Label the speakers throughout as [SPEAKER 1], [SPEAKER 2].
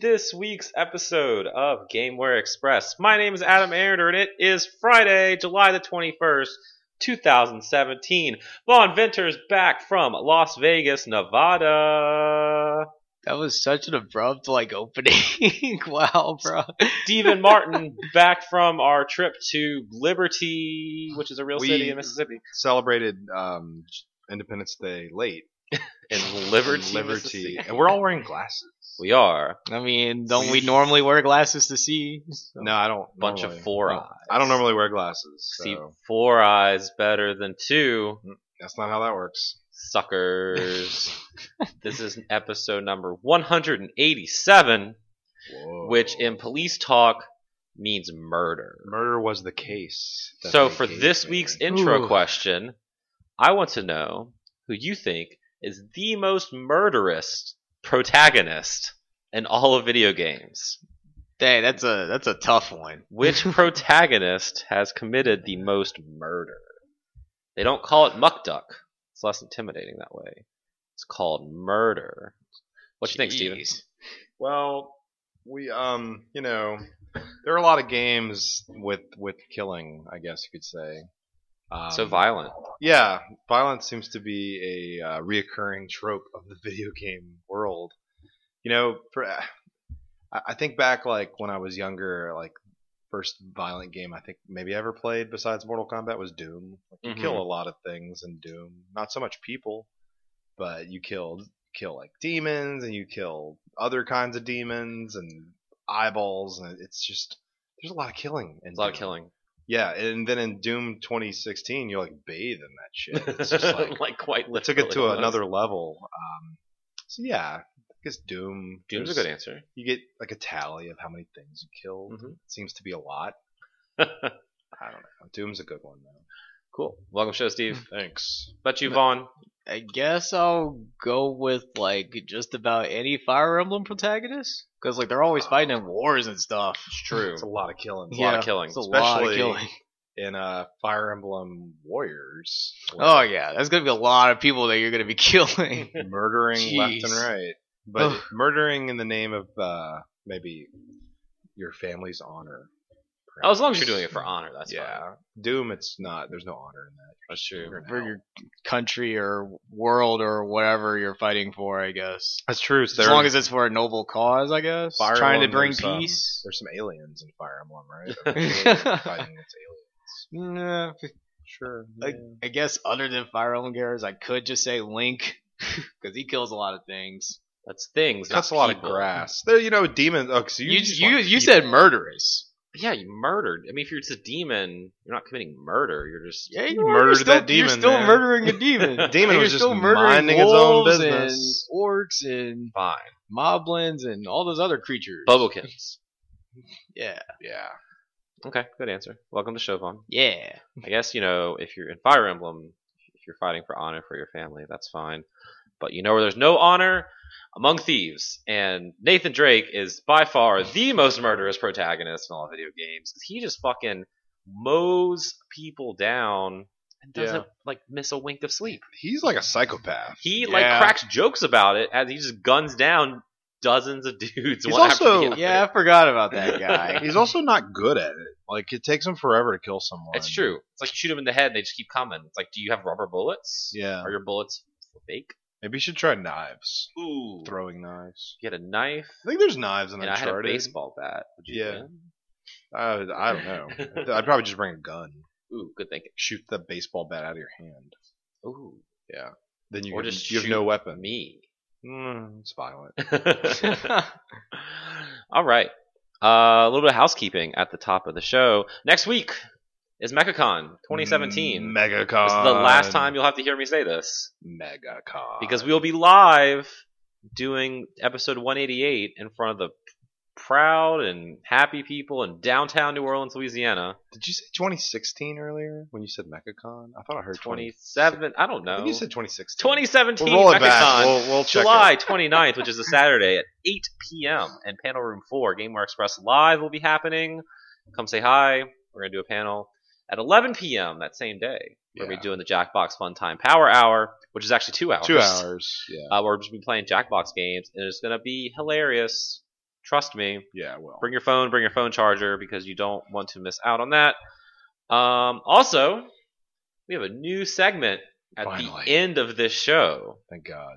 [SPEAKER 1] this week's episode of Gameware Express. My name is Adam Ayer, and it is Friday, July the 21st, 2017. Vaughn Venter's back from Las Vegas, Nevada.
[SPEAKER 2] That was such an abrupt like opening. wow, bro.
[SPEAKER 1] Steven Martin back from our trip to Liberty, which is a real
[SPEAKER 3] We-
[SPEAKER 1] city in Mississippi.
[SPEAKER 3] celebrated um, Independence Day late
[SPEAKER 1] In
[SPEAKER 3] in
[SPEAKER 1] Liberty,
[SPEAKER 3] Liberty,
[SPEAKER 1] Mississippi.
[SPEAKER 3] and we're all wearing glasses.
[SPEAKER 1] We are.
[SPEAKER 2] I mean, don't we normally wear glasses to see?
[SPEAKER 3] No, I don't.
[SPEAKER 1] Bunch
[SPEAKER 3] normally.
[SPEAKER 1] of four eyes.
[SPEAKER 3] I don't normally wear glasses, so
[SPEAKER 1] See four eyes better than two.
[SPEAKER 3] that's not how that works.
[SPEAKER 1] suckers. this is episode number 187,
[SPEAKER 3] Whoa.
[SPEAKER 1] which in police talk means murder.
[SPEAKER 3] murder was the case. that
[SPEAKER 1] so
[SPEAKER 3] they
[SPEAKER 1] for
[SPEAKER 3] gave
[SPEAKER 1] this
[SPEAKER 3] me.
[SPEAKER 1] week's intro
[SPEAKER 2] Ooh.
[SPEAKER 1] question, I want to know who you think is the most murderous protagonist in all of video games.
[SPEAKER 2] Dang, that's a that's a tough one.
[SPEAKER 1] Which protagonist has committed the most murder? They don't call it muck duck. It's less intimidating that way. It's called murder. What you think, Steven?
[SPEAKER 2] Jeez.
[SPEAKER 3] well, we um, you know, there are a lot of games with with killing. I guess you could say. Um,
[SPEAKER 1] So violent.
[SPEAKER 3] Yeah, violence seems to be a uh, reoccurring trope of the video game world. You know, for, I I think back like when I was younger, like first violent game I think maybe I ever played besides Mortal Kombat was Doom. Like, you
[SPEAKER 1] Mhm.
[SPEAKER 3] kill a lot of things in Doom, not so much people, but you killed kill like demons and you kill other kinds of demons and eyeballs and it's just there's a lot of killing. in
[SPEAKER 1] There's a lot of
[SPEAKER 3] Doom.
[SPEAKER 1] killing.
[SPEAKER 3] Yeah, and then in Doom 2016, you like bathe in that shit. It's just like
[SPEAKER 1] quite
[SPEAKER 3] it
[SPEAKER 1] literally.
[SPEAKER 3] took it to
[SPEAKER 1] almost.
[SPEAKER 3] another level. Um, so yeah, I guess Doom.
[SPEAKER 1] Doom's a
[SPEAKER 3] there's-
[SPEAKER 1] good answer.
[SPEAKER 3] You get like a tally of how many things you killed.
[SPEAKER 1] Mhm.
[SPEAKER 3] It seems to be a lot. I don't know. Doom's a good one though. Hmm.
[SPEAKER 1] Cool. Welcome to the show, Steve.
[SPEAKER 3] Thanks.
[SPEAKER 1] But you, Vaughn.
[SPEAKER 2] I guess I'll go with like just about any Fire Emblem protagonist because like they're always fighting in wars and stuff.
[SPEAKER 1] It's true.
[SPEAKER 3] It's a lot of killing.
[SPEAKER 1] It's a lot
[SPEAKER 2] yeah,
[SPEAKER 1] of killing.
[SPEAKER 2] It's a lot of
[SPEAKER 3] Especially-
[SPEAKER 2] killing.
[SPEAKER 3] In uh, Fire Emblem Warriors,
[SPEAKER 2] Oh yeah, that's gonna be a lot of people that you're gonna be killing.
[SPEAKER 3] murdering left and
[SPEAKER 2] Jeez.
[SPEAKER 3] right, but
[SPEAKER 2] Ugh.
[SPEAKER 3] murdering in the name of uh, maybe your family's honor.
[SPEAKER 1] Oh, as long as you're
[SPEAKER 3] perhaps.
[SPEAKER 1] doing it for honor, that's
[SPEAKER 3] yeah.
[SPEAKER 1] fine.
[SPEAKER 3] Doom, it's not. There's no honor in that.
[SPEAKER 1] That's true.
[SPEAKER 3] You're
[SPEAKER 2] for
[SPEAKER 3] an
[SPEAKER 2] your country or world or whatever you're fighting for, I guess.
[SPEAKER 3] That's true.
[SPEAKER 2] As long as it's for a noble cause, I guess.
[SPEAKER 3] Fire
[SPEAKER 2] Trying to
[SPEAKER 3] Emblem,
[SPEAKER 2] bring
[SPEAKER 3] there's, um,
[SPEAKER 2] peace.
[SPEAKER 3] there's some aliens in Fire Emblem, right? They're fighting against aliens.
[SPEAKER 2] Nah,
[SPEAKER 3] Sure.
[SPEAKER 2] Like- I guess other than Fire Emblem Garrus, I could just say Link because he kills a lot of things.
[SPEAKER 1] That's things. not
[SPEAKER 3] That's a lot
[SPEAKER 1] people.
[SPEAKER 3] of grass. There, you know, demons. Oh, 'cause you
[SPEAKER 2] You
[SPEAKER 3] just
[SPEAKER 2] you you,
[SPEAKER 3] want
[SPEAKER 2] said
[SPEAKER 3] people.
[SPEAKER 2] murderous.
[SPEAKER 1] Yeah, you murdered. I mean, if you're just a demon, you're not committing murder. You're just
[SPEAKER 2] Yeah,
[SPEAKER 3] you are. You're still-
[SPEAKER 2] You're still murdering a demon.
[SPEAKER 3] Demon
[SPEAKER 2] you're
[SPEAKER 3] was just
[SPEAKER 2] still murdering
[SPEAKER 3] minding his own
[SPEAKER 2] wolves and
[SPEAKER 3] business.
[SPEAKER 2] orcs and
[SPEAKER 1] fine.
[SPEAKER 2] moblins and all those other creatures.
[SPEAKER 1] Bubblekins.
[SPEAKER 2] Yeah,
[SPEAKER 3] Yeah.
[SPEAKER 1] Okay, good answer. Welcome to the show, Vaughn.
[SPEAKER 2] yeah.
[SPEAKER 1] I guess you know if you're in Fire Emblem, if you're fighting for honor for your family, that's fine. But you know where there's no honor among thieves, and Nathan Drake is by far the most murderous protagonist in all video games. 'cause He just fucking mows people down and
[SPEAKER 3] Yeah.
[SPEAKER 1] doesn't like miss a wink of sleep.
[SPEAKER 3] He's like a psychopath.
[SPEAKER 1] He like
[SPEAKER 2] Yeah.
[SPEAKER 1] cracks jokes about it as he just guns down dozens of dudes.
[SPEAKER 3] He's
[SPEAKER 1] one after
[SPEAKER 3] also-
[SPEAKER 1] the other.
[SPEAKER 2] Yeah, I forgot about that guy.
[SPEAKER 3] He's also not good at it. Like it takes him forever to kill someone.
[SPEAKER 1] it's true. It's like you shoot him in the head, and they just keep coming. It's like, do you have rubber bullets?
[SPEAKER 3] Yeah.
[SPEAKER 1] Are your bullets fake?
[SPEAKER 3] Maybe you should try knives.
[SPEAKER 1] Ooh.
[SPEAKER 3] Throwing knives.
[SPEAKER 1] You had a knife,
[SPEAKER 3] I think there's knives in
[SPEAKER 1] and I had a
[SPEAKER 3] Uncharted.
[SPEAKER 1] baseball bat. Would you
[SPEAKER 3] Yeah.
[SPEAKER 1] win?
[SPEAKER 3] Uh, I don't know. I'd probably just bring a gun.
[SPEAKER 1] Ooh, good thinking.
[SPEAKER 3] Shoot the baseball bat out of your hand.
[SPEAKER 1] Ooh,
[SPEAKER 3] Then you
[SPEAKER 1] Or
[SPEAKER 3] have-
[SPEAKER 1] just
[SPEAKER 3] you have no
[SPEAKER 1] shoot
[SPEAKER 3] weapon.
[SPEAKER 1] me.
[SPEAKER 3] Mm, it's violent.
[SPEAKER 1] All right. Uh, a little bit of housekeeping at the top of the show. Next week is MechaCon
[SPEAKER 3] Mm,
[SPEAKER 1] 2017.
[SPEAKER 3] MegaCon.
[SPEAKER 1] This is the last time you'll have to hear me say this
[SPEAKER 3] MegaCon.
[SPEAKER 1] because we will be live doing episode 188 in front of the proud and happy people in downtown New Orleans, Louisiana.
[SPEAKER 3] did you say 2016 earlier when you said MegaCon? I thought I heard 20.
[SPEAKER 1] 27. I don't know.
[SPEAKER 3] I think you said 2016.
[SPEAKER 1] 2017
[SPEAKER 3] We'll roll
[SPEAKER 1] MechaCon.
[SPEAKER 3] it back. We'll, we'll check
[SPEAKER 1] July 29th, which is a Saturday at 8 p.m. and Panel Room 4, Gameware Express Live will be happening. Come say hi. We're going to do a panel at 11 p.m. that same day. We're going to be doing the Jackbox Fun Time Power Hour, which is actually two hours.
[SPEAKER 3] It. Two hours. Yeah.
[SPEAKER 1] Uh, we're just be playing Jackbox games, and it's going to be hilarious. Trust me.
[SPEAKER 3] Yeah, well,
[SPEAKER 1] Bring your phone, bring your phone charger because you don't want to miss out on that. Um, also, we have a new segment at
[SPEAKER 3] Finally.
[SPEAKER 1] the end of this show
[SPEAKER 3] thank God.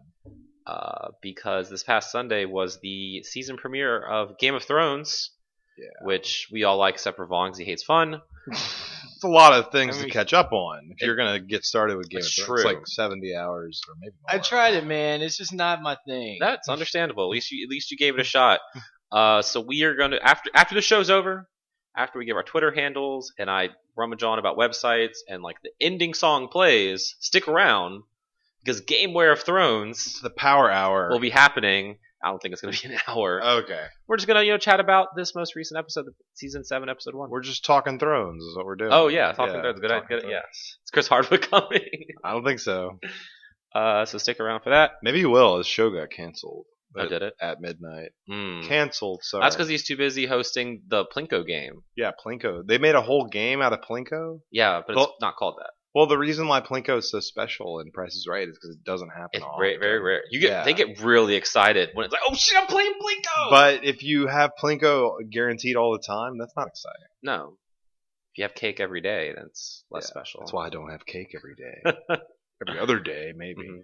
[SPEAKER 1] uh, because this past Sunday was the season premiere of Game of Thrones,
[SPEAKER 3] Yeah.
[SPEAKER 1] which we all like except for Vaughn 'cause he hates fun.
[SPEAKER 3] It's a lot of things
[SPEAKER 2] I mean-
[SPEAKER 3] to catch up on if you're gonna get started with Game
[SPEAKER 1] That's
[SPEAKER 3] of Thrones. It's
[SPEAKER 1] true.
[SPEAKER 3] like 70 hours or maybe.
[SPEAKER 2] I
[SPEAKER 3] More.
[SPEAKER 2] tried it, man. It's just not my thing.
[SPEAKER 1] That's understandable. At least you at least you gave it a shot. Uh, so we are gonna after after the show's over, after we give our Twitter handles and I rummage on about websites and like the ending song plays, stick around because Gameware of
[SPEAKER 3] It's
[SPEAKER 1] Thrones
[SPEAKER 3] the Power Hour.
[SPEAKER 1] will be happening. I don't think it's gonna be an hour.
[SPEAKER 3] okay.
[SPEAKER 1] We're just gonna you know chat about this most recent episode, season seven, episode one.
[SPEAKER 3] We're just talking Thrones, is what we're doing.
[SPEAKER 1] Oh yeah, Talking Thrones. Good,
[SPEAKER 3] Talking
[SPEAKER 1] good
[SPEAKER 3] Thrones.
[SPEAKER 1] yes. It's Chris Hardwick coming.
[SPEAKER 3] I don't think so.
[SPEAKER 1] Uh, so stick around for that.
[SPEAKER 3] Maybe you will. His show got canceled
[SPEAKER 1] I
[SPEAKER 3] But-
[SPEAKER 1] did it.
[SPEAKER 3] at midnight.
[SPEAKER 1] Mm.
[SPEAKER 3] Canceled. So
[SPEAKER 1] That's because he's too busy hosting the Plinko game.
[SPEAKER 3] yeah, Plinko. They made a whole game out of Plinko.
[SPEAKER 1] Yeah, but it's
[SPEAKER 3] Well-
[SPEAKER 1] not called that.
[SPEAKER 3] Well, the reason why Plinko is so special and Price is Right is because it doesn't happen.
[SPEAKER 1] It's
[SPEAKER 3] all
[SPEAKER 1] very, very
[SPEAKER 3] often.
[SPEAKER 1] rare. You get
[SPEAKER 3] Yeah.
[SPEAKER 1] they get really excited when it's like, oh shit, I'm playing Blinko.
[SPEAKER 3] But if you have Plinko guaranteed all the time, that's not exciting.
[SPEAKER 1] no, if you have cake every day, then it's less
[SPEAKER 3] Yeah,
[SPEAKER 1] special.
[SPEAKER 3] That's why I don't have cake every day. every other day, maybe.
[SPEAKER 1] Mhm.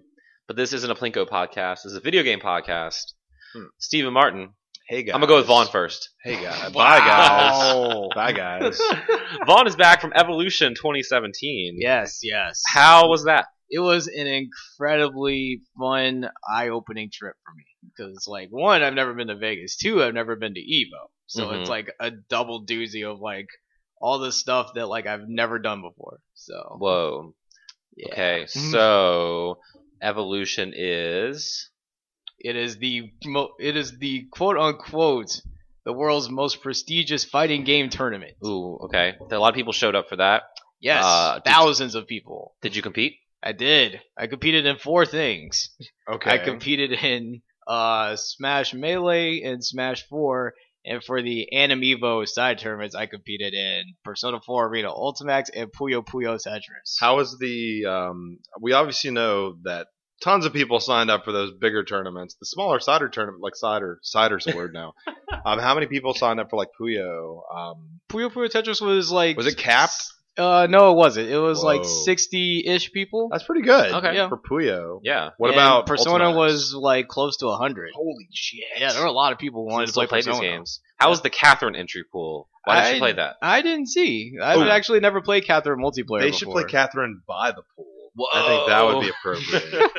[SPEAKER 1] But this isn't a Plinko podcast. This is a video game podcast.
[SPEAKER 3] Hmm.
[SPEAKER 1] Stephen Martin.
[SPEAKER 3] Hey guys,
[SPEAKER 1] I'm gonna go with Vaughn first.
[SPEAKER 3] Hey guys, bye
[SPEAKER 2] Wow.
[SPEAKER 3] guys, bye guys.
[SPEAKER 1] Vaughn is back from Evolution 2017.
[SPEAKER 2] Yes, yes.
[SPEAKER 1] How was that?
[SPEAKER 2] it was an incredibly fun, eye-opening trip for me because it's like one, I've never been to Vegas. Two, I've never been to Evo, so
[SPEAKER 1] Mhm.
[SPEAKER 2] it's like a double doozy of like all the stuff that like I've never done before. So
[SPEAKER 1] Whoa.
[SPEAKER 2] yeah.
[SPEAKER 1] Okay,
[SPEAKER 3] Mm-hmm.
[SPEAKER 1] so Evolution is
[SPEAKER 2] it is the mo- it is the quote unquote the world's most prestigious fighting game tournament.
[SPEAKER 1] ooh okay. A lot of people showed up for that.
[SPEAKER 2] Yes,
[SPEAKER 1] Uh, did-
[SPEAKER 2] thousands of people.
[SPEAKER 1] Did you compete?
[SPEAKER 2] I did. I competed in four things.
[SPEAKER 3] Okay,
[SPEAKER 2] I competed in uh, Smash Melee and Smash 4, and for the Anim Evo side tournaments, I competed in Persona 4 Arena Ultimax and Puyo Puyo Tetris.
[SPEAKER 3] How was the? Um, we obviously know that tons of people signed up for those bigger tournaments. The smaller cider tournament, like cider, cider's a word now. um, how many people signed up for like Puyo? Um,
[SPEAKER 2] Puyo Puyo Tetris was like.
[SPEAKER 3] was it capped?
[SPEAKER 2] Uh, no, it wasn't. It was like
[SPEAKER 3] Whoa.
[SPEAKER 2] 60 ish people.
[SPEAKER 3] That's pretty good.
[SPEAKER 1] Okay.
[SPEAKER 2] Yeah.
[SPEAKER 3] for Puyo.
[SPEAKER 1] Yeah.
[SPEAKER 3] What
[SPEAKER 2] And
[SPEAKER 3] about
[SPEAKER 2] Persona?
[SPEAKER 3] Ultimax?
[SPEAKER 2] Was like close to 100.
[SPEAKER 3] holy shit?
[SPEAKER 2] Yeah, there were a lot of people who wanted to
[SPEAKER 1] still
[SPEAKER 2] play,
[SPEAKER 1] play these
[SPEAKER 2] Persona.
[SPEAKER 1] games. How was the Catherine entry pool? Why did
[SPEAKER 2] I-
[SPEAKER 1] you play that?
[SPEAKER 2] I didn't see. I've
[SPEAKER 1] Oh.
[SPEAKER 2] actually never played Catherine multiplayer.
[SPEAKER 3] They should play
[SPEAKER 2] before.
[SPEAKER 3] Catherine by the pool. I think that would
[SPEAKER 1] Oh.
[SPEAKER 3] be appropriate.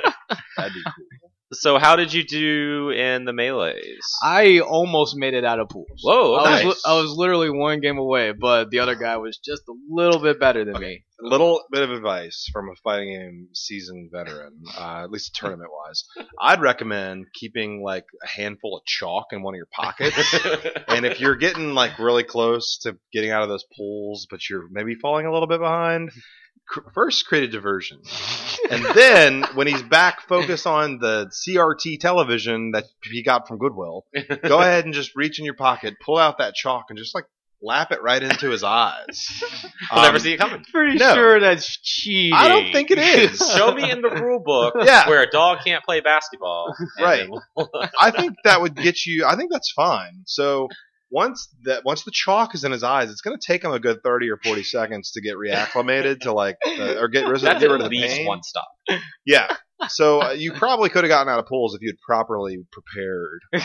[SPEAKER 3] That'd be cool.
[SPEAKER 1] so how did you do in the melees?
[SPEAKER 2] I almost made it out of pools.
[SPEAKER 1] Whoa, okay.
[SPEAKER 2] I, was,
[SPEAKER 3] Nice.
[SPEAKER 2] I was literally one game away, but the other guy was just a little bit better than me.
[SPEAKER 3] little bit of advice from a fighting game seasoned veteran, uh, at least tournament wise. I'd recommend keeping like a handful of chalk in one of your pockets. and if you're getting like really close to getting out of those pools, but you're maybe falling a little bit behind, cr- first create a diversion. And then when he's back focused on the CRT television that he got from Goodwill, go ahead and just reach in your pocket, pull out that chalk, and just like lap it right into his eyes.
[SPEAKER 1] I'll never
[SPEAKER 3] Um,
[SPEAKER 1] see it coming.
[SPEAKER 2] Pretty
[SPEAKER 3] No.
[SPEAKER 2] sure that's cheating.
[SPEAKER 3] I don't think it is.
[SPEAKER 1] Show me in the rule book
[SPEAKER 3] Yeah.
[SPEAKER 1] where a dog can't play basketball. and then
[SPEAKER 3] Right.
[SPEAKER 1] we'll-
[SPEAKER 3] I think that would get you. I think that's fine. So once that once the chalk is in his eyes, it's going to take him a good thirty or forty seconds to get reacclimated to like the, or get rid,
[SPEAKER 1] That's
[SPEAKER 3] get rid
[SPEAKER 1] at
[SPEAKER 3] of the
[SPEAKER 1] least
[SPEAKER 3] pain.
[SPEAKER 1] one stop.
[SPEAKER 3] Yeah. So uh, you probably could have gotten out of pools if you had properly prepared.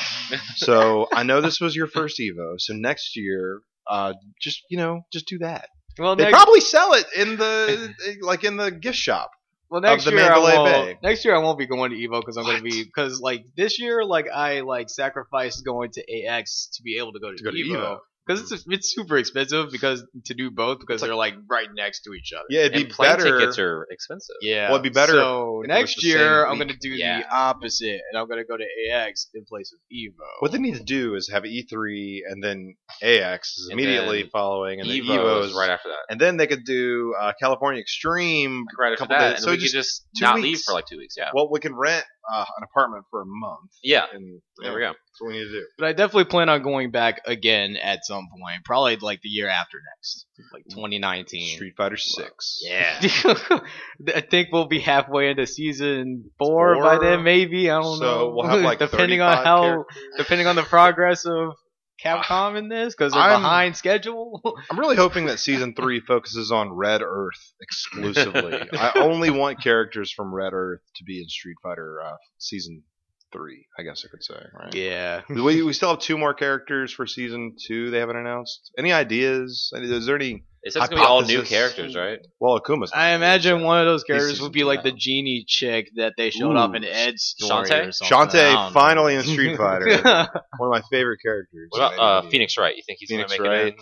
[SPEAKER 3] so I know this was your first Evo. So next year, uh, just you know, just do that.
[SPEAKER 2] Well,
[SPEAKER 3] They
[SPEAKER 2] next,
[SPEAKER 3] probably sell it in the like in the gift shop.
[SPEAKER 2] well, next
[SPEAKER 3] the
[SPEAKER 2] year I
[SPEAKER 3] Mandalay
[SPEAKER 2] won't.
[SPEAKER 3] Bay.
[SPEAKER 2] Next year I won't be going to Evo because I'm going to
[SPEAKER 3] What?
[SPEAKER 2] be because like this year like I like sacrificed going to AX to be able to go to,
[SPEAKER 3] To go to
[SPEAKER 2] Evo
[SPEAKER 3] Evo.
[SPEAKER 2] because it's it's super expensive because to do both because they're like right next to each other.
[SPEAKER 3] Yeah, it'd
[SPEAKER 1] And
[SPEAKER 3] be
[SPEAKER 1] plane
[SPEAKER 3] better.
[SPEAKER 1] tickets are expensive.
[SPEAKER 2] Yeah.
[SPEAKER 3] Well, it'd be better
[SPEAKER 2] So
[SPEAKER 3] if it was
[SPEAKER 2] next
[SPEAKER 3] the same
[SPEAKER 2] year I'm
[SPEAKER 3] week.
[SPEAKER 2] going to do
[SPEAKER 1] Yeah.
[SPEAKER 2] the opposite and I'm going to go to AX in place of Evo.
[SPEAKER 3] What they need to do is have E3 and then AX is
[SPEAKER 1] And
[SPEAKER 3] immediately
[SPEAKER 1] then
[SPEAKER 3] following, and then
[SPEAKER 1] Evo,
[SPEAKER 3] Evo
[SPEAKER 1] is right after that.
[SPEAKER 3] And then they could do uh, California Extreme.
[SPEAKER 1] Right after
[SPEAKER 3] Couple
[SPEAKER 1] that, and
[SPEAKER 3] days. So
[SPEAKER 1] we
[SPEAKER 3] just
[SPEAKER 1] could just
[SPEAKER 3] two
[SPEAKER 1] not
[SPEAKER 3] weeks.
[SPEAKER 1] leave for like two weeks. Yeah.
[SPEAKER 3] Well, we can rent uh, an apartment for a month.
[SPEAKER 1] Yeah,
[SPEAKER 3] And
[SPEAKER 1] there we go.
[SPEAKER 3] That's what we need to do.
[SPEAKER 2] But I definitely plan on going back again at some point, probably like the year after next, like 2019.
[SPEAKER 3] Street Fighter Six.
[SPEAKER 1] Yeah.
[SPEAKER 2] I think we'll be halfway into season four, by
[SPEAKER 3] Four.
[SPEAKER 2] then, maybe. I don't know.
[SPEAKER 3] So we'll have like
[SPEAKER 2] depending on
[SPEAKER 3] 35
[SPEAKER 2] how,
[SPEAKER 3] characters.
[SPEAKER 2] depending on the progress of Capcom in this, because they're
[SPEAKER 3] I'm-
[SPEAKER 2] behind schedule.
[SPEAKER 3] I'm really hoping that season three focuses on Red Earth exclusively. I only want characters from Red Earth to be in Street Fighter uh, season three. I guess I could say. Right.
[SPEAKER 2] yeah.
[SPEAKER 3] we, we still have two more characters for season two. They haven't announced any ideas. Any- Is there any?
[SPEAKER 1] It says it's gonna be all new
[SPEAKER 3] Hypothesis.
[SPEAKER 1] characters, right?
[SPEAKER 3] Well, Akuma's. not
[SPEAKER 2] I
[SPEAKER 3] in there,
[SPEAKER 2] imagine
[SPEAKER 3] so-
[SPEAKER 2] one of those
[SPEAKER 3] This
[SPEAKER 2] characters
[SPEAKER 3] season
[SPEAKER 2] would be
[SPEAKER 3] two
[SPEAKER 2] like
[SPEAKER 3] now.
[SPEAKER 2] the genie chick that they showed up
[SPEAKER 3] Ooh.
[SPEAKER 2] in Ed's story.
[SPEAKER 1] Shantae?
[SPEAKER 2] Or something. I
[SPEAKER 3] Shantae
[SPEAKER 2] don't know.
[SPEAKER 3] finally in Street Fighter. one of my favorite characters.
[SPEAKER 1] What about uh, Phoenix Wright? You think he's
[SPEAKER 3] Phoenix
[SPEAKER 1] gonna make
[SPEAKER 3] Wright.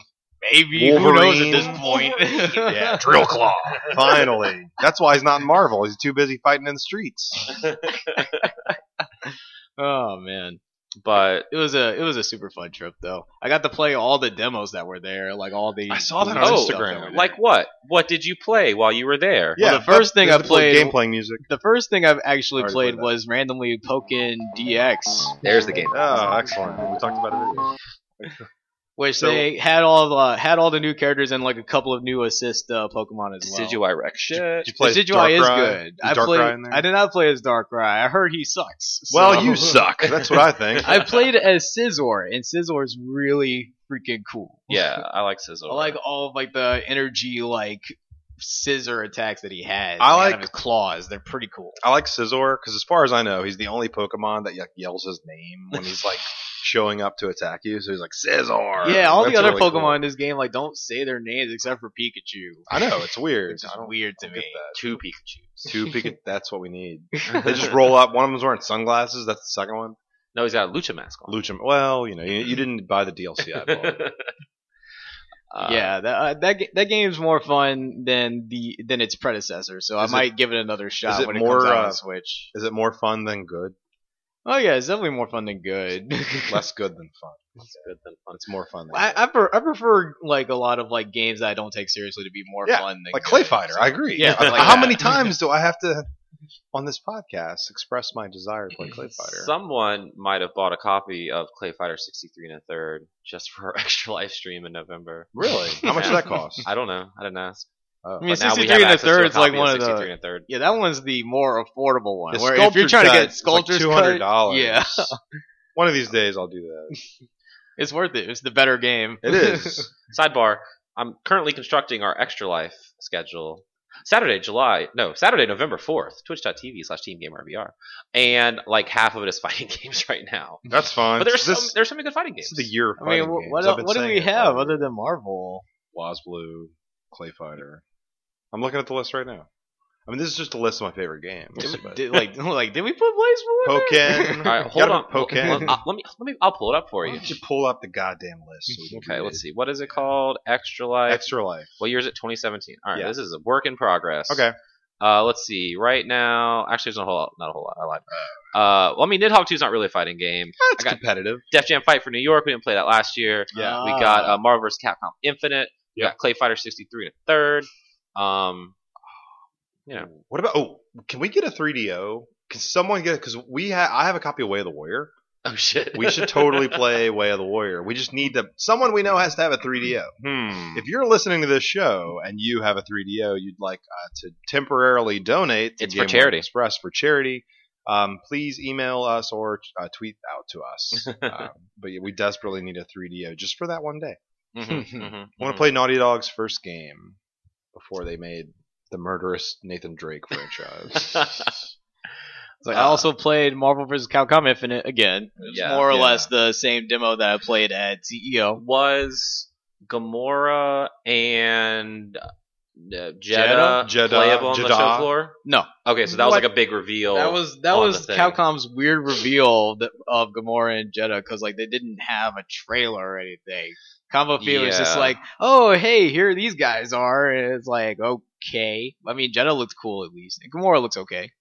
[SPEAKER 1] it? in?
[SPEAKER 2] Maybe who knows at this point?
[SPEAKER 3] Wolverine. Yeah, Drill Claw. Finally, that's why he's not in Marvel. He's too busy fighting in the streets.
[SPEAKER 2] Oh man,
[SPEAKER 1] But
[SPEAKER 2] it was a it was a super fun trip though. I got to play all the demos that were there, like all the
[SPEAKER 3] I saw that on
[SPEAKER 2] stuff
[SPEAKER 3] Instagram.
[SPEAKER 2] that were there.
[SPEAKER 1] like, what? What did you play while you were there?
[SPEAKER 2] Well, the first thing I
[SPEAKER 3] there's the play-
[SPEAKER 2] played-
[SPEAKER 3] game playing music.
[SPEAKER 2] the first thing I've actually
[SPEAKER 3] Already
[SPEAKER 2] played
[SPEAKER 3] played that.
[SPEAKER 2] was randomly Pokken DX,
[SPEAKER 1] There's the game.
[SPEAKER 3] Oh, excellent. We talked about it. earlier.
[SPEAKER 2] which
[SPEAKER 3] So-
[SPEAKER 2] they had all the had all the new characters and like a couple of new assist uh, Pokemon as well.
[SPEAKER 1] Decidueye wreck shit.
[SPEAKER 3] Did you play as
[SPEAKER 2] Decidueye is
[SPEAKER 3] Darkrai?
[SPEAKER 2] good.
[SPEAKER 3] Is
[SPEAKER 2] I
[SPEAKER 3] Darkrai
[SPEAKER 2] played.
[SPEAKER 3] in there?
[SPEAKER 2] I did not play as Darkrai. I heard he sucks. so-
[SPEAKER 3] Well, Oh, you suck. That's what I think.
[SPEAKER 2] I played as Scizor, and Scizor is really freaking cool.
[SPEAKER 1] Yeah, I like Sizzle.
[SPEAKER 2] I like all of like the energy like scissor attacks that he has.
[SPEAKER 3] I
[SPEAKER 2] out of
[SPEAKER 3] like-
[SPEAKER 2] his claws; they're pretty cool.
[SPEAKER 3] I like Scizor because, as far as I know, he's the only Pokemon that like, yells his name when he's like showing up to attack you. So he's like Scizor.
[SPEAKER 2] Yeah, all the
[SPEAKER 3] That's
[SPEAKER 2] other
[SPEAKER 3] really
[SPEAKER 2] Pokemon
[SPEAKER 3] cool.
[SPEAKER 2] in this game like don't say their names except for Pikachu.
[SPEAKER 3] I know it's weird.
[SPEAKER 2] Which is
[SPEAKER 3] I don't-
[SPEAKER 2] weird to
[SPEAKER 3] I don't
[SPEAKER 2] me.
[SPEAKER 3] get that.
[SPEAKER 1] two Pikachu's.
[SPEAKER 3] Two Pikachu. That's what we need. They just roll up. One of them's wearing sunglasses. That's the second one.
[SPEAKER 1] No, he's got a lucha mask on.
[SPEAKER 3] Lucham. Well, you know, you, you didn't buy the DLC. I bought.
[SPEAKER 1] Uh,
[SPEAKER 2] yeah, that uh, that ga- that game's more fun than the than its predecessor, so I
[SPEAKER 3] Is it-
[SPEAKER 2] might give it another shot
[SPEAKER 3] it
[SPEAKER 2] when it
[SPEAKER 3] more,
[SPEAKER 2] comes out on
[SPEAKER 3] uh,
[SPEAKER 2] the Switch.
[SPEAKER 3] Is it more fun than good?
[SPEAKER 2] Oh yeah, it's definitely more fun than good.
[SPEAKER 3] Less good than fun.
[SPEAKER 1] It's good then. Fun.
[SPEAKER 3] It's more fun. Than
[SPEAKER 2] I I, per- I prefer like a lot of like games that I don't take seriously to be more
[SPEAKER 3] Yeah,
[SPEAKER 2] fun than
[SPEAKER 3] like
[SPEAKER 2] good,
[SPEAKER 3] Clay Fighter.
[SPEAKER 2] so-
[SPEAKER 3] I agree.
[SPEAKER 2] Yeah,
[SPEAKER 3] I-
[SPEAKER 2] like
[SPEAKER 3] how
[SPEAKER 2] that.
[SPEAKER 3] many times do I have to on this podcast express my desire to play Clay Fighter?
[SPEAKER 1] Someone might have bought a copy of Clay Fighter 63 and a third just for our extra live stream in November.
[SPEAKER 3] really? How much
[SPEAKER 1] Yeah.
[SPEAKER 3] did that cost?
[SPEAKER 1] I don't know. I didn't ask.
[SPEAKER 3] Oh.
[SPEAKER 2] I mean,
[SPEAKER 1] But now we have
[SPEAKER 2] 63 and a
[SPEAKER 1] access to
[SPEAKER 2] third is like
[SPEAKER 1] copy
[SPEAKER 2] one of the-
[SPEAKER 1] 63 and a third.
[SPEAKER 2] Yeah, that one's the more affordable one.
[SPEAKER 3] The
[SPEAKER 2] Where if
[SPEAKER 3] sculpture
[SPEAKER 2] you're trying to
[SPEAKER 3] cut
[SPEAKER 2] get
[SPEAKER 3] is
[SPEAKER 2] sculptures
[SPEAKER 3] like two hundred
[SPEAKER 2] cut,
[SPEAKER 3] dollars.
[SPEAKER 2] yeah,
[SPEAKER 3] One of these days I'll do
[SPEAKER 2] it's worth it. It's the better game.
[SPEAKER 3] that. It is.
[SPEAKER 1] Sidebar: I'm currently constructing our extra life schedule. Saturday, July, no, Saturday, November 4th, twitch.tv slash teamgamervr. And like half of it is fighting games right now.
[SPEAKER 3] That's fine.
[SPEAKER 1] But there's,
[SPEAKER 3] this,
[SPEAKER 1] some, there's so many good fighting
[SPEAKER 3] this
[SPEAKER 1] games.
[SPEAKER 3] is the year. Of
[SPEAKER 2] I mean,
[SPEAKER 3] fighting
[SPEAKER 2] wh-
[SPEAKER 3] games.
[SPEAKER 2] what
[SPEAKER 3] I've
[SPEAKER 2] el-
[SPEAKER 3] been
[SPEAKER 2] what do
[SPEAKER 3] saying
[SPEAKER 2] we
[SPEAKER 3] it.
[SPEAKER 2] have other than Marvel?
[SPEAKER 3] Wazblue, Clay Fighter? I'm looking at the list right now. I mean, this is just a list of my favorite games.
[SPEAKER 2] Did,
[SPEAKER 3] but-
[SPEAKER 2] did- like, like, did we put Blazblue? in there?
[SPEAKER 3] Pokken.
[SPEAKER 1] All right, hold
[SPEAKER 3] Gotta
[SPEAKER 1] on.
[SPEAKER 3] put Pokken.
[SPEAKER 1] Well, uh, let me, let me, I'll pull it up for
[SPEAKER 3] Why
[SPEAKER 1] you.
[SPEAKER 3] don't you pull up the goddamn list? so we can
[SPEAKER 1] Okay,
[SPEAKER 3] read
[SPEAKER 1] let's
[SPEAKER 3] it?
[SPEAKER 1] see. What is it called? Extra Life.
[SPEAKER 3] Extra life.
[SPEAKER 1] What year is it? 2017. All right,
[SPEAKER 3] Yeah.
[SPEAKER 1] this is a work in progress.
[SPEAKER 3] Okay.
[SPEAKER 1] Uh, let's see. Right now, actually, there's not a whole lot. Not a whole lot. I lied. Uh, well, I mean, Nidhogg 2 is not really a fighting game.
[SPEAKER 3] That's
[SPEAKER 1] I got-
[SPEAKER 3] competitive.
[SPEAKER 1] Def Jam Fight for New York. We didn't play that last year.
[SPEAKER 3] Yeah.
[SPEAKER 1] We got uh, Marvel vs. Capcom Infinite. We
[SPEAKER 3] Yeah.
[SPEAKER 1] got Clay Fighter 63 and a third. Um, you know,
[SPEAKER 3] What about? Oh, can we get a 3DO? Can someone get? Because we ha- I have a copy of Way of the Warrior.
[SPEAKER 1] oh shit.
[SPEAKER 3] We should totally play Way of the Warrior. We just need to. Someone we know has to have a 3DO.
[SPEAKER 1] hmm.
[SPEAKER 3] If you're listening to this show and you have a 3DO, you'd like uh, to temporarily donate. To
[SPEAKER 1] It's for
[SPEAKER 3] Game World
[SPEAKER 1] charity.
[SPEAKER 3] Express for charity. Um, please email us or uh, tweet out to us. um, but yeah, we desperately need a 3DO just for that one day.
[SPEAKER 1] Mhm, mhm,
[SPEAKER 3] I want
[SPEAKER 2] Mm-hmm.
[SPEAKER 1] mhm.
[SPEAKER 3] to play Naughty Dog's first game before they made the murderous Nathan Drake franchise.
[SPEAKER 2] It's like, I also played Marvel vs. Capcom Infinite again. It's
[SPEAKER 1] Yeah,
[SPEAKER 2] more or
[SPEAKER 3] yeah.
[SPEAKER 2] less the same demo that I played at E CEO.
[SPEAKER 1] hmm. was Gamora and uh, Jeddah,
[SPEAKER 3] Jeddah,
[SPEAKER 1] playable on the show
[SPEAKER 3] Jeddah.
[SPEAKER 1] floor?
[SPEAKER 2] No.
[SPEAKER 1] Okay, so that was
[SPEAKER 2] What?
[SPEAKER 1] like a big reveal.
[SPEAKER 2] That was that
[SPEAKER 1] on
[SPEAKER 2] was
[SPEAKER 1] the thing.
[SPEAKER 2] Capcom's weird reveal that, of Gamora and Jeddah because like they didn't have a trailer or anything. Combo Fever was just
[SPEAKER 1] Yeah.
[SPEAKER 2] like, oh hey, here these guys are, and it's like okay. I mean, Jeddah looked cool at least, and Gamora looks okay,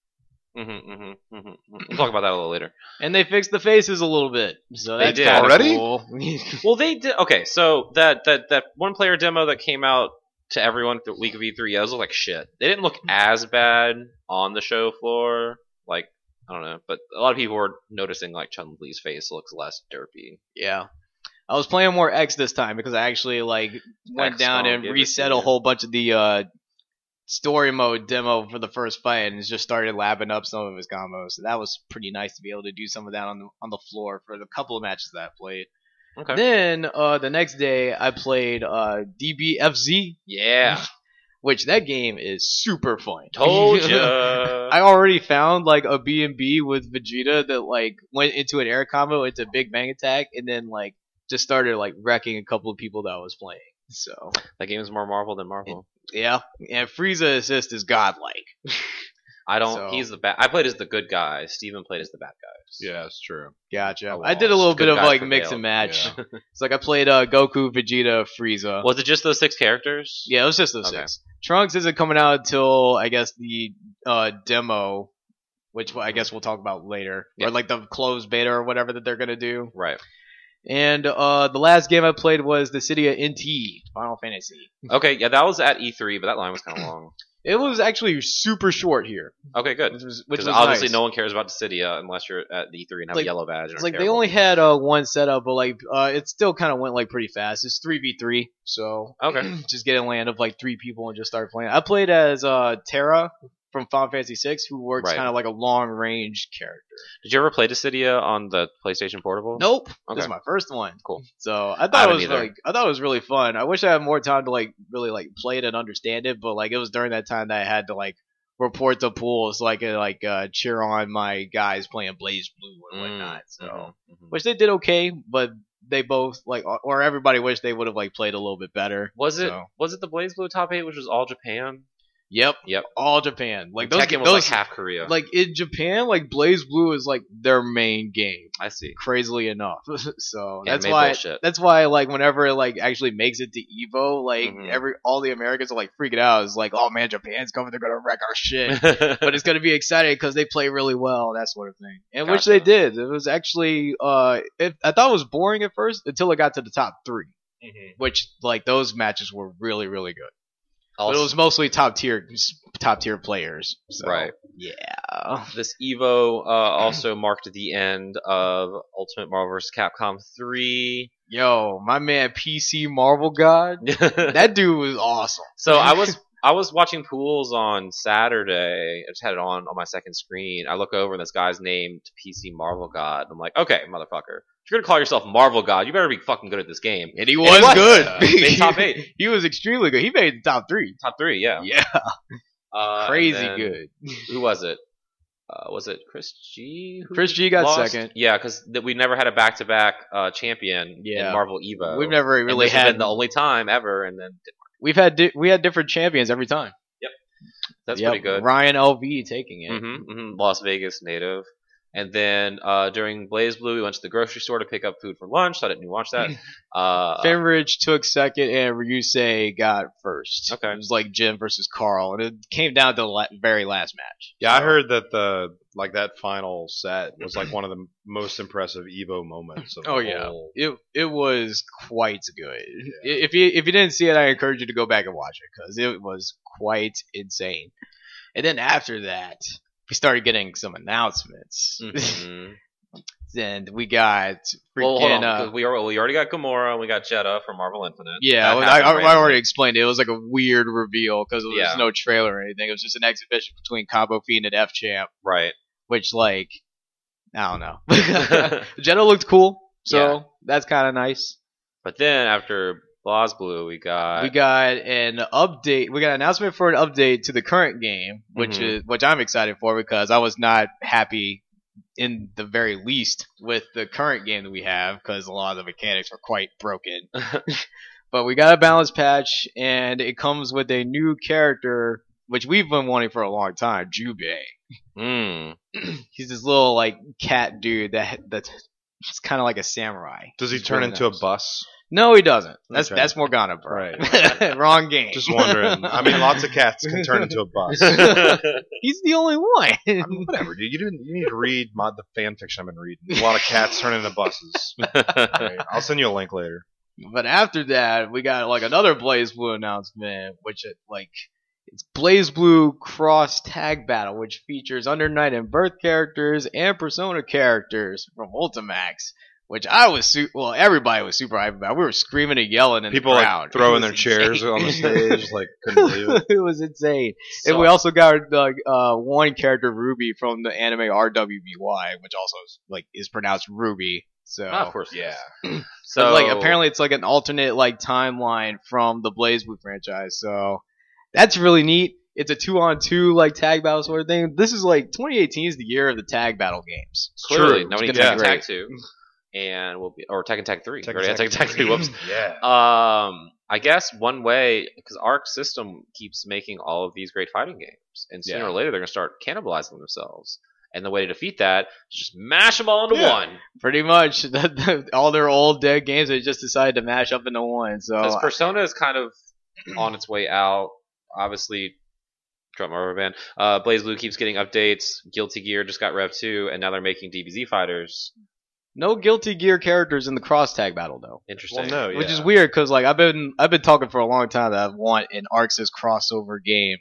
[SPEAKER 1] hmm hmm hmm We'll talk about that a little later.
[SPEAKER 2] and they fixed the faces a little bit, so
[SPEAKER 1] They
[SPEAKER 2] that's
[SPEAKER 1] did.
[SPEAKER 2] kinda
[SPEAKER 3] Already?
[SPEAKER 2] cool.
[SPEAKER 1] Well, they did. Okay, so that that that one player demo that came out to everyone the
[SPEAKER 2] Mm-hmm.
[SPEAKER 1] week of E3, yeah, those look like shit. They didn't look as bad on the show floor. Like I don't know, but a lot of people were noticing like Chun Li's face looks less derpy.
[SPEAKER 2] Yeah. I was playing more X this time because I actually like went
[SPEAKER 1] X oh,
[SPEAKER 2] down
[SPEAKER 1] will
[SPEAKER 2] and
[SPEAKER 1] give it to
[SPEAKER 2] reset a
[SPEAKER 1] you.
[SPEAKER 2] whole bunch of the uh, story mode demo for the first fight and just started lapping up some of his combos. So that was pretty nice to be able to do some of that on the on the floor for the couple of matches that I played.
[SPEAKER 1] Okay.
[SPEAKER 2] Then uh, the next day I played uh, DBFZ,
[SPEAKER 1] yeah,
[SPEAKER 2] which that game is super fun.
[SPEAKER 1] told ya.
[SPEAKER 2] I already found like a B and B with Vegeta that like went into an air combo into Big Bang Attack and then like just started like wrecking a couple of people that I was playing. So
[SPEAKER 1] that game is more Marvel than Marvel.
[SPEAKER 2] yeah, and Frieza assist is godlike.
[SPEAKER 1] I don't.
[SPEAKER 2] So-
[SPEAKER 1] He's the bad. I played as the good guy. Steven played as the bad guys.
[SPEAKER 3] Yeah, it's true.
[SPEAKER 2] Gotcha.
[SPEAKER 1] I
[SPEAKER 2] I did a little
[SPEAKER 1] lost.
[SPEAKER 2] bit
[SPEAKER 1] Good
[SPEAKER 2] of
[SPEAKER 1] guy
[SPEAKER 2] like
[SPEAKER 1] prevailed.
[SPEAKER 2] mix and match.
[SPEAKER 3] Yeah.
[SPEAKER 2] It's like I played uh, Goku, Vegeta, Frieza.
[SPEAKER 1] Was it just those six characters?
[SPEAKER 2] Yeah, it was just those
[SPEAKER 1] Okay.
[SPEAKER 2] six. Trunks isn't coming out until I guess the uh, demo, which I guess we'll talk about later,
[SPEAKER 1] Yeah.
[SPEAKER 2] or like the closed beta or whatever that they're gonna do.
[SPEAKER 1] Right.
[SPEAKER 2] And uh, the last game I played was the City of NT, Final Fantasy.
[SPEAKER 1] Okay. Yeah, that was at E3, but that line was kind of long.
[SPEAKER 2] It was actually super short here,
[SPEAKER 1] Okay, good.
[SPEAKER 2] which was which
[SPEAKER 1] Because
[SPEAKER 2] was
[SPEAKER 1] obviously
[SPEAKER 2] nice.
[SPEAKER 1] no one cares about Dissidia unless you're at the E3 and have a
[SPEAKER 2] Like-
[SPEAKER 1] yellow badge. And
[SPEAKER 2] It's
[SPEAKER 1] are
[SPEAKER 2] like they
[SPEAKER 1] terrible.
[SPEAKER 2] only had uh, one setup, but like uh, it still kind of went like pretty fast. It's three v three, so
[SPEAKER 1] Okay.
[SPEAKER 2] just get a land of like three people and just start playing. I played as uh, Terra from Final Fantasy VI, who works
[SPEAKER 1] Right.
[SPEAKER 2] kind of like a long range character.
[SPEAKER 1] Did you ever play Dissidia on the PlayStation Portable?
[SPEAKER 2] Nope,
[SPEAKER 1] Okay.
[SPEAKER 2] this is my first one.
[SPEAKER 1] Cool.
[SPEAKER 2] So I
[SPEAKER 1] I
[SPEAKER 2] thought it
[SPEAKER 1] haven't
[SPEAKER 2] was
[SPEAKER 1] either.
[SPEAKER 2] like I thought it was really fun. I wish I had more time to like really like play it and understand it, but like it was during that time that I had to like report the pool so I could like uh, cheer on my guys playing Blaze Blue and
[SPEAKER 1] Mm,
[SPEAKER 2] whatnot. So
[SPEAKER 1] Mhm, mhm.
[SPEAKER 2] which they did okay, but they both like or- or everybody wished they would have like played a little bit better.
[SPEAKER 1] Was it
[SPEAKER 2] So.
[SPEAKER 1] was it the Blaze Blue top eight, which was all Japan?
[SPEAKER 2] Yep.
[SPEAKER 1] Yep.
[SPEAKER 2] All Japan. Like those,
[SPEAKER 1] Tekken was
[SPEAKER 2] those
[SPEAKER 1] like half Korea.
[SPEAKER 2] like in Japan, like Blaze Blue is like their main game.
[SPEAKER 1] I see.
[SPEAKER 2] crazily enough. so
[SPEAKER 1] Yeah,
[SPEAKER 2] that's
[SPEAKER 1] made
[SPEAKER 2] why
[SPEAKER 1] bullshit.
[SPEAKER 2] that's why like whenever it like actually makes it to Evo, like
[SPEAKER 1] Mhm.
[SPEAKER 2] every all the Americans are like freaking out. It's like, oh man, Japan's coming, they're gonna wreck our shit. but
[SPEAKER 1] but
[SPEAKER 2] it's gonna be exciting because they play really well, that sort of thing. And which
[SPEAKER 1] Gotcha.
[SPEAKER 2] they did. It was actually uh, it, I thought it was boring at first until it got to the top three.
[SPEAKER 1] Mm-hmm.
[SPEAKER 2] Which like those matches were really really good. But it was mostly top tier top tier players. So,
[SPEAKER 1] Right.
[SPEAKER 2] Yeah.
[SPEAKER 1] this Evo uh, also marked the end of Ultimate Marvel vs. Capcom 3.
[SPEAKER 2] Yo, my man PC Marvel God. That dude was awesome.
[SPEAKER 1] so I was I was watching pools on Saturday. I just had it on on my second screen. I look over and this guy's named PC Marvel God. I'm like, okay, motherfucker, if you're gonna call yourself Marvel God, you better be fucking good at this game.
[SPEAKER 2] And he
[SPEAKER 1] was
[SPEAKER 2] was, good.
[SPEAKER 3] Uh,
[SPEAKER 1] made top eight.
[SPEAKER 2] He was extremely good. He made the top three.
[SPEAKER 1] Top three, yeah,
[SPEAKER 2] Yeah.
[SPEAKER 1] Uh, and
[SPEAKER 2] Crazy
[SPEAKER 1] then-
[SPEAKER 2] good.
[SPEAKER 1] Who was it? Uh, was it Chris G? who
[SPEAKER 2] Chris G got
[SPEAKER 1] lost?
[SPEAKER 2] second.
[SPEAKER 1] Yeah, because we never had a back-to-back uh, champion in
[SPEAKER 2] Yeah.
[SPEAKER 1] Marvel Evo.
[SPEAKER 2] We've never
[SPEAKER 1] And
[SPEAKER 2] really
[SPEAKER 1] this has
[SPEAKER 2] had
[SPEAKER 1] been the only time ever, and then
[SPEAKER 2] we've had di- we had different champions every time.
[SPEAKER 1] that's
[SPEAKER 2] Yep,
[SPEAKER 1] pretty good.
[SPEAKER 2] Ryan LV taking it.
[SPEAKER 1] hmm Las Vegas native. And then uh, during Blaze Blue, we went to the grocery store to pick up food for lunch. So I didn't watch that. Uh,
[SPEAKER 2] Finridge took second, and Ryusei got first.
[SPEAKER 1] Okay.
[SPEAKER 2] it was like Jim versus Carl, and it came down to the la- very last match.
[SPEAKER 3] Yeah, I heard that the like that final set was like one of the most impressive Evo moments. Of the
[SPEAKER 2] Oh, yeah.
[SPEAKER 3] whole-
[SPEAKER 2] It it was quite good. If you if you didn't see it, I encourage you to go back and watch it because it was quite insane. And then after that, we started getting some announcements.
[SPEAKER 1] mhm.
[SPEAKER 2] and we got freaking.
[SPEAKER 1] well, hold on.
[SPEAKER 2] uh,
[SPEAKER 1] 'cause we, are, we already got Gamora and we got Jeddah from Marvel Infinite.
[SPEAKER 2] yeah,
[SPEAKER 1] That
[SPEAKER 2] I,
[SPEAKER 1] happened
[SPEAKER 2] I, I
[SPEAKER 1] randomly.
[SPEAKER 2] already explained it. It was like a weird reveal because there was
[SPEAKER 1] Yeah.
[SPEAKER 2] no trailer or anything. It was just an exhibition between Cabo Fiend and F Champ,
[SPEAKER 1] Right.
[SPEAKER 2] which like I don't know. Jenna looked cool, so
[SPEAKER 1] Yeah.
[SPEAKER 2] that's kind of nice.
[SPEAKER 1] but then after Blaze Blue, we got.
[SPEAKER 2] we got an update. We got an announcement for an update to the current game, which
[SPEAKER 3] Mm-hmm.
[SPEAKER 1] Mhm.
[SPEAKER 2] is which I'm excited for because I was not happy in the very least with the current game that we have because a lot of the mechanics are quite broken. but we got a balance patch, and it comes with a new character which we've been wanting for a long time, Jubei.
[SPEAKER 1] Mm.
[SPEAKER 2] He's this little like cat dude that that's it's kind of like a samurai.
[SPEAKER 3] Does he
[SPEAKER 2] He's
[SPEAKER 3] turn
[SPEAKER 2] really
[SPEAKER 3] into
[SPEAKER 2] nice.
[SPEAKER 3] a bus?
[SPEAKER 2] No, he doesn't. That's
[SPEAKER 3] Okay.
[SPEAKER 2] that's Morgana, bro.
[SPEAKER 3] Right.
[SPEAKER 2] Wrong game.
[SPEAKER 3] Just wondering. I mean, lots of cats can turn into a bus.
[SPEAKER 2] He's the only one.
[SPEAKER 3] I mean, whatever, dude. You didn't. You need to read my, the fan fiction I've been reading. A lot of cats turn into buses. Right. I'll send you a link later.
[SPEAKER 2] but after that, we got uh, like another Blaze Blue announcement, which it, like It's Blaze Blue Cross Tag Battle, which features Under Night and Birth characters and Persona characters from Ultimax, which I was su- well, everybody was super hyped about. We were screaming and yelling in
[SPEAKER 3] People
[SPEAKER 2] the
[SPEAKER 3] like
[SPEAKER 2] crowd. It
[SPEAKER 3] throwing
[SPEAKER 2] was
[SPEAKER 3] their chairs
[SPEAKER 2] insane.
[SPEAKER 3] on the stage, like couldn't believe it.
[SPEAKER 2] it was insane.
[SPEAKER 1] So-
[SPEAKER 2] and we also got like uh, one character Ruby from the anime RWBY, which also is, like is pronounced Ruby. So
[SPEAKER 1] Ah, of course, it
[SPEAKER 3] Yeah.
[SPEAKER 1] is. so
[SPEAKER 2] so like apparently it's like an alternate like timeline from the Blaze Blue franchise. So that's really neat. It's a two on two like tag battle sort of thing. This is like 2018 is the year of the tag battle games.
[SPEAKER 1] clearly
[SPEAKER 3] True.
[SPEAKER 1] now we need
[SPEAKER 2] It's
[SPEAKER 1] Tekken
[SPEAKER 2] gonna
[SPEAKER 1] Tag
[SPEAKER 2] be
[SPEAKER 1] Tag Two, and we'll be or Tekken Tag Three. We already had Tekken Tag Two.
[SPEAKER 3] three.
[SPEAKER 1] Whoops.
[SPEAKER 3] Yeah.
[SPEAKER 1] Um, I guess one way because Arc System keeps making all of these great fighting games, and sooner
[SPEAKER 3] Yeah.
[SPEAKER 1] or later they're gonna start cannibalizing themselves. And the way to defeat that is just mash them all into
[SPEAKER 3] Yeah.
[SPEAKER 1] one.
[SPEAKER 2] Pretty much all their old dead games they just decided to mash up into one.
[SPEAKER 1] Because
[SPEAKER 2] So
[SPEAKER 1] Persona is kind of on its way out. Obviously, drum rubber band. Uh, Blaze Blue keeps getting updates. Guilty Gear just got Rev 2, and now they're making DBZ fighters.
[SPEAKER 2] no Guilty Gear characters in the cross tag battle though.
[SPEAKER 1] Interesting.
[SPEAKER 3] Well, no, yeah.
[SPEAKER 2] which is weird because like I've been I've been talking for a long time that I want an Arxis crossover game.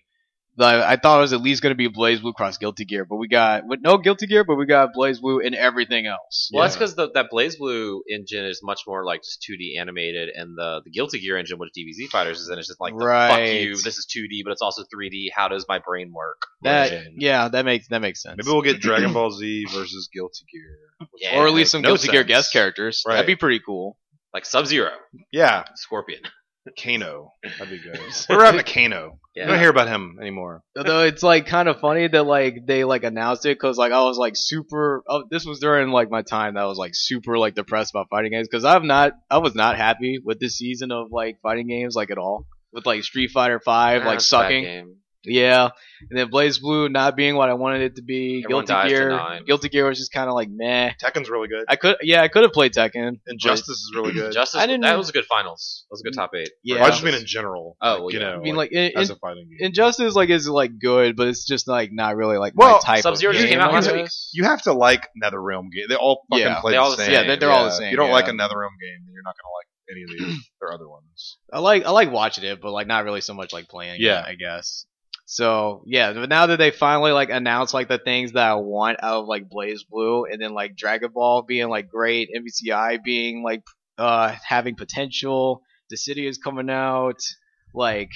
[SPEAKER 2] Like, I thought it was at least going to be Blaze Blue Cross Guilty Gear, but we got with no Guilty Gear, but we got Blaze Blue and everything else.
[SPEAKER 1] Well, that's
[SPEAKER 3] Yeah.
[SPEAKER 1] because that Blaze Blue engine is much more like just 2D animated, and the, the Guilty Gear engine, which DBZ fighters is in, is just like, the fuck
[SPEAKER 2] Right.
[SPEAKER 1] you, this is 2D, but it's also 3D. How does my brain work?
[SPEAKER 2] That
[SPEAKER 3] Right.
[SPEAKER 2] yeah, that makes that makes sense.
[SPEAKER 3] Maybe we'll get Dragon Ball Z versus Guilty Gear.
[SPEAKER 1] Yeah,
[SPEAKER 2] or at least some
[SPEAKER 3] no
[SPEAKER 2] Guilty Gear
[SPEAKER 3] sense.
[SPEAKER 2] guest characters.
[SPEAKER 3] Right.
[SPEAKER 2] That'd be pretty cool.
[SPEAKER 1] like Sub Zero,
[SPEAKER 3] Yeah,
[SPEAKER 1] Scorpion.
[SPEAKER 3] Kano. That'd be good. We're up to Kano.
[SPEAKER 1] Yeah.
[SPEAKER 3] I don't hear about him anymore.
[SPEAKER 2] Although it's like kind of funny that like they like announced it because like I was like super. Oh, this was during like my time that I was like super like depressed about fighting games because I'm not. I was not happy with this season of like fighting games like at all. With like Street Fighter Five like
[SPEAKER 1] That's a bad
[SPEAKER 2] sucking,
[SPEAKER 1] game.
[SPEAKER 2] yeah, and then Blaze Blue not being what I wanted it to be.
[SPEAKER 1] Everyone
[SPEAKER 2] Guilty
[SPEAKER 1] dies to
[SPEAKER 2] Gear,
[SPEAKER 1] nine.
[SPEAKER 2] Guilty Gear was just kind of like meh.
[SPEAKER 3] Tekken's really good.
[SPEAKER 2] I could yeah I could have played Tekken.
[SPEAKER 3] And Justice is really good.
[SPEAKER 1] Justice,
[SPEAKER 2] I didn't-
[SPEAKER 1] that was a good finals. That was a good top eight.
[SPEAKER 2] Yeah.
[SPEAKER 3] Well, I just mean in general.
[SPEAKER 1] Oh,
[SPEAKER 3] like,
[SPEAKER 1] well,
[SPEAKER 3] you
[SPEAKER 1] yeah.
[SPEAKER 3] know,
[SPEAKER 2] I mean
[SPEAKER 3] like,
[SPEAKER 2] like, in,
[SPEAKER 3] as
[SPEAKER 2] in,
[SPEAKER 3] a fighting game.
[SPEAKER 2] Injustice like is like good, but it's just like not really like my
[SPEAKER 3] Well,
[SPEAKER 2] type.
[SPEAKER 1] Sub Zero
[SPEAKER 2] of
[SPEAKER 1] just came
[SPEAKER 2] game,
[SPEAKER 1] out
[SPEAKER 2] I
[SPEAKER 1] last
[SPEAKER 2] guess.
[SPEAKER 1] week.
[SPEAKER 3] you have to like NetherRealm game. They all fucking
[SPEAKER 2] Yeah,
[SPEAKER 3] play
[SPEAKER 1] they
[SPEAKER 3] the
[SPEAKER 1] all the
[SPEAKER 3] same.
[SPEAKER 1] same. Yeah,
[SPEAKER 2] they're- they're all the
[SPEAKER 3] If
[SPEAKER 2] same,
[SPEAKER 3] you don't
[SPEAKER 2] yeah.
[SPEAKER 3] like a NetherRealm game, then you're not gonna like any of these their other ones.
[SPEAKER 2] I like I like watching it, but like not really so much like playing.
[SPEAKER 3] Yeah.
[SPEAKER 2] it, I guess. So yeah, but now that they finally like announced like the things that I want out of like Blaze Blue, and then like Dragon Ball being like great, MVCI being like uh having potential, the city is coming out. Like,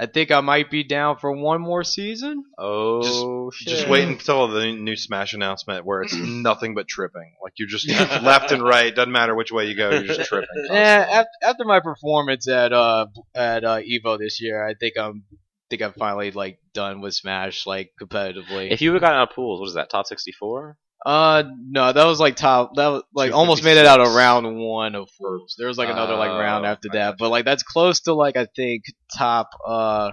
[SPEAKER 2] I think I might be down for one more season.
[SPEAKER 1] Oh shit!
[SPEAKER 3] Just
[SPEAKER 2] Yeah.
[SPEAKER 3] wait until the new Smash announcement where it's nothing but tripping. Like you're just left and right. Doesn't matter which way you go, you're just tripping.
[SPEAKER 2] Yeah, after, Eh, after my performance at uh at uh Evo this year, I think I'm think I'm finally like done with Smash like competitively.
[SPEAKER 1] If you would have gotten out of pools, what is that? Top sixty-four?
[SPEAKER 2] Uh, no, that was like top. That was like almost made it out of round one of fours. There was like another like round
[SPEAKER 1] Oh,
[SPEAKER 2] after that, but like that's close to like I think top uh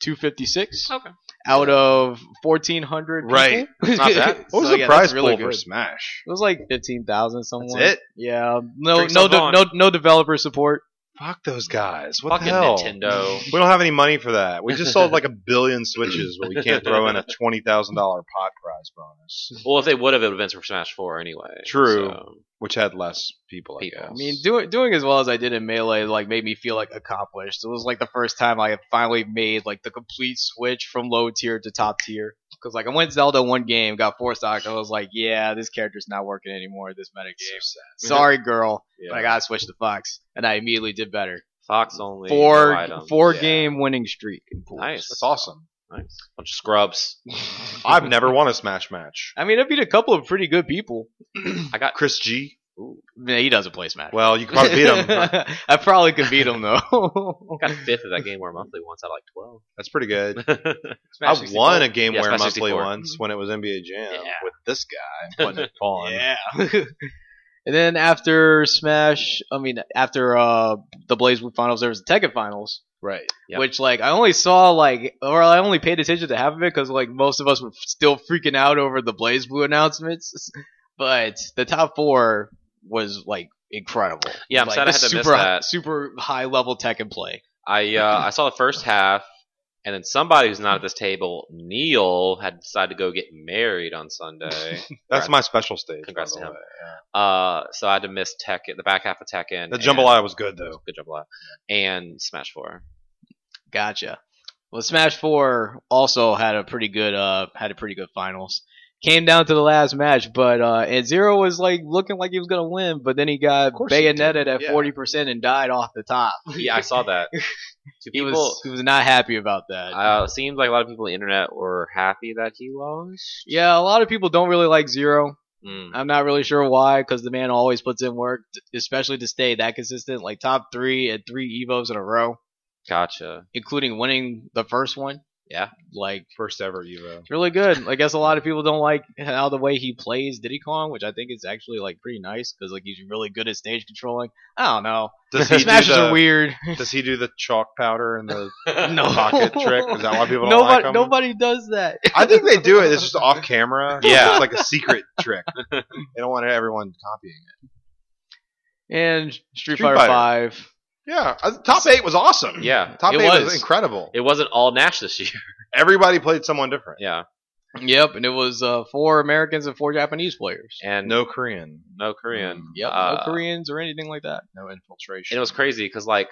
[SPEAKER 2] two fifty six
[SPEAKER 1] Okay.
[SPEAKER 2] out of fourteen hundred.
[SPEAKER 3] Right.
[SPEAKER 1] Not bad.
[SPEAKER 3] What was
[SPEAKER 2] So,
[SPEAKER 3] the
[SPEAKER 2] yeah, that's
[SPEAKER 3] prize
[SPEAKER 2] really
[SPEAKER 3] pool for
[SPEAKER 2] good.
[SPEAKER 3] Smash?
[SPEAKER 2] It was like fifteen thousand somewhere.
[SPEAKER 3] That's it?
[SPEAKER 2] Yeah. No.
[SPEAKER 1] Drink
[SPEAKER 2] No.
[SPEAKER 1] some
[SPEAKER 2] De-
[SPEAKER 1] Vaughn.
[SPEAKER 2] no. No developer support.
[SPEAKER 3] Fuck those guys. What
[SPEAKER 1] Fucking
[SPEAKER 3] the hell?
[SPEAKER 1] Nintendo.
[SPEAKER 3] We don't have any money for that. We just sold like a billion switches, but we can't throw in a twenty thousand dollar pot prize bonus,
[SPEAKER 1] well, if they would have, it would have been for Smash Four anyway.
[SPEAKER 3] True.
[SPEAKER 1] so-
[SPEAKER 3] which had less people. I
[SPEAKER 1] People.
[SPEAKER 3] guess.
[SPEAKER 2] I mean, doing doing as well as I did in melee like made me feel like accomplished. It was like the first time I had finally made like the complete switch from low tier to top tier. Because like I went Zelda one game, got four stock, I was like, yeah, this character's not working anymore. in This meta game.
[SPEAKER 3] So sad.
[SPEAKER 2] Sorry, girl,
[SPEAKER 3] Yeah.
[SPEAKER 2] but I gotta switch to Fox, and I immediately did better.
[SPEAKER 1] Fox only
[SPEAKER 2] Four
[SPEAKER 1] items.
[SPEAKER 2] four
[SPEAKER 3] Yeah.
[SPEAKER 2] game winning streak. in pools.
[SPEAKER 1] Nice.
[SPEAKER 3] That's awesome.
[SPEAKER 1] Nice. Bunch of scrubs.
[SPEAKER 3] I've never won a Smash match.
[SPEAKER 2] I mean, I beat a couple of pretty good people.
[SPEAKER 1] I got.
[SPEAKER 3] Chris G.
[SPEAKER 1] Ooh,
[SPEAKER 2] Man, he doesn't play Smash.
[SPEAKER 3] Well, you could probably beat him.
[SPEAKER 2] I probably could beat him though.
[SPEAKER 1] I got fifth of that game where monthly once out of like
[SPEAKER 3] That's pretty good.
[SPEAKER 1] twelve.
[SPEAKER 3] I won a game
[SPEAKER 1] Yeah,
[SPEAKER 3] where
[SPEAKER 1] Smash
[SPEAKER 3] monthly
[SPEAKER 1] 64.
[SPEAKER 3] once when it was NBA Jam
[SPEAKER 1] Yeah.
[SPEAKER 3] with this guy, Whatnot Pawn.
[SPEAKER 2] Yeah. and then after Smash, I mean, after uh, the Blaze Blue Finals, there was the Tekken Finals,
[SPEAKER 3] Right.
[SPEAKER 1] Yep.
[SPEAKER 2] which like I only saw like, or I only paid attention to half of it because like most of us were still freaking out over the Blaze Blue announcements, but the top four was like incredible.
[SPEAKER 1] Yeah, I'm
[SPEAKER 2] like,
[SPEAKER 1] sad I
[SPEAKER 2] this
[SPEAKER 1] had to miss
[SPEAKER 2] super,
[SPEAKER 1] that.
[SPEAKER 2] Super high level Tekken play.
[SPEAKER 1] I uh, I saw the first half, and then somebody who's not at this table, Neil, had decided to go get married on Sunday.
[SPEAKER 3] That's my special stage.
[SPEAKER 1] Congrats
[SPEAKER 3] by
[SPEAKER 1] to
[SPEAKER 3] the
[SPEAKER 1] him.
[SPEAKER 3] way.
[SPEAKER 1] Uh, so I had to miss Tech the back half of Tekken. and-
[SPEAKER 3] The jambalaya was good though.
[SPEAKER 1] Good jambalaya. And Smash Four.
[SPEAKER 2] Gotcha. Well, Smash Four also had a pretty good uh had a pretty good finals. Came down to the last match, but uh, and Zero was like looking like he was gonna win, but then he got
[SPEAKER 3] course he did,
[SPEAKER 2] bayoneted at
[SPEAKER 3] yeah.
[SPEAKER 2] forty percent and died off the top.
[SPEAKER 1] Yeah, I saw that. Two
[SPEAKER 2] He
[SPEAKER 1] people.
[SPEAKER 2] was he was not happy about that.
[SPEAKER 1] uh, seems like a lot of people on the internet were happy that he lost.
[SPEAKER 2] yeah, a lot of people don't really like Zero.
[SPEAKER 1] Mm.
[SPEAKER 2] I'm not really sure why, because the man always puts in work, t- especially to stay that consistent. Like top three at three Evos in a row,
[SPEAKER 1] Gotcha.
[SPEAKER 2] including winning the first one.
[SPEAKER 1] Yeah.
[SPEAKER 2] like
[SPEAKER 3] First ever Evo.
[SPEAKER 2] It's really good. I guess a lot of people don't like how the way he plays Diddy Kong, which I think is actually like pretty nice because like he's really good at stage controlling. I don't know.
[SPEAKER 3] Does he
[SPEAKER 2] The
[SPEAKER 3] do
[SPEAKER 2] smashes
[SPEAKER 3] the,
[SPEAKER 2] are weird.
[SPEAKER 3] Does he do the chalk powder and the
[SPEAKER 2] No
[SPEAKER 3] pocket trick? Is that why people don't
[SPEAKER 2] nobody
[SPEAKER 3] like him?
[SPEAKER 2] nobody does that.
[SPEAKER 3] I think they do it. It's just off camera.
[SPEAKER 1] Yeah.
[SPEAKER 3] it's like a secret trick. They don't want everyone copying
[SPEAKER 2] And Street,
[SPEAKER 3] Street
[SPEAKER 2] Fighter
[SPEAKER 3] Fighter.
[SPEAKER 2] Five.
[SPEAKER 3] it. Yeah, I- top eight was awesome.
[SPEAKER 1] Yeah,
[SPEAKER 3] top
[SPEAKER 2] It
[SPEAKER 3] eight was,
[SPEAKER 2] was.
[SPEAKER 3] incredible.
[SPEAKER 1] it wasn't all Nash this year.
[SPEAKER 3] Everybody played someone different.
[SPEAKER 1] Yeah,
[SPEAKER 2] Yep, and it was uh, four Americans and four Japanese players.
[SPEAKER 1] and
[SPEAKER 3] No Korean.
[SPEAKER 1] no Korean.
[SPEAKER 2] Yep,
[SPEAKER 1] Uh,
[SPEAKER 2] no Koreans or anything like that.
[SPEAKER 3] No infiltration.
[SPEAKER 1] And it was crazy because like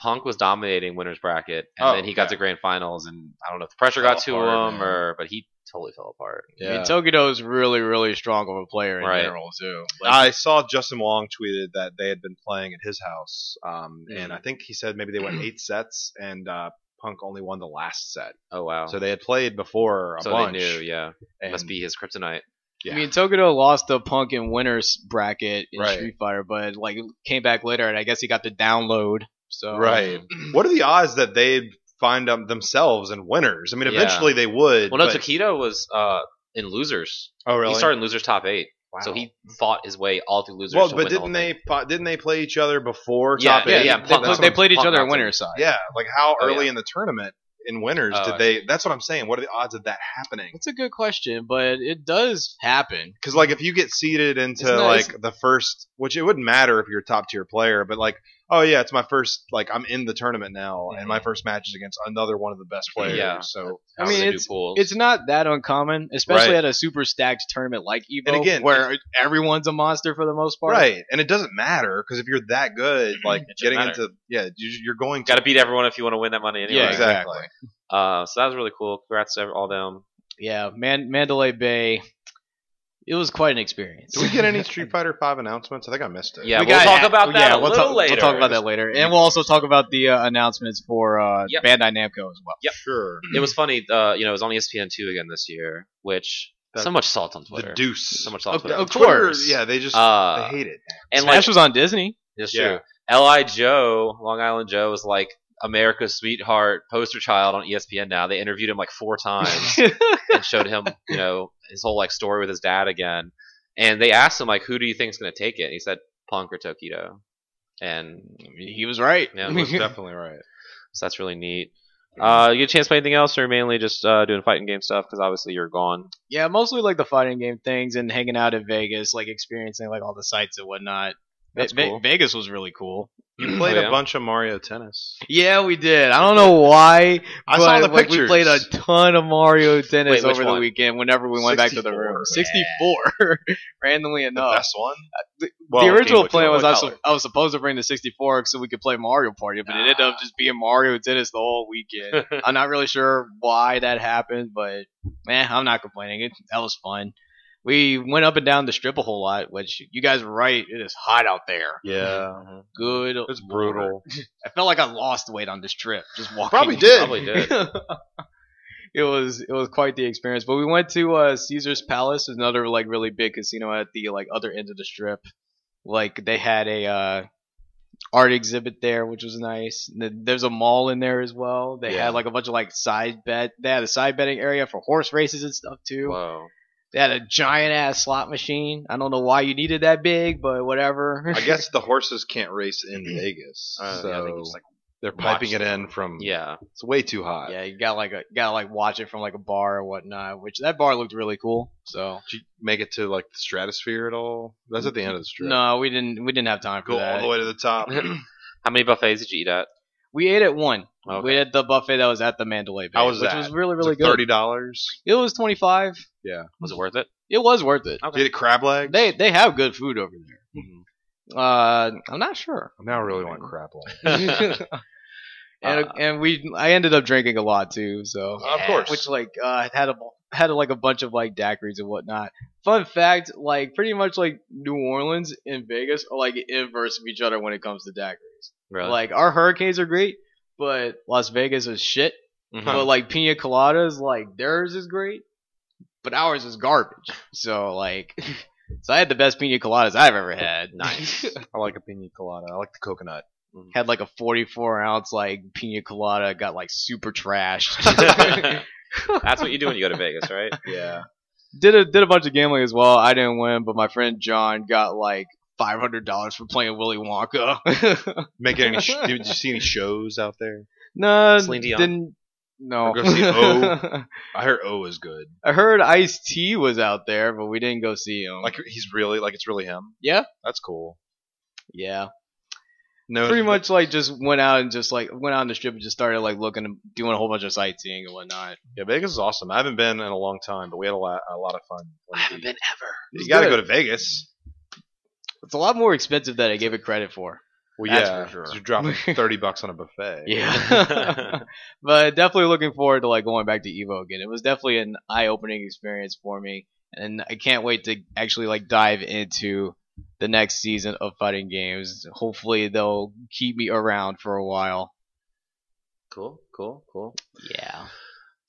[SPEAKER 1] Punk was dominating winners bracket, and
[SPEAKER 3] Oh,
[SPEAKER 1] then he got
[SPEAKER 3] yeah.
[SPEAKER 1] to grand finals, and I don't know if the pressure got to
[SPEAKER 3] Fell apart,
[SPEAKER 1] him
[SPEAKER 3] man.
[SPEAKER 1] or, but he totally fell apart.
[SPEAKER 2] I mean,
[SPEAKER 3] Yeah.
[SPEAKER 2] Tokido's really, really strong of a player in
[SPEAKER 1] Right.
[SPEAKER 2] general too. Like,
[SPEAKER 3] I saw Justin Wong tweeted that they had been playing at his house, um, and
[SPEAKER 2] Mm.
[SPEAKER 3] I think he said maybe they went eight sets, and uh, Punk only won the last set.
[SPEAKER 1] Oh wow.
[SPEAKER 3] So they had played before a
[SPEAKER 1] So they
[SPEAKER 3] bunch.
[SPEAKER 1] knew, yeah.
[SPEAKER 3] and-
[SPEAKER 1] Must be his kryptonite.
[SPEAKER 3] Yeah.
[SPEAKER 2] I mean, Tokido lost the Punk in winners bracket in
[SPEAKER 3] Right.
[SPEAKER 2] Street Fighter, but like came back later, and I guess he got the download. So
[SPEAKER 3] right. What are the odds that they'd find um, themselves in winners? I mean,
[SPEAKER 1] Yeah.
[SPEAKER 3] eventually they would.
[SPEAKER 1] Well, no,
[SPEAKER 3] but-
[SPEAKER 1] Takedo was uh, in losers.
[SPEAKER 3] oh, really?
[SPEAKER 1] He started in losers top eight,
[SPEAKER 3] Wow.
[SPEAKER 1] so he fought his way all through losers.
[SPEAKER 3] Well,
[SPEAKER 1] to
[SPEAKER 3] but
[SPEAKER 1] win the whole
[SPEAKER 3] didn't they fi- didn't they play each other before
[SPEAKER 1] Yeah,
[SPEAKER 3] top
[SPEAKER 1] yeah,
[SPEAKER 3] eight?
[SPEAKER 1] yeah,
[SPEAKER 2] They,
[SPEAKER 1] Punk
[SPEAKER 2] they
[SPEAKER 1] knocked
[SPEAKER 2] they
[SPEAKER 1] him.
[SPEAKER 2] played each
[SPEAKER 1] Punk
[SPEAKER 2] other in
[SPEAKER 1] knocked him.
[SPEAKER 2] winners side.
[SPEAKER 3] Yeah, like how
[SPEAKER 1] Oh, yeah.
[SPEAKER 3] early in the tournament in winners
[SPEAKER 1] Oh,
[SPEAKER 3] did they? That's what I'm saying. What are the odds of that happening?
[SPEAKER 2] That's a good question, but it does happen.
[SPEAKER 3] Because like if you get seeded into
[SPEAKER 2] Isn't that-
[SPEAKER 3] like the first, which it wouldn't matter if you're a top tier player, but like oh yeah, it's my first like I'm in the tournament now, and my first match is against another one of the best players.
[SPEAKER 1] Mm-hmm. Yeah.
[SPEAKER 3] So
[SPEAKER 1] How
[SPEAKER 2] I mean,
[SPEAKER 1] they do
[SPEAKER 2] it's-
[SPEAKER 1] pools.
[SPEAKER 2] It's not that uncommon, especially
[SPEAKER 3] Right.
[SPEAKER 2] at a super stacked tournament like Evo,
[SPEAKER 3] And again,
[SPEAKER 2] where everyone's a monster for the most part.
[SPEAKER 3] right, and it doesn't matter because if you're that good, like
[SPEAKER 1] doesn't
[SPEAKER 3] getting
[SPEAKER 1] Mm-hmm. matter.
[SPEAKER 3] into yeah, you- you're going to
[SPEAKER 1] got to beat everyone if you want to win that money anyway.
[SPEAKER 2] Yeah,
[SPEAKER 3] exactly.
[SPEAKER 1] Uh, so that was really cool. Congrats to ev- all them.
[SPEAKER 2] Yeah, Man- Mandalay Bay. It was quite an experience.
[SPEAKER 3] Did we get any Street Fighter Five announcements? I think I missed it.
[SPEAKER 1] Yeah,
[SPEAKER 2] We
[SPEAKER 1] we'll
[SPEAKER 2] got-
[SPEAKER 1] talk about that
[SPEAKER 2] yeah,
[SPEAKER 1] a
[SPEAKER 2] we'll
[SPEAKER 1] little
[SPEAKER 2] talk- we'll
[SPEAKER 1] later.
[SPEAKER 2] talk about that later, and we'll also talk about the uh, announcements for uh,
[SPEAKER 1] Yep.
[SPEAKER 2] Bandai Namco as well.
[SPEAKER 3] sure.
[SPEAKER 1] It was funny. Uh, you know, it was on ESPN two again this year, which
[SPEAKER 3] That-
[SPEAKER 1] so much salt on
[SPEAKER 3] The
[SPEAKER 1] Twitter.
[SPEAKER 3] Deuce.
[SPEAKER 1] So much salt on
[SPEAKER 2] Okay,
[SPEAKER 1] Twitter.
[SPEAKER 2] of
[SPEAKER 3] Twitter,
[SPEAKER 2] course.
[SPEAKER 3] yeah, they just
[SPEAKER 1] Uh,
[SPEAKER 3] they hate it.
[SPEAKER 1] and
[SPEAKER 2] Smash
[SPEAKER 1] like
[SPEAKER 2] was on Disney.
[SPEAKER 1] That's
[SPEAKER 3] Yeah.
[SPEAKER 1] true. L.I. Joe, Long Island Joe, is like America's sweetheart poster child on E ESPN now. They interviewed him like four times and showed him, you know, his whole like story with his dad again. And they asked him like, "Who do you think's going to take it?" And he said, "Punk or Tokido." And
[SPEAKER 2] he was right.
[SPEAKER 1] Yeah,
[SPEAKER 3] That's definitely right.
[SPEAKER 1] so that's really neat. Uh, you get a chance to play anything else, or mainly just uh, doing fighting game stuff? Because obviously you're gone.
[SPEAKER 2] Yeah, mostly like the fighting game things and hanging out in Vegas, like experiencing like all the sights and whatnot.
[SPEAKER 3] That's
[SPEAKER 2] Ve- Ve-
[SPEAKER 3] cool.
[SPEAKER 2] Vegas was really cool.
[SPEAKER 3] You played
[SPEAKER 1] Oh, yeah?
[SPEAKER 3] a bunch of Mario Tennis.
[SPEAKER 2] Yeah, we did. I don't know why,
[SPEAKER 3] I
[SPEAKER 2] but,
[SPEAKER 3] saw the
[SPEAKER 2] like,
[SPEAKER 3] pictures.
[SPEAKER 2] we played a ton of Mario Tennis
[SPEAKER 1] Wait, which
[SPEAKER 2] over the
[SPEAKER 1] one?
[SPEAKER 2] weekend. Whenever we went back to the
[SPEAKER 3] 64.
[SPEAKER 2] room, sixty-four, randomly
[SPEAKER 3] the
[SPEAKER 2] enough.
[SPEAKER 3] best one.
[SPEAKER 2] Oh. Uh, the-
[SPEAKER 3] Well,
[SPEAKER 2] the original
[SPEAKER 3] Game Boy
[SPEAKER 2] plan was I was,
[SPEAKER 3] Color.
[SPEAKER 2] I was supposed to bring the 64 so we could play Mario Party, but it ended up just being Mario Tennis the whole weekend. I'm not really sure why that happened, but man, I'm not complaining. It, that was fun. We went up and down the strip a whole lot, which you guys were right. It is hot out there.
[SPEAKER 3] Yeah, uh-huh.
[SPEAKER 2] Good.
[SPEAKER 3] it's
[SPEAKER 2] lord.
[SPEAKER 3] brutal.
[SPEAKER 2] I felt like I lost weight on this trip just walking.
[SPEAKER 3] Probably did.
[SPEAKER 1] Probably did.
[SPEAKER 2] it was it was quite the experience. But we went to uh, Caesar's Palace, another like really big casino at the like other end of the strip. Like they had a uh, art exhibit there, which was nice. Th- There's a mall in there as well. They
[SPEAKER 3] Yeah.
[SPEAKER 2] had like a bunch of like side bet. They had a side betting area for horse races and stuff too.
[SPEAKER 1] Whoa.
[SPEAKER 2] They had a giant ass slot machine. I don't know why you needed that big, but whatever.
[SPEAKER 3] I guess the horses can't race in Vegas,
[SPEAKER 1] Uh,
[SPEAKER 3] so
[SPEAKER 1] yeah, they can just, like,
[SPEAKER 3] they're
[SPEAKER 2] watch
[SPEAKER 3] piping it in from.
[SPEAKER 1] Yeah.
[SPEAKER 3] it's way too hot.
[SPEAKER 2] yeah, you got like a got to like watch it from like a bar or whatnot. Which that bar looked really cool. So
[SPEAKER 3] Did you make it to like the stratosphere at all? That's at the end of the strip.
[SPEAKER 2] No, we didn't. We didn't have time for
[SPEAKER 3] go
[SPEAKER 2] that.
[SPEAKER 3] all the way to the top.
[SPEAKER 1] How many buffets did you eat at?
[SPEAKER 2] We ate at one.
[SPEAKER 1] Okay.
[SPEAKER 2] We ate at the buffet that was at the Mandalay Bay,
[SPEAKER 3] How was
[SPEAKER 2] which
[SPEAKER 3] that?
[SPEAKER 2] was really really
[SPEAKER 3] It's
[SPEAKER 2] good.
[SPEAKER 3] like Thirty dollars.
[SPEAKER 2] It was twenty five.
[SPEAKER 1] Was it worth it?
[SPEAKER 2] It was worth it.
[SPEAKER 1] Okay.
[SPEAKER 3] Did it crab legs?
[SPEAKER 2] They they have good food over
[SPEAKER 3] Mm-hmm.
[SPEAKER 2] there. Uh, I'm not sure.
[SPEAKER 3] I now really want crab legs.
[SPEAKER 2] and and
[SPEAKER 1] Uh.
[SPEAKER 2] and we I ended up drinking a lot too. So
[SPEAKER 3] Of course.
[SPEAKER 2] which like uh, had a had like a bunch of like daiquiris and whatnot. Fun fact, like pretty much like New Orleans and Vegas are like inverse of each other when it comes to daiquiris.
[SPEAKER 1] Really?
[SPEAKER 2] Like our hurricanes are great, but Las Vegas is shit.
[SPEAKER 1] Mhm.
[SPEAKER 2] But like pina coladas, like theirs is great, but ours is garbage. So like, so I had the best pina coladas I've ever had.
[SPEAKER 1] Nice.
[SPEAKER 3] I like a pina colada. I like the coconut.
[SPEAKER 2] had like a 44 ounce like pina colada, got like super trashed.
[SPEAKER 1] That's what you do when you go to Vegas, right?
[SPEAKER 3] Yeah.
[SPEAKER 2] did a did a bunch of gambling as well. I didn't win, but my friend John got like five hundred dollars for playing Willy Wonka.
[SPEAKER 3] Make any? Sh- did you see any shows out there?
[SPEAKER 2] no,
[SPEAKER 1] Celine Dion.
[SPEAKER 2] didn't. No,
[SPEAKER 3] Or go see O. I heard O is good.
[SPEAKER 2] I heard Ice T was out there, but we didn't go see him.
[SPEAKER 3] Like he's really like it's really him.
[SPEAKER 2] Yeah?
[SPEAKER 3] That's cool.
[SPEAKER 2] yeah,
[SPEAKER 3] No,
[SPEAKER 2] pretty much like just went out and just like went out on the strip and just started like looking, doing a whole bunch of sightseeing and whatnot.
[SPEAKER 3] Yeah, Vegas is awesome. I haven't been in a long time, but we had a lot, a lot of fun.
[SPEAKER 2] I haven't been ever.
[SPEAKER 3] You got to go to Vegas.
[SPEAKER 2] It's a lot more expensive than I gave it credit for.
[SPEAKER 3] Well,
[SPEAKER 1] That's
[SPEAKER 3] yeah,
[SPEAKER 1] for sure.
[SPEAKER 3] 'cause you're dropping thirty bucks on a buffet.
[SPEAKER 2] Yeah. but definitely looking forward to like going back to Evo again. It was definitely an eye-opening experience for me, and I can't wait to actually like dive into the next season of fighting games. Hopefully, they'll keep me around for a while.
[SPEAKER 1] Cool, cool, cool.
[SPEAKER 2] Yeah.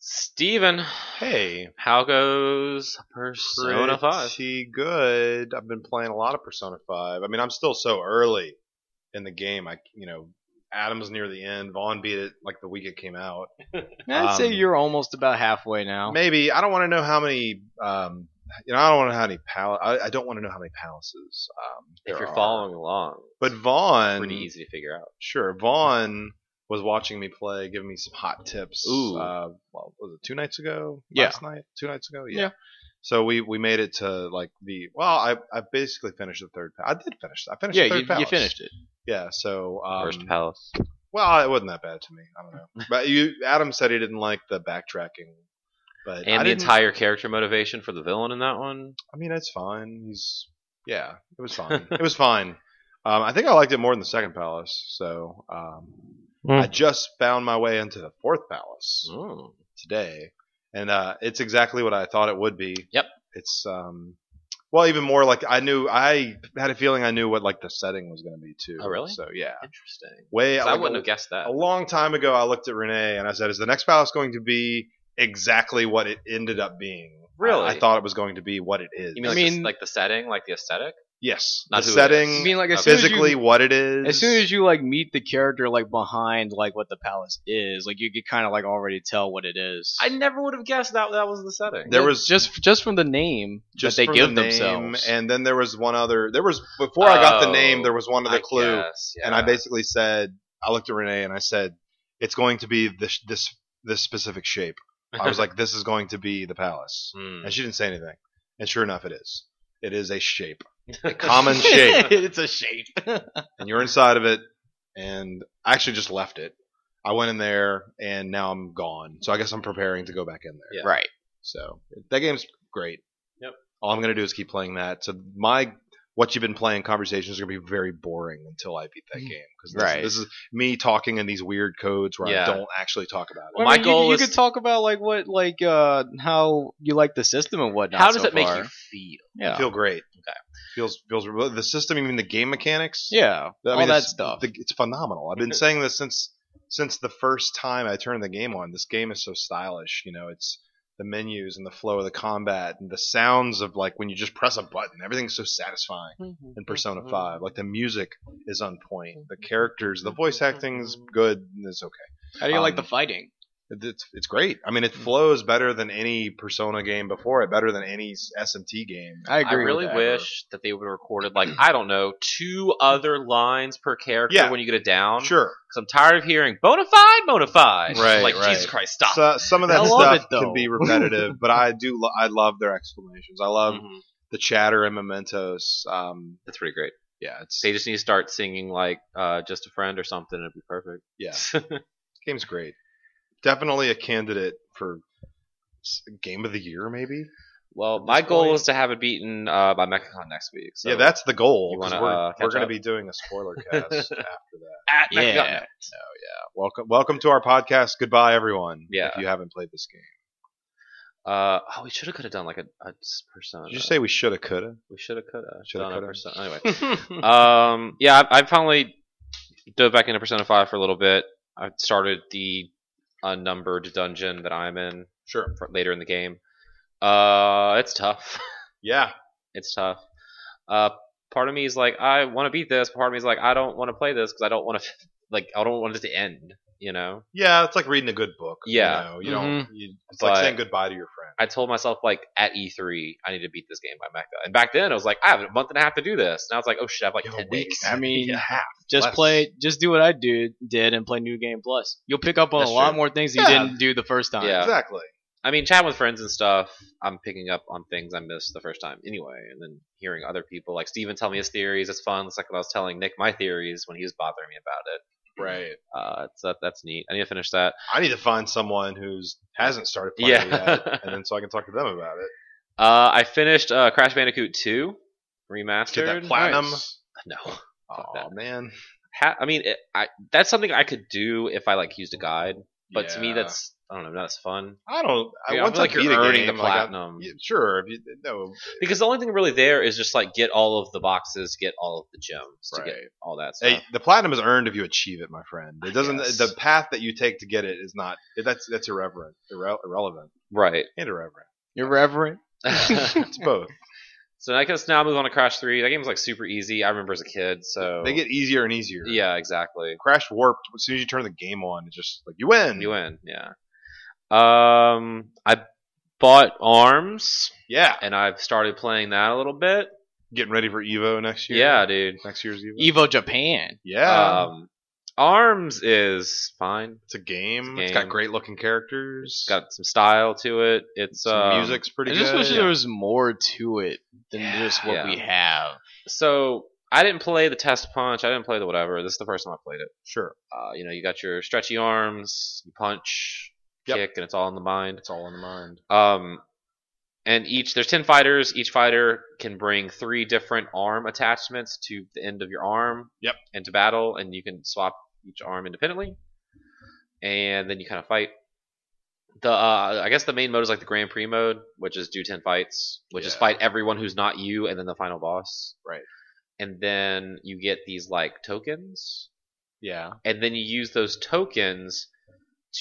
[SPEAKER 1] Steven,
[SPEAKER 3] Hey,
[SPEAKER 1] how goes Persona 5?
[SPEAKER 3] pretty good. I've been playing a lot of Persona Five. I mean, I'm still so early in the game. I, you know, Adam's near the end. Vaughn beat it like the week it came out.
[SPEAKER 2] I'd say
[SPEAKER 3] Um,
[SPEAKER 2] you're almost about halfway now.
[SPEAKER 3] Maybe I don't want to know how many. Um, you know, I don't want to know how many pal. I, I don't want to know how many palaces. Um,
[SPEAKER 1] If
[SPEAKER 3] there
[SPEAKER 1] you're
[SPEAKER 3] are.
[SPEAKER 1] following along,
[SPEAKER 3] but Vaughn,
[SPEAKER 1] pretty easy to figure out.
[SPEAKER 3] Sure, Vaughn was watching me play, giving me some hot tips.
[SPEAKER 1] Ooh.
[SPEAKER 3] uh, well, was it two nights ago?
[SPEAKER 2] Yeah.
[SPEAKER 3] last night, two nights ago. Yeah.
[SPEAKER 2] Yeah.
[SPEAKER 3] So we we made it to like the well, I I basically finished the third. Pa- I did finish. I finished.
[SPEAKER 2] yeah,
[SPEAKER 3] the third
[SPEAKER 2] you, you
[SPEAKER 3] palace.
[SPEAKER 2] finished it.
[SPEAKER 3] Yeah. So um,
[SPEAKER 1] First Palace.
[SPEAKER 3] well, it wasn't that bad to me. I don't know. But you, Adam said he didn't like the backtracking. But I
[SPEAKER 1] And the
[SPEAKER 3] didn't-
[SPEAKER 1] entire character motivation for the villain in that one.
[SPEAKER 3] I mean, it's fine. He's yeah, it was fine. it was fine. Um, I think I liked it more than the second palace. So um,
[SPEAKER 2] Mm.
[SPEAKER 3] I just found my way into the fourth palace
[SPEAKER 1] Mm.
[SPEAKER 3] today, and uh, it's exactly what I thought it would be.
[SPEAKER 1] Yep.
[SPEAKER 3] It's um, well, even more like I knew. I had a feeling I knew what like the setting was going to be too.
[SPEAKER 1] Oh, really?
[SPEAKER 3] So yeah,
[SPEAKER 1] Interesting.
[SPEAKER 3] way
[SPEAKER 1] 'Cause I
[SPEAKER 3] like,
[SPEAKER 1] wouldn't
[SPEAKER 3] a-
[SPEAKER 1] have guessed that.
[SPEAKER 3] a long time ago, I looked at Renee and I said, "Is the next palace going to be exactly what it ended up being?"
[SPEAKER 1] Really?
[SPEAKER 3] I, I thought it was going to be what it is.
[SPEAKER 1] You mean,
[SPEAKER 2] I
[SPEAKER 1] like,
[SPEAKER 2] mean-
[SPEAKER 1] the, like the setting, like the aesthetic?
[SPEAKER 3] Yes,
[SPEAKER 1] Not who it
[SPEAKER 3] the
[SPEAKER 1] is.
[SPEAKER 3] setting, uh,
[SPEAKER 2] I mean, like as soon as you-
[SPEAKER 3] physically what it is.
[SPEAKER 2] as soon as you like meet the character like behind like what the palace is, like you could kind of like already tell what it is.
[SPEAKER 1] I never would have guessed that that was the setting.
[SPEAKER 3] There was-
[SPEAKER 2] just just from the name
[SPEAKER 3] just
[SPEAKER 2] that they
[SPEAKER 3] from
[SPEAKER 2] give
[SPEAKER 3] the name,
[SPEAKER 2] themselves.
[SPEAKER 3] and then there was one other. There was before I got the
[SPEAKER 1] Oh,
[SPEAKER 3] name, there was one other
[SPEAKER 1] I
[SPEAKER 3] clue,
[SPEAKER 1] guess,
[SPEAKER 3] and I
[SPEAKER 1] yeah.
[SPEAKER 3] basically said, I looked at Renee and I said, "It's going to be this this this specific shape." I was like, "This is going to be the palace,"
[SPEAKER 1] Hmm.
[SPEAKER 3] and she didn't say anything. And sure enough, it is. It is a shape, common shape,
[SPEAKER 2] it's a shape.
[SPEAKER 3] and you're inside of it. And I actually just left it. I went in there, and now I'm gone. So I guess I'm preparing to go back in there.
[SPEAKER 1] Yeah.
[SPEAKER 2] Right.
[SPEAKER 3] So that game's great.
[SPEAKER 1] Yep.
[SPEAKER 3] All I'm gonna do is keep playing that. So my what you've been playing conversations are gonna be very boring until I beat that game because this,
[SPEAKER 2] Right.
[SPEAKER 3] this is me talking in these weird codes where
[SPEAKER 1] Yeah.
[SPEAKER 3] I don't actually talk about it.
[SPEAKER 1] Well, my
[SPEAKER 2] you,
[SPEAKER 1] goal
[SPEAKER 2] you
[SPEAKER 1] is-
[SPEAKER 2] could talk about like what like uh how you like the system and whatnot.
[SPEAKER 1] How does
[SPEAKER 2] so
[SPEAKER 1] it make
[SPEAKER 2] far.
[SPEAKER 1] you feel?
[SPEAKER 2] Yeah.
[SPEAKER 3] Feel great.
[SPEAKER 1] Okay.
[SPEAKER 3] Feels feels well, the system, even the game mechanics.
[SPEAKER 2] yeah.
[SPEAKER 3] I mean,
[SPEAKER 2] all that
[SPEAKER 3] it's-
[SPEAKER 2] stuff. Mm-hmm.
[SPEAKER 3] the- it's phenomenal. I've been saying this since since the first time I turned the game on. This game is so stylish. You know, it's the menus and the flow of the combat and the sounds of like when you just press a button. Everything's so satisfying.
[SPEAKER 2] Mm-hmm.
[SPEAKER 3] in Persona
[SPEAKER 1] Mm-hmm.
[SPEAKER 3] 5. Like the music is on point. The characters, the voice
[SPEAKER 1] Mm-hmm.
[SPEAKER 3] acting is good. It's okay.
[SPEAKER 2] How do you like
[SPEAKER 3] um,
[SPEAKER 2] the fighting?
[SPEAKER 3] It- It's it's great. I mean, it
[SPEAKER 1] Mm-hmm.
[SPEAKER 3] flows better than any Persona game before it. Better than any s- SMT game.
[SPEAKER 2] I
[SPEAKER 1] I
[SPEAKER 2] agree. with
[SPEAKER 1] really
[SPEAKER 2] that.
[SPEAKER 1] wish that they would have recorded like I don't know two other lines per character
[SPEAKER 3] Yeah.
[SPEAKER 1] when you get a down.
[SPEAKER 3] Sure.
[SPEAKER 1] Because I'm tired of hearing bona fide, bona fide.
[SPEAKER 3] Right,
[SPEAKER 1] like
[SPEAKER 3] right.
[SPEAKER 1] Jesus Christ, stop.
[SPEAKER 3] So, some of
[SPEAKER 2] I
[SPEAKER 3] that
[SPEAKER 2] love
[SPEAKER 3] stuff
[SPEAKER 2] it, though.
[SPEAKER 3] can be repetitive, but I do. Lo- I love their explanations. I love
[SPEAKER 1] Mhm.
[SPEAKER 3] the chatter in Mementos. Um,
[SPEAKER 1] That's pretty great.
[SPEAKER 3] yeah, it's
[SPEAKER 1] They just need to start singing like uh, "Just a Friend" or something. It'd be perfect.
[SPEAKER 3] yeah. Game's great. Definitely a candidate for s- game of the year, maybe.
[SPEAKER 1] Well,
[SPEAKER 3] At
[SPEAKER 1] my
[SPEAKER 3] this
[SPEAKER 1] goal
[SPEAKER 3] point-
[SPEAKER 1] is to have it beaten uh, by MechCon next week. So
[SPEAKER 3] yeah, that's the goal.
[SPEAKER 1] You
[SPEAKER 3] 'cause
[SPEAKER 1] wanna,
[SPEAKER 3] we're
[SPEAKER 1] uh,
[SPEAKER 3] we're
[SPEAKER 1] catch
[SPEAKER 3] going to
[SPEAKER 1] up?
[SPEAKER 3] be doing a spoiler cast after that.
[SPEAKER 1] at
[SPEAKER 2] Yeah.
[SPEAKER 1] MechCon.
[SPEAKER 3] Welcome, welcome to our podcast. Goodbye, everyone.
[SPEAKER 1] Yeah.
[SPEAKER 3] If you haven't played this game,
[SPEAKER 1] Uh, oh, we should have could have done like a, a s- persona.
[SPEAKER 3] did you say we shoulda, coulda?
[SPEAKER 1] we should have could have
[SPEAKER 3] Shoulda,
[SPEAKER 1] done a
[SPEAKER 3] coulda.
[SPEAKER 1] persona? Anyway, um, yeah, I, I finally dove back into Persona Five for a little bit. I started the unnumbered dungeon that I'm in
[SPEAKER 3] Sure.
[SPEAKER 1] for later in the game. Uh, it's tough.
[SPEAKER 3] Yeah.
[SPEAKER 1] it's tough. Uh, part of me is like, I want to beat this. Part of me is like, I don't want to play this because I don't want to, like, I don't want it to end. You know.
[SPEAKER 3] Yeah, it's like reading a good book.
[SPEAKER 1] Yeah. Mm-hmm.
[SPEAKER 3] You, know? you don't. You, it's
[SPEAKER 1] But-
[SPEAKER 3] like saying goodbye to your friend.
[SPEAKER 1] I told myself like at E3, I need to beat this game by Mecca. And back then, I was like, I have a month and a half to do this. Now it's like, oh shit, I have like
[SPEAKER 3] You have
[SPEAKER 1] ten
[SPEAKER 3] a week.
[SPEAKER 1] weeks.
[SPEAKER 2] I mean,
[SPEAKER 3] Yeah.
[SPEAKER 2] just
[SPEAKER 3] Less.
[SPEAKER 2] play, just do what I do, did, and play New Game Plus. You'll pick up on
[SPEAKER 1] That's
[SPEAKER 2] a lot
[SPEAKER 1] true.
[SPEAKER 2] more things that
[SPEAKER 3] Yeah.
[SPEAKER 2] you didn't do the first time.
[SPEAKER 1] Yeah.
[SPEAKER 3] Exactly.
[SPEAKER 1] I mean, chatting with friends and stuff, I'm picking up on things I missed the first time anyway, and then hearing other people like Steven tell me his theories, it's fun. It's like when I was telling Nick my theories when he was bothering me about
[SPEAKER 3] Right.
[SPEAKER 1] it. Uh, it's that that's neat. I need to finish that.
[SPEAKER 3] I need to find someone who's hasn't started playing
[SPEAKER 1] Yeah.
[SPEAKER 3] it yet, and then so I can talk to them about it.
[SPEAKER 1] Uh, I finished uh, Crash Bandicoot 2
[SPEAKER 3] Get
[SPEAKER 1] remastered.
[SPEAKER 3] that platinum.
[SPEAKER 2] Nice.
[SPEAKER 1] No. Fuck
[SPEAKER 3] Oh
[SPEAKER 1] that.
[SPEAKER 3] man.
[SPEAKER 1] Ha- I mean, it, I, that's something I could do if I like used a guide, but to me,
[SPEAKER 3] Yeah.
[SPEAKER 1] that's I don't know, not as fun.
[SPEAKER 3] I don't. I,
[SPEAKER 1] Yeah, I
[SPEAKER 3] once
[SPEAKER 1] feel like
[SPEAKER 3] I beat
[SPEAKER 1] you're
[SPEAKER 3] a
[SPEAKER 1] earning
[SPEAKER 3] game,
[SPEAKER 1] the
[SPEAKER 3] like, I-
[SPEAKER 1] platinum.
[SPEAKER 3] yeah, sure. If you, no.
[SPEAKER 1] Because the only thing really there is just like get all of the boxes, get all of the gems to get
[SPEAKER 3] Right.
[SPEAKER 1] all that stuff.
[SPEAKER 3] Hey, the platinum is earned if you achieve it, my friend. It doesn't.
[SPEAKER 1] guess.
[SPEAKER 3] The path that you take to get it is not. That's that's irreverent, irre- irrelevant,
[SPEAKER 1] Right.
[SPEAKER 3] and irreverent.
[SPEAKER 2] Irreverent.
[SPEAKER 1] so
[SPEAKER 3] It's both.
[SPEAKER 1] I guess now I move on to Crash Three. That game was like super easy. I remember as a kid. So
[SPEAKER 3] They get easier and easier.
[SPEAKER 1] yeah, exactly.
[SPEAKER 3] Crash warped. As soon as you turn the game on, it's just like you win.
[SPEAKER 1] You win. Yeah. Um, I bought Arms
[SPEAKER 3] Yeah.
[SPEAKER 1] and I've started playing that a little bit.
[SPEAKER 3] Getting ready for Evo next year.
[SPEAKER 1] Yeah, dude.
[SPEAKER 3] Next year's Evo.
[SPEAKER 2] Evo Japan.
[SPEAKER 3] Yeah.
[SPEAKER 1] Um, Arms is fine.
[SPEAKER 3] it's a game.
[SPEAKER 1] it's a
[SPEAKER 3] It's got
[SPEAKER 1] game.
[SPEAKER 3] great looking characters.
[SPEAKER 1] It's got some style to it. It's
[SPEAKER 3] Some
[SPEAKER 1] um,
[SPEAKER 3] music's pretty
[SPEAKER 2] I
[SPEAKER 3] good.
[SPEAKER 2] just wish
[SPEAKER 3] Yeah.
[SPEAKER 2] there was more to it than just what
[SPEAKER 1] Yeah.
[SPEAKER 2] we have.
[SPEAKER 1] So I didn't play the test punch. I didn't play the whatever. This is the first time I played it.
[SPEAKER 3] Sure.
[SPEAKER 1] Uh, you know, you got your stretchy arms, you punch,
[SPEAKER 3] Yep.
[SPEAKER 1] kick, and it's all in the mind.
[SPEAKER 3] It's all in the mind.
[SPEAKER 1] Um, and each there's ten fighters. Each fighter can bring three different arm attachments to the end of your arm.
[SPEAKER 3] Yep.
[SPEAKER 1] Into battle, and you can swap each arm independently, and then you kind of fight. The uh, I guess the main mode is like the Grand Prix mode, which is do ten fights, which is
[SPEAKER 3] Yeah.
[SPEAKER 1] fight everyone who's not you, and then the final boss.
[SPEAKER 3] Right.
[SPEAKER 1] And then you get these like tokens
[SPEAKER 3] Yeah.
[SPEAKER 1] and then you use those tokens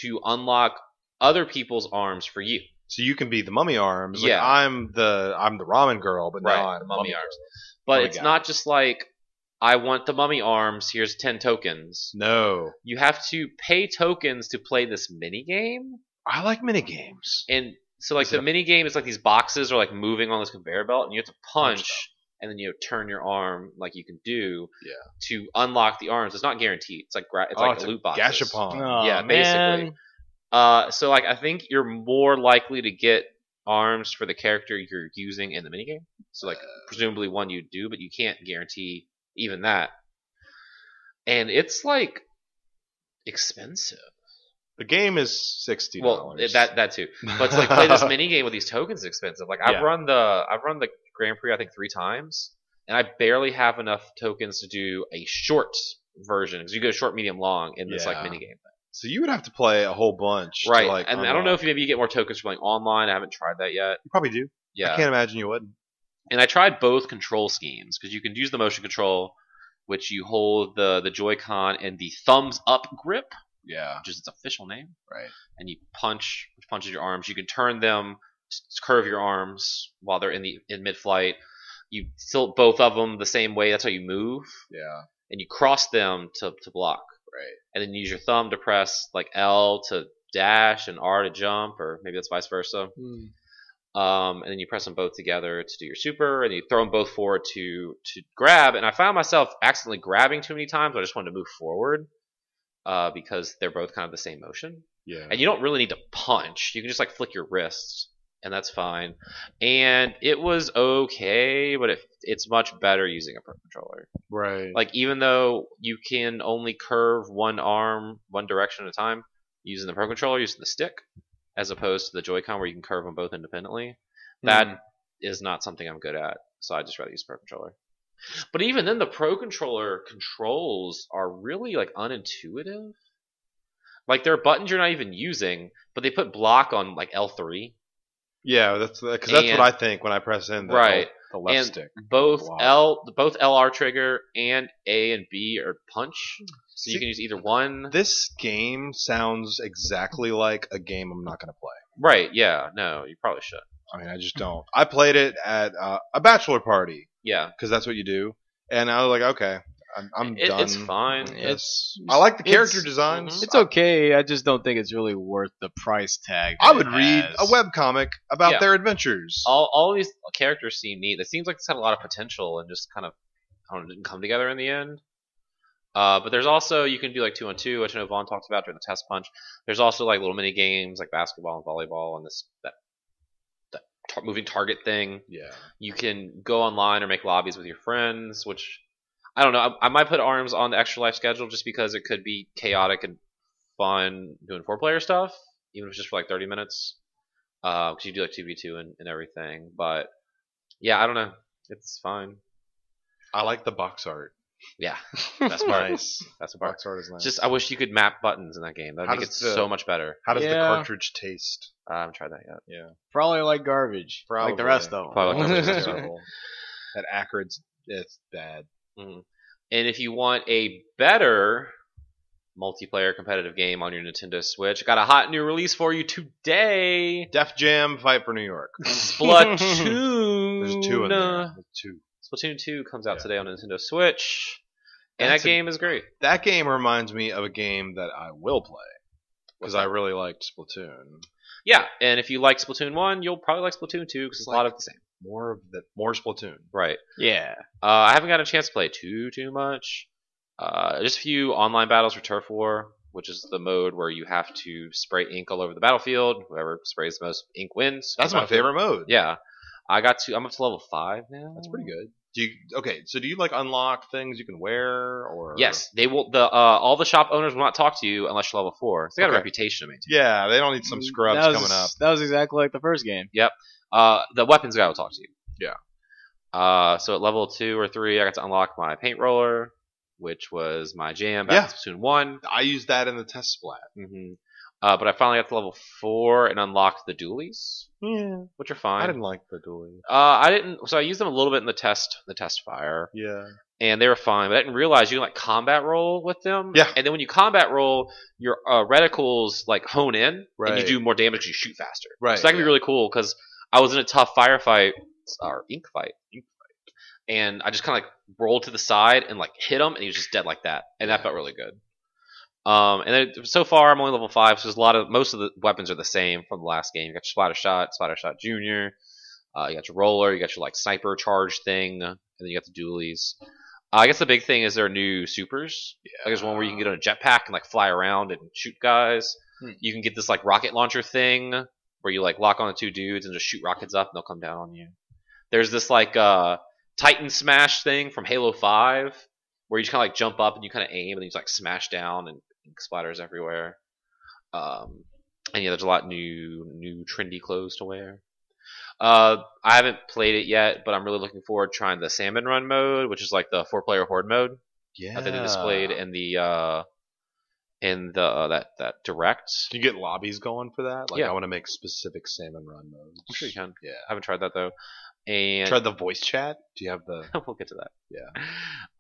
[SPEAKER 1] to unlock other people's arms for you.
[SPEAKER 3] So you can be the mummy arms. Like,
[SPEAKER 1] Yeah.
[SPEAKER 3] I'm the I'm the ramen girl, but now
[SPEAKER 1] Right,
[SPEAKER 3] I'm
[SPEAKER 1] the
[SPEAKER 3] mummy,
[SPEAKER 1] mummy arms.
[SPEAKER 3] Girl.
[SPEAKER 1] But
[SPEAKER 3] Mummy
[SPEAKER 1] it's
[SPEAKER 3] guy.
[SPEAKER 1] not just like I want the mummy arms. Here's ten tokens.
[SPEAKER 3] No.
[SPEAKER 1] You have to pay tokens to play this mini game,
[SPEAKER 3] I like mini games.
[SPEAKER 1] and so like
[SPEAKER 3] Is it
[SPEAKER 1] the
[SPEAKER 3] a-
[SPEAKER 1] mini game is like these boxes are like moving on this conveyor belt, and you have to punch.
[SPEAKER 3] Punch
[SPEAKER 1] and then you know, turn your arm like you can do
[SPEAKER 3] Yeah.
[SPEAKER 1] to unlock the arms. It's not guaranteed. It's like gra- it's
[SPEAKER 3] Oh,
[SPEAKER 1] like
[SPEAKER 3] it's
[SPEAKER 1] a
[SPEAKER 3] a
[SPEAKER 1] loot box.
[SPEAKER 3] Gashapon.
[SPEAKER 1] yeah,
[SPEAKER 2] man.
[SPEAKER 1] basically. Uh, so like I think you're more likely to get arms for the character you're using in the minigame. So like
[SPEAKER 3] Uh.
[SPEAKER 1] presumably one you do, but you can't guarantee even that. And it's like expensive.
[SPEAKER 3] The game is sixty
[SPEAKER 1] Well,
[SPEAKER 3] dollars.
[SPEAKER 1] that that too. But to like play this mini game with these tokens is expensive. Like I've
[SPEAKER 3] Yeah.
[SPEAKER 1] run the I've run the Grand Prix I think three times, and I barely have enough tokens to do a short version because you go short, medium, long in this like
[SPEAKER 3] Yeah.
[SPEAKER 1] mini game.
[SPEAKER 3] so you would have to play a whole bunch. to,
[SPEAKER 1] Right.
[SPEAKER 3] like,
[SPEAKER 1] and I don't know
[SPEAKER 3] unlock.
[SPEAKER 1] if maybe you get more tokens from like online. I haven't tried that yet.
[SPEAKER 3] you probably do. I
[SPEAKER 1] Yeah.
[SPEAKER 3] can't imagine you wouldn't.
[SPEAKER 1] and I tried both control schemes because you can use the motion control, which you hold the the Joy-Con and the thumbs up grip,
[SPEAKER 3] Yeah.
[SPEAKER 1] which is its official name,
[SPEAKER 3] Right.
[SPEAKER 1] and you punch, which punches your arms. You can turn them, to curve your arms while they're in the in mid flight. You tilt both of them the same way. That's how you move,
[SPEAKER 3] Yeah.
[SPEAKER 1] and you cross them to to block.
[SPEAKER 3] Right.
[SPEAKER 1] and then you use your thumb to press like L to dash and R to jump, or maybe that's vice versa.
[SPEAKER 3] Hmm.
[SPEAKER 1] Um, and then you press them both together to do your super, and you throw them both forward to to grab. And I found myself accidentally grabbing too many times. I just wanted to move forward uh, because they're both kind of the same motion,
[SPEAKER 3] Yeah.
[SPEAKER 1] and you don't really need to punch. You can just like flick your wrists, and that's fine. And it was okay, but it, it's much better using a pro controller.
[SPEAKER 3] right.
[SPEAKER 1] Like even though you can only curve one arm one direction at a time using the Pro Controller, using the stick, as opposed to the Joy-Con where you can curve them both independently.
[SPEAKER 3] Hmm.
[SPEAKER 1] That is not something I'm good at, so I just rather use Pro Controller. But even then, the Pro Controller controls are really like unintuitive. Like there are buttons you're not even using, but they put block on like L3.
[SPEAKER 3] Yeah, that's because that's
[SPEAKER 1] And-
[SPEAKER 3] what I think when I press in the,
[SPEAKER 1] Right.
[SPEAKER 3] the left
[SPEAKER 1] And-
[SPEAKER 3] stick.
[SPEAKER 1] Both
[SPEAKER 3] Mm-hmm. Wow.
[SPEAKER 1] L, both LR trigger and A and B are punch, so you
[SPEAKER 3] See-
[SPEAKER 1] can use either one.
[SPEAKER 3] This game sounds exactly like a game I'm not going to play.
[SPEAKER 1] Right? Yeah. No, you probably should.
[SPEAKER 3] I mean, I just don't. I played it at uh, a bachelor party
[SPEAKER 1] Yeah,
[SPEAKER 3] because that's what you do, and I was like, okay, I'm, I'm
[SPEAKER 1] It-
[SPEAKER 3] done.
[SPEAKER 1] it's fine.
[SPEAKER 3] It's I like the character designs.
[SPEAKER 1] mhm.
[SPEAKER 2] It's okay. I just don't think it's really worth the price tag.
[SPEAKER 3] I
[SPEAKER 2] that
[SPEAKER 3] would
[SPEAKER 2] it
[SPEAKER 3] read
[SPEAKER 2] has.
[SPEAKER 3] a webcomic about
[SPEAKER 1] Yeah.
[SPEAKER 3] their adventures.
[SPEAKER 1] all all these characters seem neat. It seems like it's had a lot of potential and just kind of I don't know, didn't come together in the end. Uh, but there's also you can do like two on two, which I know Vaughn talked about during the test punch. There's also like little mini games like basketball and volleyball and this that that tar- moving target thing.
[SPEAKER 3] yeah.
[SPEAKER 1] You can go online or make lobbies with your friends, which I don't know. I, I might put arms on the extra life schedule just because it could be chaotic and fun doing four player stuff, even if it's just for like 30 minutes. Because you do like 2v2 and, and everything. But yeah, I don't know. It's fine.
[SPEAKER 3] I like the box art.
[SPEAKER 1] Yeah, that's part.
[SPEAKER 3] nice.
[SPEAKER 1] That's the part.
[SPEAKER 3] Box art is nice.
[SPEAKER 1] Just I wish you could map buttons in that game. That'd
[SPEAKER 3] How
[SPEAKER 1] make it
[SPEAKER 3] does the-
[SPEAKER 1] so much better.
[SPEAKER 3] How does
[SPEAKER 2] Yeah.
[SPEAKER 3] the cartridge taste?
[SPEAKER 1] I haven't tried that yet.
[SPEAKER 2] Probably like garbage. Like
[SPEAKER 3] Probably.
[SPEAKER 2] the rest of them.
[SPEAKER 1] Probably like garbage.
[SPEAKER 3] It's terrible. that acrid, it's bad.
[SPEAKER 1] Mhm. And if you want a better multiplayer competitive game on your Nintendo Switch, I got a hot new release for you today.
[SPEAKER 3] Def Jam, Fight for New York.
[SPEAKER 1] Splatoon.
[SPEAKER 3] There's two in there. There's two.
[SPEAKER 1] Splatoon 2 comes out
[SPEAKER 3] Yeah.
[SPEAKER 1] today on Nintendo Switch. And
[SPEAKER 3] That's
[SPEAKER 1] that
[SPEAKER 3] a-
[SPEAKER 1] game is great.
[SPEAKER 3] That game reminds me of a game that I will play because I really liked Splatoon.
[SPEAKER 1] Yeah, and if you like Splatoon 1, you'll probably like Splatoon 2 because it's a lot of the same.
[SPEAKER 3] More of the more Splatoon.
[SPEAKER 1] Right.
[SPEAKER 2] Yeah.
[SPEAKER 1] Uh, I haven't got a chance to play too too much. Uh, just a few online battles for turf war, which is the mode where you have to spray ink all over the battlefield. Whoever sprays the most ink wins.
[SPEAKER 3] That's my
[SPEAKER 1] Battlefield.
[SPEAKER 3] favorite mode.
[SPEAKER 1] Yeah, I got to. I'm up to level five now.
[SPEAKER 3] that's pretty good. Do you okay? So do you like unlock things you can wear or?
[SPEAKER 1] Yes, they will. The uh, all the shop owners will not talk to you unless you're level four. So they got
[SPEAKER 3] Okay.
[SPEAKER 1] a reputation to maintain.
[SPEAKER 3] Yeah, they don't need
[SPEAKER 1] Mm,
[SPEAKER 3] some scrubs
[SPEAKER 2] That was-
[SPEAKER 3] coming up.
[SPEAKER 2] That was exactly like the first game.
[SPEAKER 1] Uh, the weapons guy will talk to you.
[SPEAKER 3] Yeah.
[SPEAKER 1] Uh, so at level two or three, I got to unlock my paint roller, which was my jam back
[SPEAKER 3] Yeah.
[SPEAKER 1] in Splatoon one.
[SPEAKER 3] I used that in the test splat.
[SPEAKER 1] hmm Uh, but I finally got to level four and unlocked the dualies,
[SPEAKER 3] Yeah,
[SPEAKER 1] which are
[SPEAKER 3] I
[SPEAKER 1] fine.
[SPEAKER 3] didn't like the dueling.
[SPEAKER 1] uh, I didn't. So I used them a little bit in the test, the test fire,
[SPEAKER 3] Yeah,
[SPEAKER 1] and they were fine. But I didn't realize you can like combat roll with them.
[SPEAKER 3] Yeah.
[SPEAKER 1] And then when you combat roll, your uh, reticles like hone in, and you
[SPEAKER 3] Right.
[SPEAKER 1] do more damage. 'cause You shoot faster.
[SPEAKER 3] Right,
[SPEAKER 1] So that can
[SPEAKER 3] yeah.
[SPEAKER 1] be really cool because I was in a tough firefight or ink fight, ink fight, and I just kind of like rolled to the side and like hit him, and he was just dead like that, and that felt really good. Um, and then, so far I'm only level five, so there's a lot of most of the weapons are the same from the last game. You got your splatter shot, splatter shot junior. Uh, you got your roller, you got your like sniper charge thing, and then you got the dualies. Uh, I guess the big thing is there are new supers. Like there's one where you can get on a jetpack and like fly around and shoot guys.
[SPEAKER 2] Hmm.
[SPEAKER 1] You can get this like rocket launcher thing where you like lock on the two dudes and just shoot rockets up and they'll come down on you. There's this like uh, Titan smash thing from Halo Five where you just kind of like jump up and you kind of aim and then you just like smash down and ink splatters everywhere. Um, and yeah, there's a lot new new trendy clothes to wear. Uh, I haven't played it yet, but I'm really looking forward to trying the Salmon Run mode, which is like the four player horde mode
[SPEAKER 3] yeah.
[SPEAKER 1] that they displayed in the uh, in the uh, that that direct.
[SPEAKER 3] Can you get lobbies going for that? Like,
[SPEAKER 1] Yeah.
[SPEAKER 3] I want to make specific salmon run modes.
[SPEAKER 1] I'm sure you can.
[SPEAKER 3] Yeah.
[SPEAKER 1] I haven't tried that though. And
[SPEAKER 3] Try the voice chat. Do you have the?
[SPEAKER 1] we'll get to that.
[SPEAKER 3] Yeah.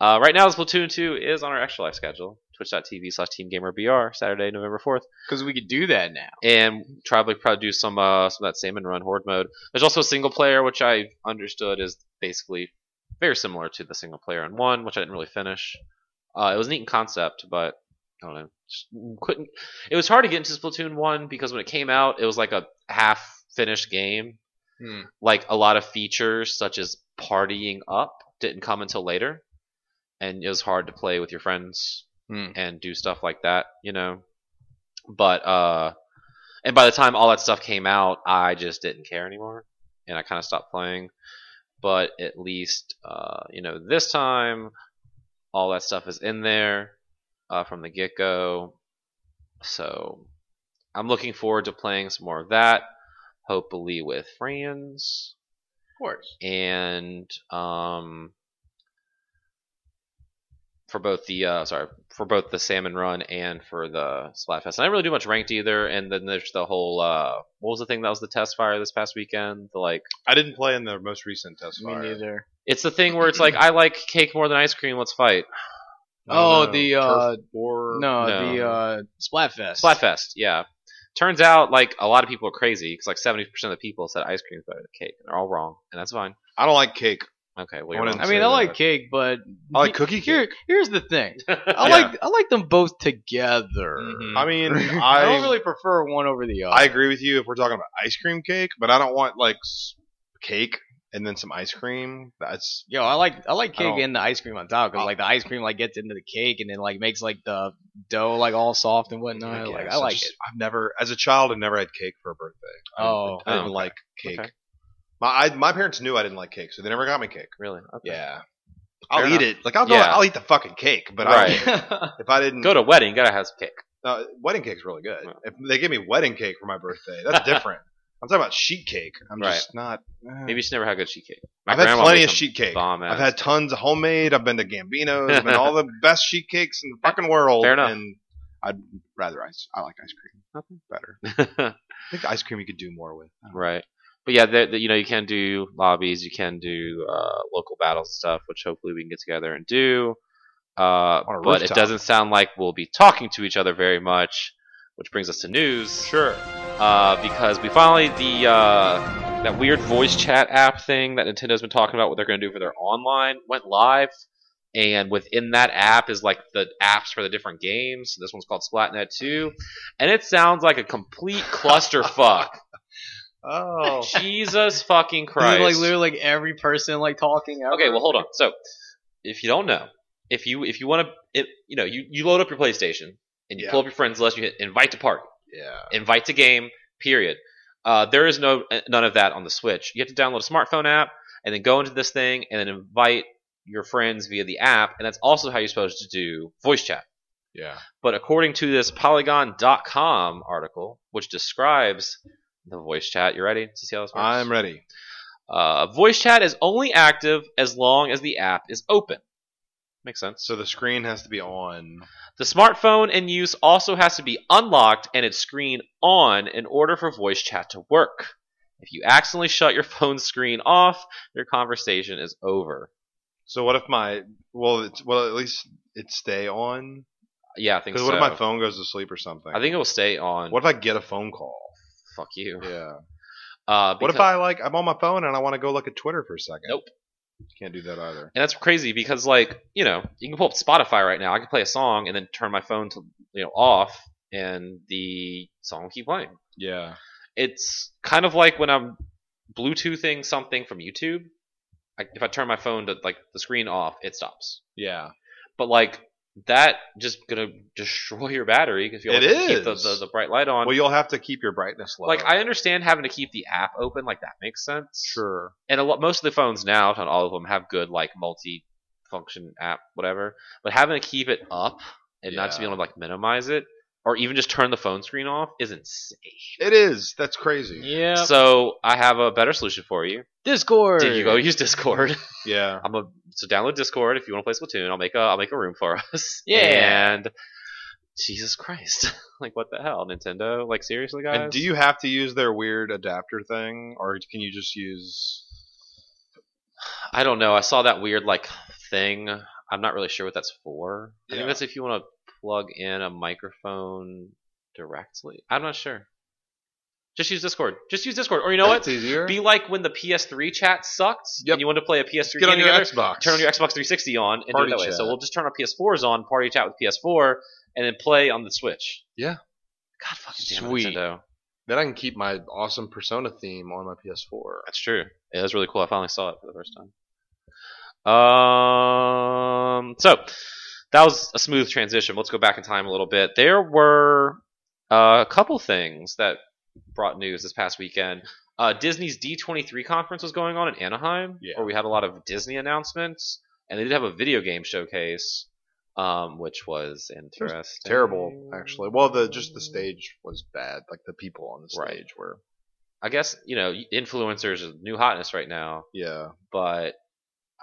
[SPEAKER 1] Uh, right now, Splatoon 2 is on our extra life schedule. Twitch.tv slash TeamGamerBR, Saturday, November 4th.
[SPEAKER 2] Because we could do that now.
[SPEAKER 1] And probably probably do some uh, some of that salmon run horde mode. There's also a single player, which I understood is basically very similar to the single player in one, which I didn't really finish. Uh, it was a neat concept, but I don't know. Just couldn't. It was hard to get into Splatoon one because when it came out, it was like a half finished game.
[SPEAKER 3] Hmm.
[SPEAKER 1] Like a lot of features such as partying up didn't come until later, and it was hard to play with your friends
[SPEAKER 3] Hmm.
[SPEAKER 1] and do stuff like that, you know. But uh, and by the time all that stuff came out, I just didn't care anymore, and I kind of stopped playing. But at least, uh, you know, this time, all that stuff is in there uh, from the get go. So I'm looking forward to playing some more of that. hopefully with friends,
[SPEAKER 2] Of course.
[SPEAKER 1] and um, for both the uh, sorry for both the salmon run and for the splatfest. And I didn't really do much ranked either. And then there's the whole uh, what was the thing that was the test fire this past weekend? The like
[SPEAKER 3] I didn't play in the most recent test fire.
[SPEAKER 2] Me neither.
[SPEAKER 1] it's the thing where it's like I like cake more than ice cream. Let's fight
[SPEAKER 2] Oh,
[SPEAKER 3] No,
[SPEAKER 2] the,
[SPEAKER 3] Turf
[SPEAKER 2] uh,
[SPEAKER 3] War.
[SPEAKER 2] No,
[SPEAKER 1] No.
[SPEAKER 2] the uh, Splatfest.
[SPEAKER 1] splatfest. Yeah. Turns out, like a lot of people are crazy because like seventy percent of the people said ice cream's better than cake, and they're all wrong, and that's fine.
[SPEAKER 3] I don't like cake.
[SPEAKER 1] Okay,
[SPEAKER 3] I
[SPEAKER 1] well, you're
[SPEAKER 3] wouldn't
[SPEAKER 1] wrong.
[SPEAKER 2] I mean,
[SPEAKER 3] Say
[SPEAKER 2] I like
[SPEAKER 3] that.
[SPEAKER 2] cake, but
[SPEAKER 3] I like cookie
[SPEAKER 2] Here,
[SPEAKER 3] cake.
[SPEAKER 2] here's the thing. I
[SPEAKER 3] Yeah.
[SPEAKER 2] like I like them both together. Mm-hmm.
[SPEAKER 1] Mhm.
[SPEAKER 3] I mean,
[SPEAKER 2] I
[SPEAKER 3] I
[SPEAKER 2] don't really prefer one over the other.
[SPEAKER 3] I agree with you if we're talking about ice cream cake, but I don't want like s- cake and then some ice cream. That's
[SPEAKER 2] Yo, I like I like
[SPEAKER 3] I
[SPEAKER 2] cake
[SPEAKER 3] don't-
[SPEAKER 2] and the ice cream on top
[SPEAKER 1] Oh.
[SPEAKER 2] because
[SPEAKER 3] I-
[SPEAKER 2] like the ice cream like gets into the cake and then like makes like the dough like all soft and
[SPEAKER 3] no,
[SPEAKER 2] whatnot. like I like it.
[SPEAKER 3] I've never, as a child, I've never had cake for a birthday. I didn't-
[SPEAKER 2] Oh,
[SPEAKER 3] I didn't
[SPEAKER 1] okay.
[SPEAKER 3] like cake.
[SPEAKER 1] Okay.
[SPEAKER 3] My I, my parents knew I didn't like cake, so they never got me cake.
[SPEAKER 1] really. Okay.
[SPEAKER 3] Yeah, I'll
[SPEAKER 1] Fair
[SPEAKER 3] eat it. Like I'll go,
[SPEAKER 1] Yeah.
[SPEAKER 3] I'll eat the fucking cake, but
[SPEAKER 1] Right.
[SPEAKER 3] I, if I didn't,
[SPEAKER 1] Go to wedding, gotta have some cake.
[SPEAKER 3] uh, wedding cake's really good.
[SPEAKER 1] Well.
[SPEAKER 3] If they give me wedding cake for my birthday, that's different. I'm talking about sheet cake. I'm just not. eh.
[SPEAKER 1] Maybe she never had good sheet cake. My
[SPEAKER 3] I've had
[SPEAKER 1] grandma
[SPEAKER 3] plenty
[SPEAKER 1] made
[SPEAKER 3] of
[SPEAKER 1] some
[SPEAKER 3] sheet cake.
[SPEAKER 1] Bomb
[SPEAKER 3] I've had tons of homemade. I've been to Gambino's. I've been to all the best sheet cakes in the fucking world.
[SPEAKER 1] Fair enough.
[SPEAKER 3] And I'd rather ice. I like ice cream better. I
[SPEAKER 1] had
[SPEAKER 3] think ice cream you could do more with.
[SPEAKER 1] right, but yeah, there, there- you know, you can do lobbies, you can do uh, local battles and stuff, which hopefully we can get together and do. Uh,
[SPEAKER 3] On a
[SPEAKER 1] but it
[SPEAKER 3] rooftop.
[SPEAKER 1] doesn't sound like we'll be talking to each other very much, which brings us to news.
[SPEAKER 3] Sure.
[SPEAKER 1] uh, because we finally the uh, that weird voice chat app thing that Nintendo's been talking about what they're going to do for their online went live, and within that app is like the apps for the different games. This one's called Splatnet Two, and it sounds like a complete clusterfuck.
[SPEAKER 3] Oh.
[SPEAKER 1] Jesus fucking
[SPEAKER 2] This is,
[SPEAKER 1] Christ!
[SPEAKER 2] like literally like every person like talking. Ever.
[SPEAKER 1] Okay, well, hold on. So, if you don't know, if you if you want to, you know, you, you load up your PlayStation and you
[SPEAKER 3] Yeah.
[SPEAKER 1] pull up your friends list, you hit invite to party
[SPEAKER 3] yeah.
[SPEAKER 1] invites a game. Period. Uh, there is no none of that on the Switch. You have to download a smartphone app and then go into this thing and then invite your friends via the app, and that's also how you're supposed to do voice chat.
[SPEAKER 3] Yeah.
[SPEAKER 1] But according to this Polygon.com article, which describes the voice chat, you ready to see how this works?
[SPEAKER 3] I'm ready.
[SPEAKER 1] Uh, voice chat is only active as long as the app is open. Makes sense.
[SPEAKER 3] So the screen has to be on.
[SPEAKER 1] The smartphone in use also has to be unlocked and its screen on in order for voice chat to work. If you accidentally shut your phone screen off, your conversation is over.
[SPEAKER 3] So what if my well, it's well at least it stay on.
[SPEAKER 1] Yeah, I think
[SPEAKER 3] Because
[SPEAKER 1] so.
[SPEAKER 3] what if my phone goes to sleep or something?
[SPEAKER 1] I think it will stay on.
[SPEAKER 3] What if I get a phone call?
[SPEAKER 1] Fuck you.
[SPEAKER 3] Yeah.
[SPEAKER 1] Uh,
[SPEAKER 3] What if
[SPEAKER 1] because-
[SPEAKER 3] I like I'm on my phone and I want to go look at Twitter for a second?
[SPEAKER 1] Nope.
[SPEAKER 3] Can't do that either.
[SPEAKER 1] And that's crazy because, like, you know, you can pull up Spotify right now. I can play a song and then turn my phone to, you know, off, and the song will keep playing.
[SPEAKER 3] Yeah.
[SPEAKER 1] it's kind of like when I'm Bluetoothing something from YouTube. I, if I turn my phone to like the screen off, it stops.
[SPEAKER 3] Yeah.
[SPEAKER 1] But like that, just gonna destroy your battery because you
[SPEAKER 3] It
[SPEAKER 1] always have to keep the,
[SPEAKER 3] is.
[SPEAKER 1] the, the bright light on.
[SPEAKER 3] Well, you'll have to keep your brightness low.
[SPEAKER 1] like I understand having to keep the app open, like that makes sense.
[SPEAKER 3] sure.
[SPEAKER 1] And a lot, most of the phones now, not all of them, have good like multi-function app, whatever. But having to keep it up and not just
[SPEAKER 3] Yeah.
[SPEAKER 1] being able to like minimize it or even just turn the phone screen off is insane.
[SPEAKER 3] It is. That's crazy.
[SPEAKER 2] Yeah.
[SPEAKER 1] So I have a better solution for you.
[SPEAKER 2] Discord.
[SPEAKER 1] Did you go use Discord?
[SPEAKER 3] Yeah.
[SPEAKER 1] I'm a so download Discord if you want to play Splatoon. I'll make a I'll make a room for us.
[SPEAKER 2] Yeah.
[SPEAKER 1] And Jesus Christ, like what the hell, Nintendo? Like seriously, guys?
[SPEAKER 3] And do you have to use their weird adapter thing, or can you just use?
[SPEAKER 1] I don't know. I saw that weird like thing. I'm not really sure what that's for. I
[SPEAKER 3] Yeah.
[SPEAKER 1] think that's if you want to plug in a microphone directly. I'm not sure. Just use Discord. Just use Discord. Or you know what?
[SPEAKER 3] That's easier.
[SPEAKER 1] Be like when the PS3 chat sucked
[SPEAKER 3] Yep.
[SPEAKER 1] and you wanted to play a PS3
[SPEAKER 3] Get
[SPEAKER 1] game
[SPEAKER 3] on your
[SPEAKER 1] together.
[SPEAKER 3] Xbox.
[SPEAKER 1] turn your Xbox 360 on and do
[SPEAKER 3] Party
[SPEAKER 1] it that way.
[SPEAKER 3] chat.
[SPEAKER 1] So we'll just turn our PS4s on, party chat with PS4, and then play on the Switch.
[SPEAKER 3] Yeah.
[SPEAKER 1] God fucking damn it,
[SPEAKER 2] Sweet.
[SPEAKER 1] Nintendo.
[SPEAKER 3] Then I can keep my awesome Persona theme on my PS4.
[SPEAKER 1] That's true. It was really cool. I finally saw it for the first time. Um, so that was a smooth transition. Let's go back in time a little bit. There were uh, a couple things that brought news this past weekend. Uh, Disney's D23 conference was going on in Anaheim,
[SPEAKER 3] Yeah.
[SPEAKER 1] where we had a lot of Disney announcements, and they did have a video game showcase, um, which was interesting.
[SPEAKER 3] Terrible, actually. Well, the just the stage was bad. Like the people on the stage
[SPEAKER 1] Right.
[SPEAKER 3] were.
[SPEAKER 1] I guess you know influencers is new hotness right now,
[SPEAKER 3] Yeah,
[SPEAKER 1] but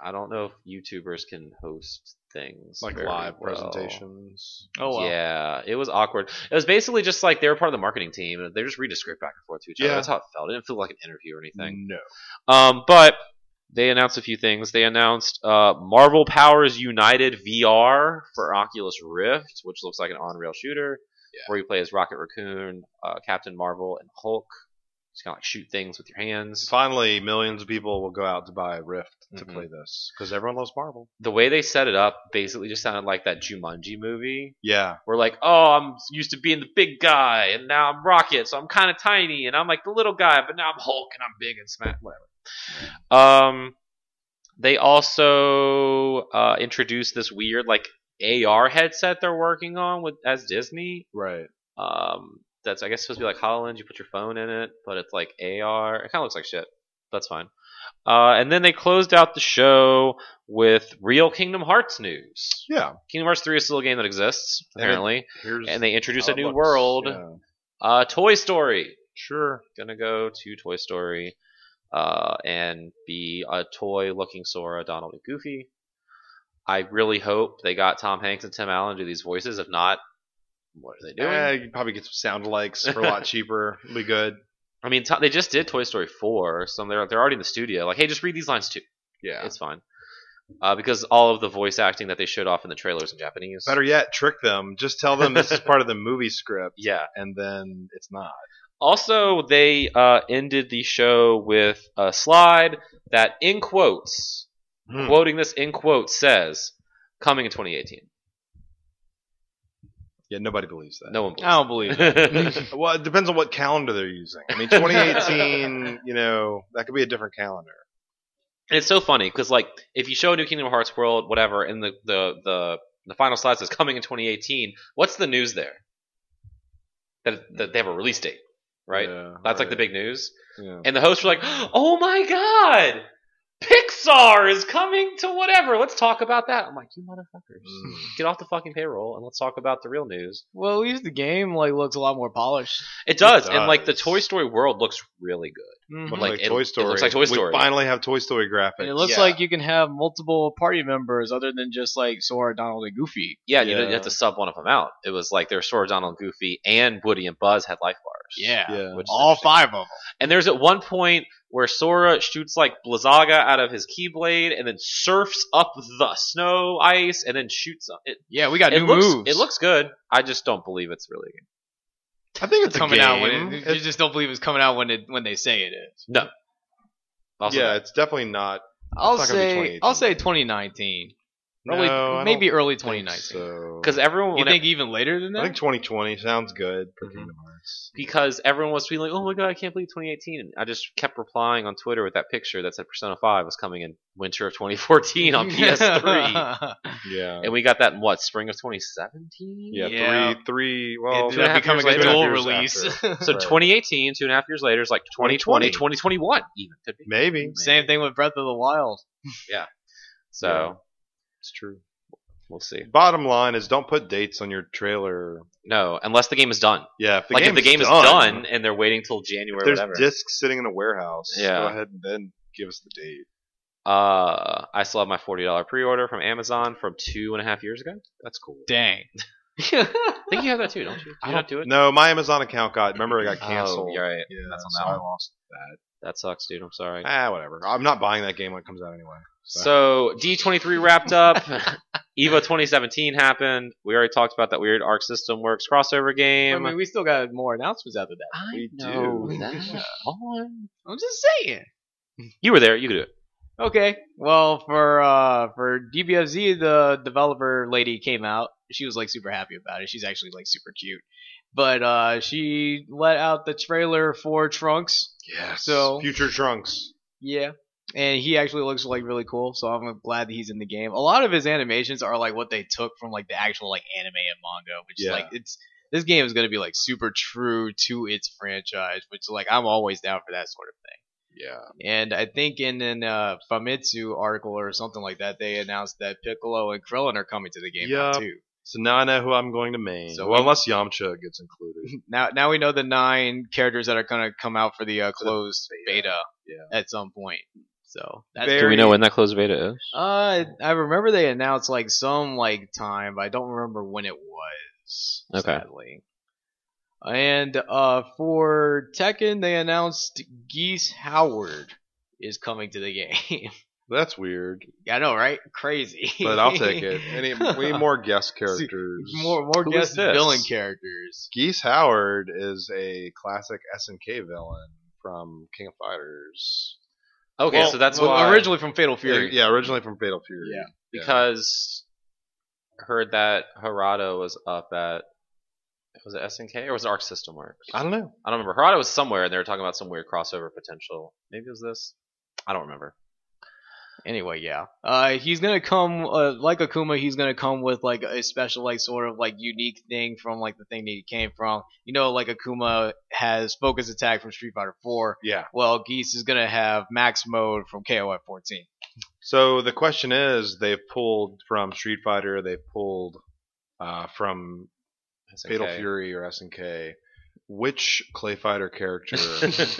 [SPEAKER 1] I don't know if YouTubers can host things
[SPEAKER 3] like
[SPEAKER 1] very
[SPEAKER 3] live
[SPEAKER 1] well.
[SPEAKER 3] presentations.
[SPEAKER 2] Oh well.
[SPEAKER 1] Yeah, it was awkward. It was basically just like they were part of the marketing team, and they just read a script back and forth to each other.
[SPEAKER 3] Yeah. Mm.
[SPEAKER 1] That's how it felt. It didn't feel like an interview or anything.
[SPEAKER 3] No.
[SPEAKER 1] Um, but they announced a few things. They announced uh, Marvel Powers United VR for Oculus Rift, which looks like an on-rail shooter
[SPEAKER 3] Yeah.
[SPEAKER 1] where you play as Rocket Raccoon, uh, Captain Marvel, and Hulk. Just kind of like shoot things with your hands.
[SPEAKER 3] Finally, millions of people will go out to buy a Rift to
[SPEAKER 1] Mhm.
[SPEAKER 3] play this because everyone loves Marvel.
[SPEAKER 1] The way they set it up basically just sounded like that Jumanji movie.
[SPEAKER 3] Yeah,
[SPEAKER 1] We're like, oh, I'm used to being the big guy, and now I'm Rocket, so I'm kind of tiny, and I'm like the little guy, but now I'm Hulk, and I'm big and smash, whatever. Um, they also uh, introduced this weird like AR headset they're working on with as Disney.
[SPEAKER 3] right.
[SPEAKER 1] Um, that's I guess supposed to be like Holland. You put your phone in it, but it's like AR. It kind of looks like shit. That's fine. Uh, and then they closed out the show with real Kingdom Hearts news.
[SPEAKER 3] Yeah.
[SPEAKER 1] Kingdom Hearts 3 is still a game that exists,
[SPEAKER 3] And it-
[SPEAKER 1] apparently
[SPEAKER 3] Here's
[SPEAKER 1] and they introduce a
[SPEAKER 3] how it
[SPEAKER 1] new
[SPEAKER 3] looks.
[SPEAKER 1] world.
[SPEAKER 3] Yeah.
[SPEAKER 1] Uh, Toy Story.
[SPEAKER 3] Sure.
[SPEAKER 1] Gonna go to Toy Story, uh, and be a toy-looking Sora, Donald, and Goofy. I really hope they got Tom Hanks and Tim Allen to do these voices. If not, what are they doing?
[SPEAKER 3] Eh, you can probably get some sound likes for a lot cheaper. It'll be good.
[SPEAKER 1] I mean, Tom, they just did Toy Story four, so they're they're already in the studio. Like, hey, just read these lines too.
[SPEAKER 3] Yeah.
[SPEAKER 1] It's fine. Uh, because all of the voice acting that they showed off in the trailers in Japanese.
[SPEAKER 3] Better yet, trick them. Just tell them this is part of the movie script,
[SPEAKER 1] Yeah.
[SPEAKER 3] and then it's not.
[SPEAKER 1] Also, they uh, ended the show with a slide that, in quotes,
[SPEAKER 3] Hmm.
[SPEAKER 1] quoting this in quotes, says, "Coming in 2018."
[SPEAKER 3] Yeah, nobody believes that.
[SPEAKER 1] No one
[SPEAKER 2] I don't believe it.
[SPEAKER 1] believes. it.
[SPEAKER 3] Well, it depends on what calendar they're using. I mean, 2018, you know, that could be a different calendar.
[SPEAKER 1] And it's so funny because, like, if you show a new Kingdom Hearts world, whatever, and the the the, the final slide says "Coming in 2018," what's the news there? That that they have a release date, right?
[SPEAKER 3] Yeah,
[SPEAKER 1] That's like the
[SPEAKER 3] right.
[SPEAKER 1] big news.
[SPEAKER 3] Yeah.
[SPEAKER 1] And the hosts were like, "Oh my god." Pixar is coming to whatever. Let's talk about that. I'm like, you motherfuckers.
[SPEAKER 3] Mm.
[SPEAKER 1] get off the fucking payroll and let's talk about the real news.
[SPEAKER 2] Well, at least the game like looks a lot more polished.
[SPEAKER 1] It does, and like the
[SPEAKER 3] does.
[SPEAKER 1] Toy Story world looks really good. But,
[SPEAKER 2] Mhm.
[SPEAKER 3] Looks
[SPEAKER 1] like,
[SPEAKER 3] like,
[SPEAKER 1] it- it
[SPEAKER 3] Toy
[SPEAKER 1] looks
[SPEAKER 3] Story.
[SPEAKER 1] like Toy Story.
[SPEAKER 3] We finally have Toy Story graphics.
[SPEAKER 2] And it looks
[SPEAKER 1] Yeah.
[SPEAKER 2] like you can have multiple party members other than just like Sora, Donald, and Goofy.
[SPEAKER 1] Yeah, You, didn't
[SPEAKER 3] Yeah.
[SPEAKER 1] have to sub one of them out. It was like there were Sora, Donald, and Goofy, and Woody and Buzz had life bars.
[SPEAKER 2] Yeah.
[SPEAKER 3] yeah.
[SPEAKER 1] which is
[SPEAKER 2] All
[SPEAKER 1] interesting.
[SPEAKER 2] five of them.
[SPEAKER 1] And there's at one point where Sora shoots like Blizzaga out of his Keyblade and then surfs up the snow ice and then shoots up. It,
[SPEAKER 2] Yeah, we got
[SPEAKER 1] it
[SPEAKER 2] new
[SPEAKER 1] looks
[SPEAKER 2] moves.
[SPEAKER 1] it looks good. I just don't believe it's really a game.
[SPEAKER 3] I think it's a
[SPEAKER 2] coming
[SPEAKER 3] game.
[SPEAKER 2] out when it, you
[SPEAKER 3] It's-
[SPEAKER 2] just don't believe it's coming out when it when they say it is.
[SPEAKER 1] Also,
[SPEAKER 3] yeah, it's definitely not.
[SPEAKER 2] I'll
[SPEAKER 3] not gonna be
[SPEAKER 2] say
[SPEAKER 3] 2018.
[SPEAKER 2] I'll say 2019. Probably
[SPEAKER 3] No, I
[SPEAKER 2] maybe
[SPEAKER 3] don't
[SPEAKER 2] early
[SPEAKER 3] think
[SPEAKER 2] 2019.
[SPEAKER 3] So
[SPEAKER 1] because everyone
[SPEAKER 2] You
[SPEAKER 1] when
[SPEAKER 2] think even later than
[SPEAKER 3] I think
[SPEAKER 2] that?
[SPEAKER 3] 2020 sounds good for
[SPEAKER 2] Mm-hmm.
[SPEAKER 1] Mhm.
[SPEAKER 3] Kingdom Hearts.
[SPEAKER 1] because everyone was tweeting like, "Oh my god, I can't believe 2018." And I just kept replying on Twitter with that picture that said Persona 5 was coming in winter of 2014 on PS3.
[SPEAKER 3] Yeah.
[SPEAKER 1] and we got that in what, spring of 2017?
[SPEAKER 3] yeah,
[SPEAKER 2] Yeah.
[SPEAKER 3] three, three.
[SPEAKER 2] Well,
[SPEAKER 3] Well,
[SPEAKER 1] It
[SPEAKER 3] two and a half
[SPEAKER 2] becoming
[SPEAKER 1] years
[SPEAKER 3] years
[SPEAKER 2] a
[SPEAKER 1] later.
[SPEAKER 2] dual
[SPEAKER 3] after.
[SPEAKER 2] release.
[SPEAKER 1] So
[SPEAKER 3] Right.
[SPEAKER 1] 2018, two and a half years later, is like 2020, 2021 even could be.
[SPEAKER 3] Maybe
[SPEAKER 2] Same thing with Breath of the Wild.
[SPEAKER 1] So
[SPEAKER 3] Yeah. it's true.
[SPEAKER 1] we'll see.
[SPEAKER 3] Bottom line is, don't put dates on your trailer.
[SPEAKER 1] No, unless the game is done.
[SPEAKER 3] Yeah, if the
[SPEAKER 1] like if
[SPEAKER 3] game's
[SPEAKER 1] the game is
[SPEAKER 3] done,
[SPEAKER 1] done and they're waiting till January
[SPEAKER 3] if
[SPEAKER 1] or
[SPEAKER 3] there's
[SPEAKER 1] whatever.
[SPEAKER 3] discs sitting in a warehouse,
[SPEAKER 1] Yeah.
[SPEAKER 3] go ahead and then give us the date.
[SPEAKER 1] uh, I still have my $40 pre-order from Amazon from two and a half years ago. That's cool.
[SPEAKER 2] Dang.
[SPEAKER 1] I think you have that too, don't you? Do you not do it?
[SPEAKER 3] No, my Amazon account got. Remember, it got canceled.
[SPEAKER 1] Oh, you're right.
[SPEAKER 3] Yeah,
[SPEAKER 1] That's on
[SPEAKER 3] so
[SPEAKER 1] that
[SPEAKER 3] I
[SPEAKER 1] one.
[SPEAKER 3] lost that.
[SPEAKER 1] That sucks, dude. I'm sorry.
[SPEAKER 3] Ah, whatever. I'm not buying that game when it comes out anyway.
[SPEAKER 1] So D23 wrapped up. Evo 2017 happened. We already talked about that weird Arc System Works crossover
[SPEAKER 2] I
[SPEAKER 1] game.
[SPEAKER 2] mean, we still got more announcements after that.
[SPEAKER 1] I
[SPEAKER 3] we
[SPEAKER 1] know
[SPEAKER 3] do.
[SPEAKER 1] that. On.
[SPEAKER 2] I'm just saying.
[SPEAKER 1] You were there. You could do it.
[SPEAKER 2] Okay. Well, for uh, for DBFZ, the developer lady came out. She was like super happy about it. She's actually like super cute. But uh, she let out the trailer for Trunks.
[SPEAKER 3] Yes.
[SPEAKER 2] So-
[SPEAKER 3] future trunks.
[SPEAKER 2] Yeah. And he actually looks like really cool, so I'm glad that he's in the game. A lot of his animations are like what they took from like the actual like anime and manga, which is
[SPEAKER 3] Yeah.
[SPEAKER 2] like it's this game is gonna be like super true to its franchise, which like I'm always down for that sort of thing.
[SPEAKER 3] Yeah.
[SPEAKER 2] And I think in an uh, Famitsu article or something like that, they announced that Piccolo and Krillin are coming to the game now
[SPEAKER 3] Yup.
[SPEAKER 2] too.
[SPEAKER 3] So now I know who I'm going to main.
[SPEAKER 2] So
[SPEAKER 3] well,
[SPEAKER 2] we-
[SPEAKER 3] unless Yamcha gets included.
[SPEAKER 2] Now, now we know the nine characters that are going to come out for the uh, closed
[SPEAKER 3] beta.
[SPEAKER 2] beta
[SPEAKER 3] Yeah.
[SPEAKER 2] at some point. So that's
[SPEAKER 3] Very-
[SPEAKER 1] Do we know when that closed beta is?
[SPEAKER 2] Uh, I remember they announced like some like time, but I don't remember when it was.
[SPEAKER 1] Okay.
[SPEAKER 2] Sadly. And uh, for Tekken, they announced Geese Howard is coming to the game.
[SPEAKER 3] That's weird,
[SPEAKER 2] I know, right? Crazy.
[SPEAKER 3] but I'll take it. Any, we need more guest characters.
[SPEAKER 2] more more
[SPEAKER 1] Who is
[SPEAKER 2] guest
[SPEAKER 1] this?
[SPEAKER 2] villain characters.
[SPEAKER 3] Geese Howard is a classic SNK villain from King of Fighters.
[SPEAKER 1] Okay,
[SPEAKER 3] Well,
[SPEAKER 1] so that's
[SPEAKER 2] well,
[SPEAKER 1] why
[SPEAKER 2] originally from Fatal Fury.
[SPEAKER 3] Yeah, originally from Fatal Fury.
[SPEAKER 2] Yeah.
[SPEAKER 1] because I heard that Harada was up at was it SNK or was it Arc System Works?
[SPEAKER 3] I don't know.
[SPEAKER 1] I don't remember. Harada was somewhere, and they were talking about some weird crossover potential. Maybe it was this. I don't remember.
[SPEAKER 2] Anyway, yeah. Uh, he's gonna come uh, like Akuma. He's gonna come with like a special, like sort of like unique thing from like the thing that he came from. You know, like Akuma has focus attack from Street Fighter Four.
[SPEAKER 3] Yeah.
[SPEAKER 2] Well, Geese is gonna have max mode from KOF 14.
[SPEAKER 3] So the question is, they've pulled from Street Fighter, they've pulled uh, from
[SPEAKER 1] SNK.
[SPEAKER 3] Fatal Fury or SNK. Which Clay Fighter character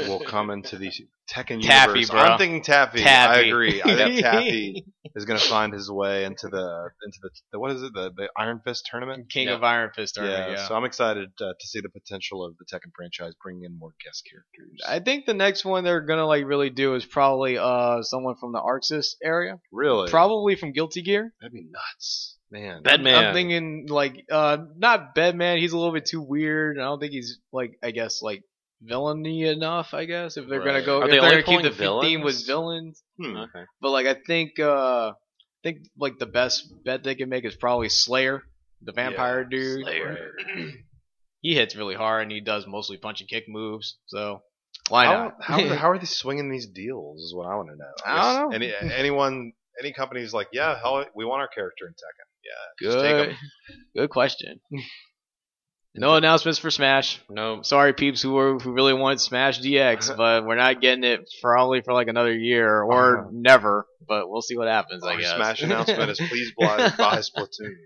[SPEAKER 3] will come into the Tekken
[SPEAKER 2] Taffy,
[SPEAKER 3] universe?
[SPEAKER 2] bro.
[SPEAKER 3] I'm thinking Taffy.
[SPEAKER 2] Taffy.
[SPEAKER 3] I agree. I think Taffy is going to find his way into the into the, the what is it the, the Iron Fist tournament?
[SPEAKER 2] King
[SPEAKER 1] Yeah.
[SPEAKER 2] of Iron Fist tournament. Yeah.
[SPEAKER 3] So I'm excited uh, to see the potential of the Tekken franchise bringing in more guest characters.
[SPEAKER 2] I think the next one they're gonna like really do is probably uh someone from the Arxis area,
[SPEAKER 3] really,
[SPEAKER 2] probably from Guilty Gear.
[SPEAKER 3] that'd be nuts, man.
[SPEAKER 1] Bad Bedman.
[SPEAKER 2] I'm thinking like uh not Bedman, he's a little bit too weird. I don't think he's like I guess like villainy enough, I guess, if they're gonna
[SPEAKER 3] Right.
[SPEAKER 2] go
[SPEAKER 1] Are
[SPEAKER 2] if
[SPEAKER 1] they
[SPEAKER 2] are
[SPEAKER 1] only
[SPEAKER 2] gonna keep the
[SPEAKER 1] pulling
[SPEAKER 2] theme with
[SPEAKER 1] villains?
[SPEAKER 3] Hmm.
[SPEAKER 2] villains.
[SPEAKER 1] Okay.
[SPEAKER 2] But like I think uh I think like the best bet they can make is probably Slayer, the vampire dude.
[SPEAKER 1] Slayer.
[SPEAKER 2] He hits really hard and he does mostly punch and kick moves, so why
[SPEAKER 3] How,
[SPEAKER 2] not?
[SPEAKER 3] how, are they- how are they swinging these deals? Is what I want to know.
[SPEAKER 2] I don't
[SPEAKER 3] guess Any, anyone, any company's like, yeah, hell, we want our character in Tekken. Yeah, just take 'em.
[SPEAKER 2] good, good question. no announcements for Smash.
[SPEAKER 1] No.
[SPEAKER 2] sorry peeps who were who really wanted Smash DX, but we're not getting it probably for like another year or
[SPEAKER 3] Uh-huh.
[SPEAKER 2] never. But we'll see what happens. I
[SPEAKER 3] Our
[SPEAKER 2] guess.
[SPEAKER 3] Smash announcement is please buy, buy Splatoon.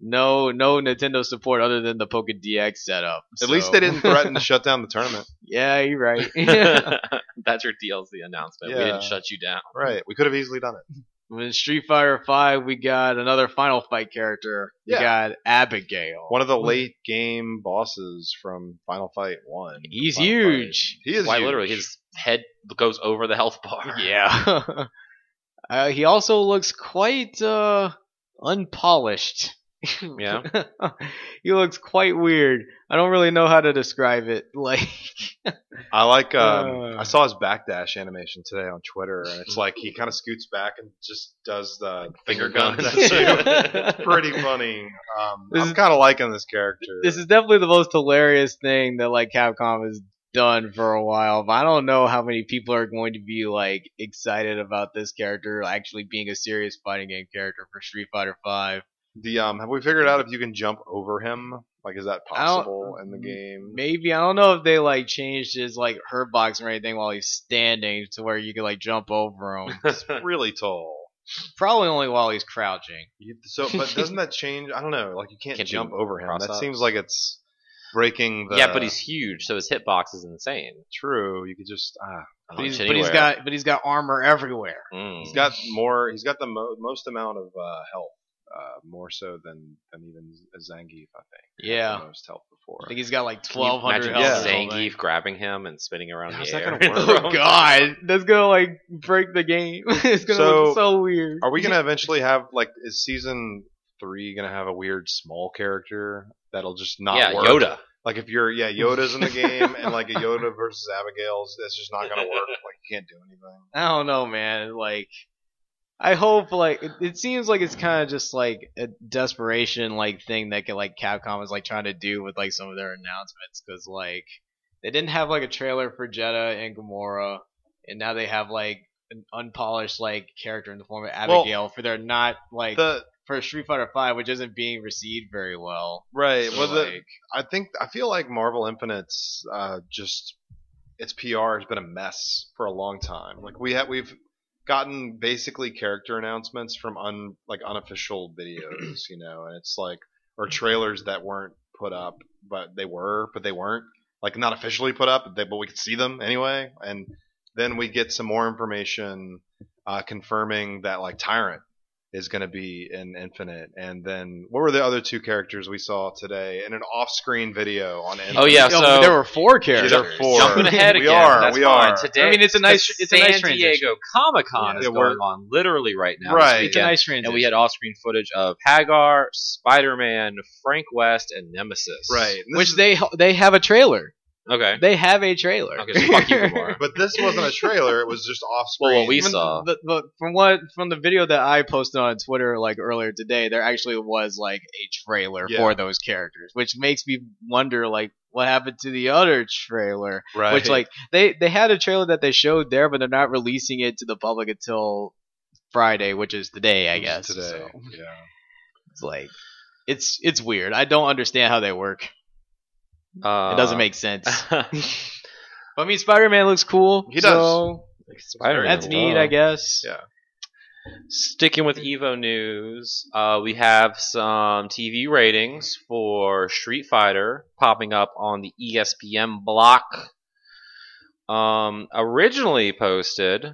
[SPEAKER 2] no, no Nintendo support other than the Poke DX setup.
[SPEAKER 3] At least they didn't threaten to shut down the tournament.
[SPEAKER 2] yeah, you're right.
[SPEAKER 1] That's your DLC announcement. We
[SPEAKER 3] Yeah.
[SPEAKER 1] didn't shut you down.
[SPEAKER 3] Right. We could have easily done it.
[SPEAKER 2] With Street Fighter Five, we got another Final Fight character. We
[SPEAKER 3] Yeah.
[SPEAKER 2] got Abigail.
[SPEAKER 3] One of the late game bosses from Final Fight 1.
[SPEAKER 2] He's
[SPEAKER 3] Final
[SPEAKER 2] huge.
[SPEAKER 3] Fight. He is
[SPEAKER 1] Why
[SPEAKER 3] huge.
[SPEAKER 1] literally his head goes over the health bar.
[SPEAKER 2] Yeah. uh, he also looks quite uh, unpolished.
[SPEAKER 1] Yeah.
[SPEAKER 2] he looks quite weird. I don't really know how to describe it. Like,
[SPEAKER 3] I like. Um,
[SPEAKER 2] Uh.
[SPEAKER 3] I saw his backdash animation today on Twitter, and it's like he kind of scoots back and just does the finger guns at you. Pretty funny. Um,
[SPEAKER 2] This
[SPEAKER 3] I'm
[SPEAKER 2] is-
[SPEAKER 3] kind of liking this character.
[SPEAKER 2] this is definitely the most hilarious thing that like Capcom has done for a while. But I don't know how many people are going to be like excited about this character actually being a serious fighting game character for Street Fighter Five.
[SPEAKER 3] the um, have we figured out if you can jump over him? Like, is that
[SPEAKER 2] I don't-
[SPEAKER 3] possible in the game?
[SPEAKER 2] Maybe I don't know if they like changed his like her box or anything while he's standing to where you can like jump over him.
[SPEAKER 3] Really tall.
[SPEAKER 2] Probably only while he's crouching.
[SPEAKER 3] You, so, but doesn't that change? I don't know. Like, you can't,
[SPEAKER 1] Can't do
[SPEAKER 3] jump over him. That
[SPEAKER 1] cross-ups.
[SPEAKER 3] seems like it's breaking the.
[SPEAKER 2] uh,
[SPEAKER 1] yeah, but he's huge, so his hitbox is insane.
[SPEAKER 3] true. You could just ah.
[SPEAKER 1] Punch
[SPEAKER 2] But he's, but
[SPEAKER 1] anywhere.
[SPEAKER 2] he's got but he's got armor everywhere.
[SPEAKER 1] Mm.
[SPEAKER 3] He's got more. He's got the mo- most amount of uh, health. Uh, more so than than even Zangief, I think.
[SPEAKER 2] Yeah.
[SPEAKER 3] the most health before.
[SPEAKER 2] I think he's got like
[SPEAKER 1] Can you
[SPEAKER 2] twelve hundred
[SPEAKER 1] imagine
[SPEAKER 2] health.
[SPEAKER 3] health
[SPEAKER 2] or something.
[SPEAKER 1] Zangief grabbing him and spinning around
[SPEAKER 3] How's
[SPEAKER 1] the
[SPEAKER 3] that
[SPEAKER 1] air.
[SPEAKER 3] gonna work?
[SPEAKER 2] Oh god, that's gonna like break the game. it's gonna
[SPEAKER 3] So,
[SPEAKER 2] look so weird.
[SPEAKER 3] Are we gonna eventually have like is season three gonna have a weird small character that'll just not
[SPEAKER 1] yeah,
[SPEAKER 3] work?
[SPEAKER 1] Yoda.
[SPEAKER 3] Like if you're yeah Yoda's in the game and like a Yoda versus Abigail's, that's just not gonna work. Like you can't do anything.
[SPEAKER 2] I don't know, man. Like, I hope like it, it seems like it's kind of just like a desperation like thing that can, like Capcom is like trying to do with like some of their announcements because like they didn't have like a trailer for Jeddah and Gamora, and now they have like an unpolished like character in the form of
[SPEAKER 3] Well,
[SPEAKER 2] Abigail for their not like
[SPEAKER 3] The
[SPEAKER 2] for Street Fighter Five, which isn't being received very well.
[SPEAKER 3] right.
[SPEAKER 2] So,
[SPEAKER 3] Well, the,
[SPEAKER 2] like,
[SPEAKER 3] I think I feel like Marvel Infinite's uh, just its PR has been a mess for a long time. Like we have we've gotten basically character announcements from un like unofficial videos, you know, and it's like or
[SPEAKER 1] Mm-hmm.
[SPEAKER 3] trailers that weren't put up, but they were, but they weren't like not officially put up, but, they, but we could see them anyway, and then we get some more information uh, confirming that like Tyrant is going to be in Infinite, and then what were the other two characters we saw today in an off-screen video on Infinite?
[SPEAKER 1] Oh, yeah,
[SPEAKER 2] Oh,
[SPEAKER 1] so-
[SPEAKER 2] there were four
[SPEAKER 3] These
[SPEAKER 2] characters.
[SPEAKER 3] are four.
[SPEAKER 1] Jumping ahead
[SPEAKER 3] we
[SPEAKER 1] again.
[SPEAKER 3] Are,
[SPEAKER 1] That's
[SPEAKER 3] we
[SPEAKER 1] fine.
[SPEAKER 3] are.
[SPEAKER 1] Today,
[SPEAKER 2] I mean, it's a nice- it's a
[SPEAKER 1] San
[SPEAKER 2] nice transition.
[SPEAKER 1] Diego Comic Con
[SPEAKER 3] Yeah.
[SPEAKER 1] is
[SPEAKER 3] Yeah, we're-
[SPEAKER 1] going on literally right now. this
[SPEAKER 3] Right.
[SPEAKER 2] It's a
[SPEAKER 1] weekend.
[SPEAKER 2] nice transition.
[SPEAKER 1] and we had off-screen footage of Hagar, Spider-Man, Frank West, and Nemesis.
[SPEAKER 3] Right. This
[SPEAKER 2] which
[SPEAKER 3] is-
[SPEAKER 2] they they have a trailer.
[SPEAKER 1] Okay.
[SPEAKER 2] They have a trailer.
[SPEAKER 1] Okay. So fuck you, Gamora.
[SPEAKER 3] but this wasn't a trailer; it was just off-screen.
[SPEAKER 1] Well, what we
[SPEAKER 2] Even
[SPEAKER 1] saw.
[SPEAKER 2] the- the- from what from the video that I posted on Twitter like earlier today, there actually was like a trailer
[SPEAKER 3] Yeah.
[SPEAKER 2] for those characters, which makes me wonder like what happened to the other trailer,
[SPEAKER 3] right.
[SPEAKER 2] which like they they had a trailer that they showed there, but they're not releasing it to the public until Friday, which is today, I
[SPEAKER 3] It was
[SPEAKER 2] guess.
[SPEAKER 3] today.
[SPEAKER 2] So
[SPEAKER 3] Yeah.
[SPEAKER 2] it's like it's it's weird. I don't understand how they work.
[SPEAKER 1] Uh,
[SPEAKER 2] It doesn't make sense. But I mean, Spider Man looks cool.
[SPEAKER 3] He does.
[SPEAKER 2] so
[SPEAKER 1] Spider-Man.
[SPEAKER 2] that's neat, I guess.
[SPEAKER 3] Yeah.
[SPEAKER 1] Sticking with Evo news, uh, we have some TV ratings for Street Fighter popping up on the E ESPN block. Um, originally posted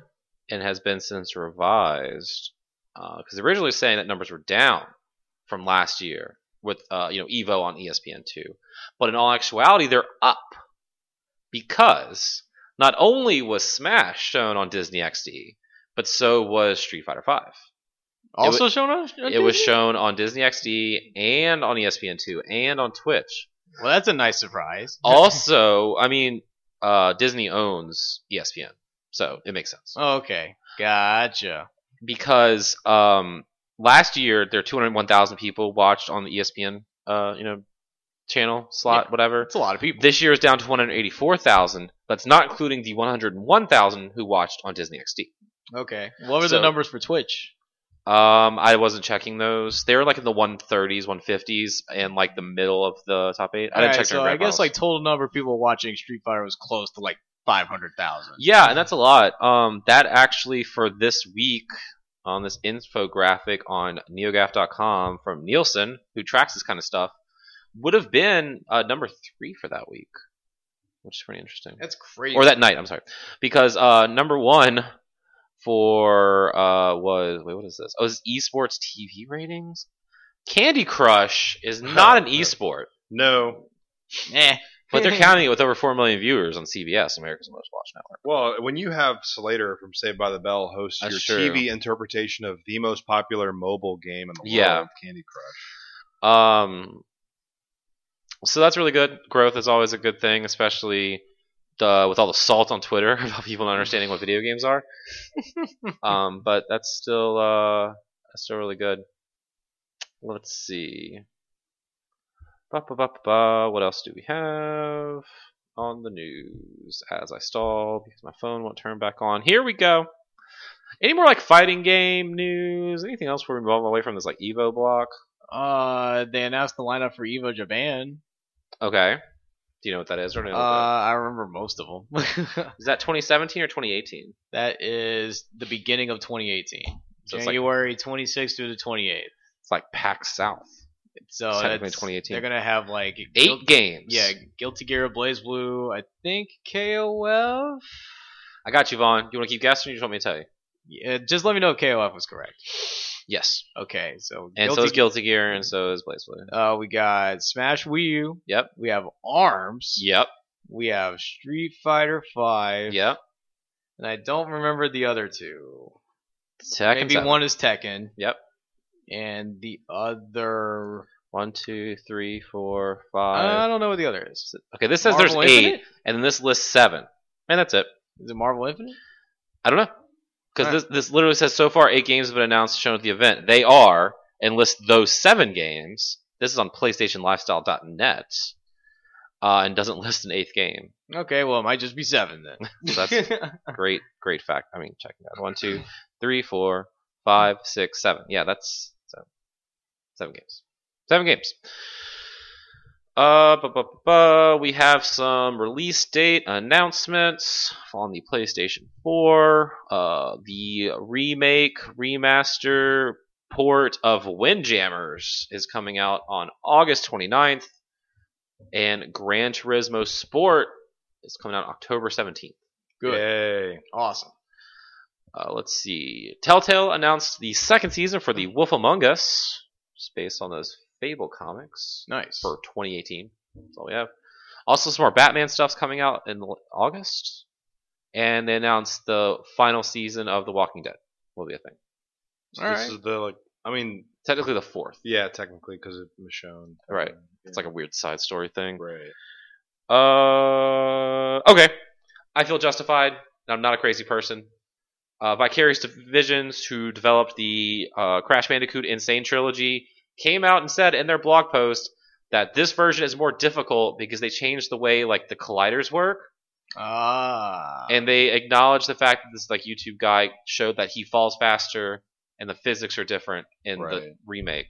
[SPEAKER 1] and has been since revised uh, because originally saying that numbers were down from last year with uh, you know Evo on ESPN two, but in all actuality they're up because not only was Smash shown on Disney XD, but so was Street Fighter Five.
[SPEAKER 2] Also shown on.
[SPEAKER 1] It was shown on Disney XD and on E ESPN two and on Twitch.
[SPEAKER 2] Well, that's a nice surprise.
[SPEAKER 1] Also, I mean, uh, Disney owns E ESPN, so it makes
[SPEAKER 2] Oh.
[SPEAKER 1] sense.
[SPEAKER 2] Okay, gotcha.
[SPEAKER 1] because um, last year there 201,000 people watched on the ESPN, uh, you know, channel slot, whatever.
[SPEAKER 2] That's a lot of people.
[SPEAKER 1] This year is down to 184,000. That's not including the 101,000 who watched on Disney XD.
[SPEAKER 2] Okay, what were
[SPEAKER 1] So-
[SPEAKER 2] the numbers for Twitch?
[SPEAKER 1] Um, I wasn't checking those. They were like in the 130s, 150s, and like the middle of the top eight. I didn't
[SPEAKER 2] Alright,
[SPEAKER 1] check.
[SPEAKER 2] so
[SPEAKER 1] their
[SPEAKER 2] I guess
[SPEAKER 1] grandmas.
[SPEAKER 2] like total number of people watching Street Fighter was close to like five hundred thousand.
[SPEAKER 1] Yeah, and that's a lot. Um, that actually for this week on this infographic on neogaf.com from Nielsen, who tracks this kind of stuff, would have been uh, number three for that week, which is pretty interesting.
[SPEAKER 2] that's crazy.
[SPEAKER 1] Or that night, I'm sorry, because uh, number one for uh, was wait, what is this? Oh, is esports TV ratings? Candy Crush is not an esport,
[SPEAKER 3] no.
[SPEAKER 2] Eh.
[SPEAKER 1] but they're counting it with over four million viewers on CBS, America's Most Watched Network.
[SPEAKER 3] Well, when you have Slater from Saved by the Bell host
[SPEAKER 1] That's
[SPEAKER 3] your
[SPEAKER 1] true.
[SPEAKER 3] TV interpretation of the most popular mobile game in the world,
[SPEAKER 1] Yeah.
[SPEAKER 3] Candy Crush.
[SPEAKER 1] Um, so that's really good. Growth is always a good thing, especially the, with all the salt on Twitter about people not understanding what video games are. um, but that's still uh, that's still really good. Let's see. Ba, ba, ba, ba, ba. What else do we have on the news? As I stall because my phone won't turn back on. Here we go. Any more like fighting game news? Anything else we're moving away from this like Evo block?
[SPEAKER 2] Uh, they announced the lineup for Evo Japan.
[SPEAKER 1] Okay. Do you know what that is or no?
[SPEAKER 2] Uh, I remember most of them.
[SPEAKER 1] is that 2017 or 2018?
[SPEAKER 2] that is the beginning of 2018,
[SPEAKER 1] So it's like-
[SPEAKER 2] January 26th through the 28th.
[SPEAKER 1] It's like Pack South.
[SPEAKER 2] So
[SPEAKER 1] Technically
[SPEAKER 2] that's-
[SPEAKER 1] 2018.
[SPEAKER 2] They're gonna have like
[SPEAKER 1] Eight
[SPEAKER 2] Guil-
[SPEAKER 1] games.
[SPEAKER 2] Yeah, Guilty Gear, Blaze Blue. I think KOF.
[SPEAKER 1] I got you, Vaughn. You want to keep guessing or you just want me to tell you?
[SPEAKER 2] Yeah, just let me know if KOF was correct.
[SPEAKER 1] Yes.
[SPEAKER 2] Okay, so
[SPEAKER 1] And so is Guilty Gear and so is Blaze Blue.
[SPEAKER 2] Uh, we got Smash Wii U.
[SPEAKER 1] Yep.
[SPEAKER 2] We have Arms.
[SPEAKER 1] Yep.
[SPEAKER 2] We have Street Fighter Five.
[SPEAKER 1] Yep.
[SPEAKER 2] And I don't remember the other two.
[SPEAKER 1] Tekken
[SPEAKER 2] Maybe
[SPEAKER 1] seven.
[SPEAKER 2] one is Tekken.
[SPEAKER 1] Yep.
[SPEAKER 2] And the other,
[SPEAKER 1] One, two, three, four,
[SPEAKER 2] I
[SPEAKER 1] five.
[SPEAKER 2] don't know what the other is.
[SPEAKER 1] okay, this says
[SPEAKER 2] Uh, Marvel
[SPEAKER 1] there's
[SPEAKER 2] Infinite?
[SPEAKER 1] eight, and then this lists seven. And that's it.
[SPEAKER 2] Is it Marvel Infinite?
[SPEAKER 1] I don't know. Because
[SPEAKER 2] Alright.
[SPEAKER 1] this, this literally says so far eight games have been announced shown at the event. They are, and lists those seven games. This is on PlayStationLifestyle.net, uh, and doesn't list an eighth game.
[SPEAKER 2] Okay, well it might just be seven then.
[SPEAKER 1] So that's great, great fact. I mean, checking that. One, two, three, four, five, six, seven. Yeah, that's seven, seven games. Seven games. Uh, bu- bu- bu- bu- we have some release date announcements on the PlayStation 4. Uh, the remake, remaster, port of Windjammers is coming out on August 29th, and Gran Turismo Sport is coming out October 17th.
[SPEAKER 2] Good.
[SPEAKER 3] Yay.
[SPEAKER 2] Awesome.
[SPEAKER 1] Uh, let's see. Telltale announced the second season for The Wolf Among Us, just based on those Fable comics
[SPEAKER 2] Nice.
[SPEAKER 1] for 2018. That's all we have. Also, some more Batman stuff's coming out in l- August, and they announced the final season of The Walking Dead will be a thing.
[SPEAKER 3] So
[SPEAKER 2] All
[SPEAKER 3] this
[SPEAKER 2] right.
[SPEAKER 3] is the like. I mean,
[SPEAKER 1] Technically, the fourth.
[SPEAKER 3] yeah, technically because of Michonne.
[SPEAKER 1] Right. It's like a weird side story thing.
[SPEAKER 3] right.
[SPEAKER 1] Uh, okay. I feel justified. I'm not a crazy person. Uh, Vicarious Divisions, who developed the uh, Crash Bandicoot Insane trilogy, came out and said in their blog post that this version is more difficult because they changed the way like the colliders work,
[SPEAKER 2] Ah.
[SPEAKER 1] and they acknowledge the fact that this like YouTube guy showed that he falls faster and the physics are different in
[SPEAKER 3] Right.
[SPEAKER 1] the remake,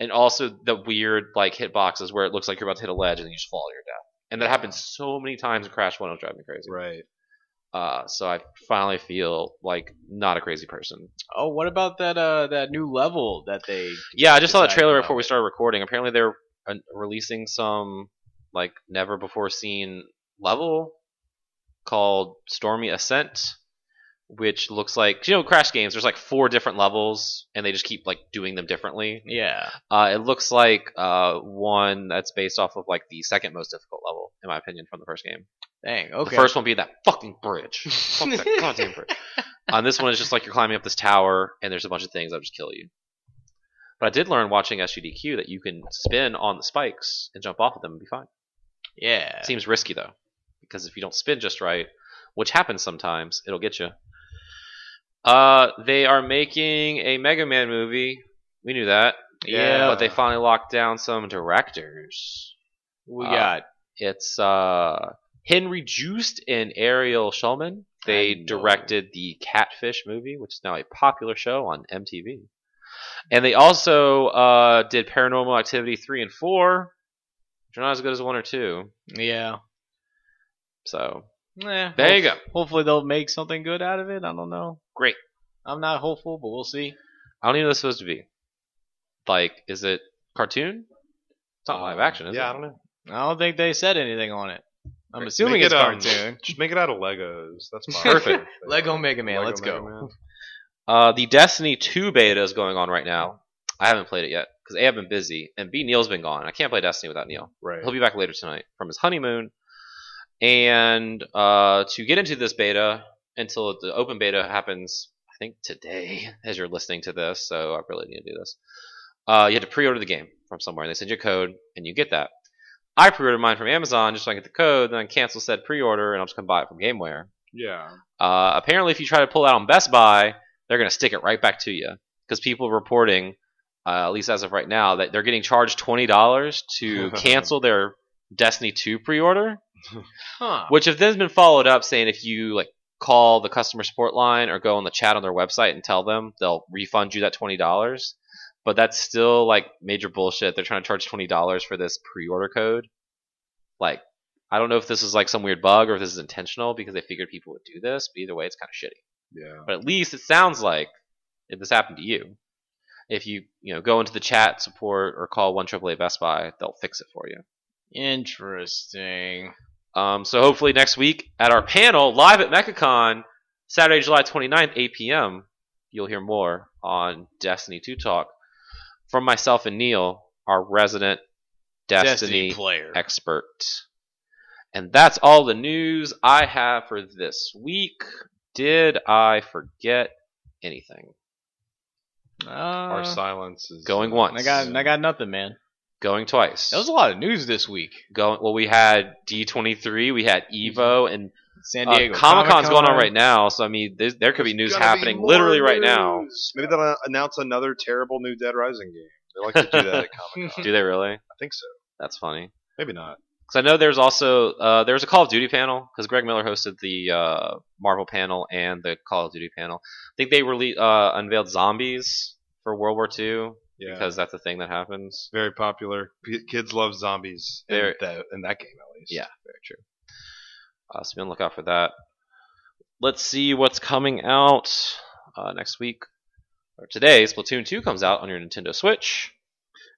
[SPEAKER 1] and also the weird like hitboxes where it looks like you're about to hit a ledge and you just fall to your death, and that happened so many times in Crash One, it was driving me crazy.
[SPEAKER 3] Right.
[SPEAKER 1] Uh, so I finally feel like not a crazy person.
[SPEAKER 2] oh, what about that uh that new level that they
[SPEAKER 1] Yeah, I just saw the
[SPEAKER 2] Decided
[SPEAKER 1] trailer
[SPEAKER 2] about
[SPEAKER 1] before we
[SPEAKER 2] it.
[SPEAKER 1] started recording. Apparently, they're uh, releasing some like never before seen level called Stormy Ascent, which looks like you know Crash games. There's like four different levels, and they just keep like doing them differently.
[SPEAKER 2] Yeah.
[SPEAKER 1] Uh, it looks like uh, one that's based off of like the second most difficult level, in my opinion, from the first game.
[SPEAKER 2] Dang. Okay.
[SPEAKER 1] The first one being that fucking bridge. Fuck that goddamn bridge. On this one, it's just like you're climbing up this tower, and there's a bunch of things that just kill you. But I did learn watching SUDQ that you can spin on the spikes and jump off of them and be fine.
[SPEAKER 2] yeah.
[SPEAKER 1] Seems risky though, because if you don't spin just right, which happens sometimes, it'll get you. Uh, they are making a Mega Man movie. We knew that,
[SPEAKER 2] Yeah.
[SPEAKER 1] but they finally locked down some directors.
[SPEAKER 2] we
[SPEAKER 1] uh,
[SPEAKER 2] got
[SPEAKER 1] It's uh, Henry Joost and Ariel Schulman.
[SPEAKER 2] I
[SPEAKER 1] They
[SPEAKER 2] know.
[SPEAKER 1] directed the Catfish movie, which is now a popular show on MTV. And they also uh, did Paranormal Activity 3 and 4, which are not as good as 1 or 2.
[SPEAKER 2] yeah.
[SPEAKER 1] So,
[SPEAKER 2] Eh,
[SPEAKER 1] there you go.
[SPEAKER 2] hope- Hopefully they'll make something good out of it. I don't know.
[SPEAKER 1] Great.
[SPEAKER 2] I'm not hopeful, but we'll see.
[SPEAKER 1] I don't even know what it's supposed to be. Like, is it cartoon? It's not live action, is
[SPEAKER 3] yeah, I
[SPEAKER 1] it?
[SPEAKER 3] don't know.
[SPEAKER 2] I don't think they said anything on it. I'm
[SPEAKER 3] Make
[SPEAKER 2] assuming
[SPEAKER 3] it,
[SPEAKER 2] it's
[SPEAKER 3] um,
[SPEAKER 2] cartoon.
[SPEAKER 3] Just make it out of Legos. That's fine.
[SPEAKER 1] Perfect.
[SPEAKER 2] Lego Mega Man.
[SPEAKER 3] Lego
[SPEAKER 2] let's
[SPEAKER 3] Mega
[SPEAKER 2] go.
[SPEAKER 3] Man.
[SPEAKER 1] Uh, the Destiny 2 beta is going on right now. I haven't played it yet because A, I've been busy, and B, Neil's been gone. I can't play Destiny without Neil.
[SPEAKER 3] Right.
[SPEAKER 1] He'll be back later tonight from his honeymoon. And uh, to get into this beta until the open beta happens, I think today, as you're listening to this, so I really need to do this. Uh, you had to pre-order the game from somewhere, and they send you a code, and you get that. I pre-ordered mine from Amazon just so I can get the code, then I cancel said pre-order, and I'll just come buy it from GameWare.
[SPEAKER 3] Yeah.
[SPEAKER 1] Uh, apparently, if you try to pull out on Best Buy, they're going to stick it right back to you because people are reporting, uh, at least as of right now, that they're getting charged twenty dollars to cancel their Destiny Two pre-order,
[SPEAKER 2] Huh.
[SPEAKER 1] which have then been followed up saying if you like call the customer support line or go on the chat on their website and tell them, they'll refund you that twenty dollars. But that's still like major bullshit. They're trying to charge twenty dollars for this pre-order code. Like, I don't know if this is like some weird bug or if this is intentional because they figured people would do this. But either way, it's kind of shitty
[SPEAKER 3] Yeah.
[SPEAKER 1] but at least it sounds like if this happened to you, if you you know go into the chat support or call one AAA Best Buy, they'll fix it for you.
[SPEAKER 2] Interesting.
[SPEAKER 1] Um, so hopefully next week at our panel live at MechaCon, Saturday, July 29th, 8 p.m., you'll hear more on Destiny 2 talk from myself and Neil, our resident Destiny,
[SPEAKER 2] player.
[SPEAKER 1] expert. And that's all the news I have for this week. Did I forget anything?
[SPEAKER 2] Uh,
[SPEAKER 3] Our silence is
[SPEAKER 1] going once.
[SPEAKER 2] I got I got nothing, man.
[SPEAKER 1] Going twice.
[SPEAKER 2] That was a lot of news this week.
[SPEAKER 1] going well we had d23 we had evo and
[SPEAKER 2] Mm-hmm. San
[SPEAKER 1] uh,
[SPEAKER 2] Diego
[SPEAKER 1] comic-con's going on right now so i mean there's- there could be news
[SPEAKER 3] Gotta be
[SPEAKER 1] happening
[SPEAKER 3] more
[SPEAKER 1] literally right now
[SPEAKER 3] news. Maybe they'll uh, announce another terrible new Dead Rising game. They like to do that at Comic Con.
[SPEAKER 1] do they really
[SPEAKER 3] I think so.
[SPEAKER 1] that's funny
[SPEAKER 3] Maybe not.
[SPEAKER 1] because i know there's also uh, there was a call of duty panel because greg miller hosted the uh, marvel panel and the call of duty panel i think they rele- uh, unveiled zombies for world war ii
[SPEAKER 3] Yeah.
[SPEAKER 1] because that's a thing that happens.
[SPEAKER 3] very popular. P- kids love zombies in,
[SPEAKER 1] Very-
[SPEAKER 3] that in that game at least.
[SPEAKER 1] Yeah, very true. Uh, so be on the lookout for that. Let's see what's coming out uh, next week or today. Splatoon 2 comes out on your Nintendo Switch,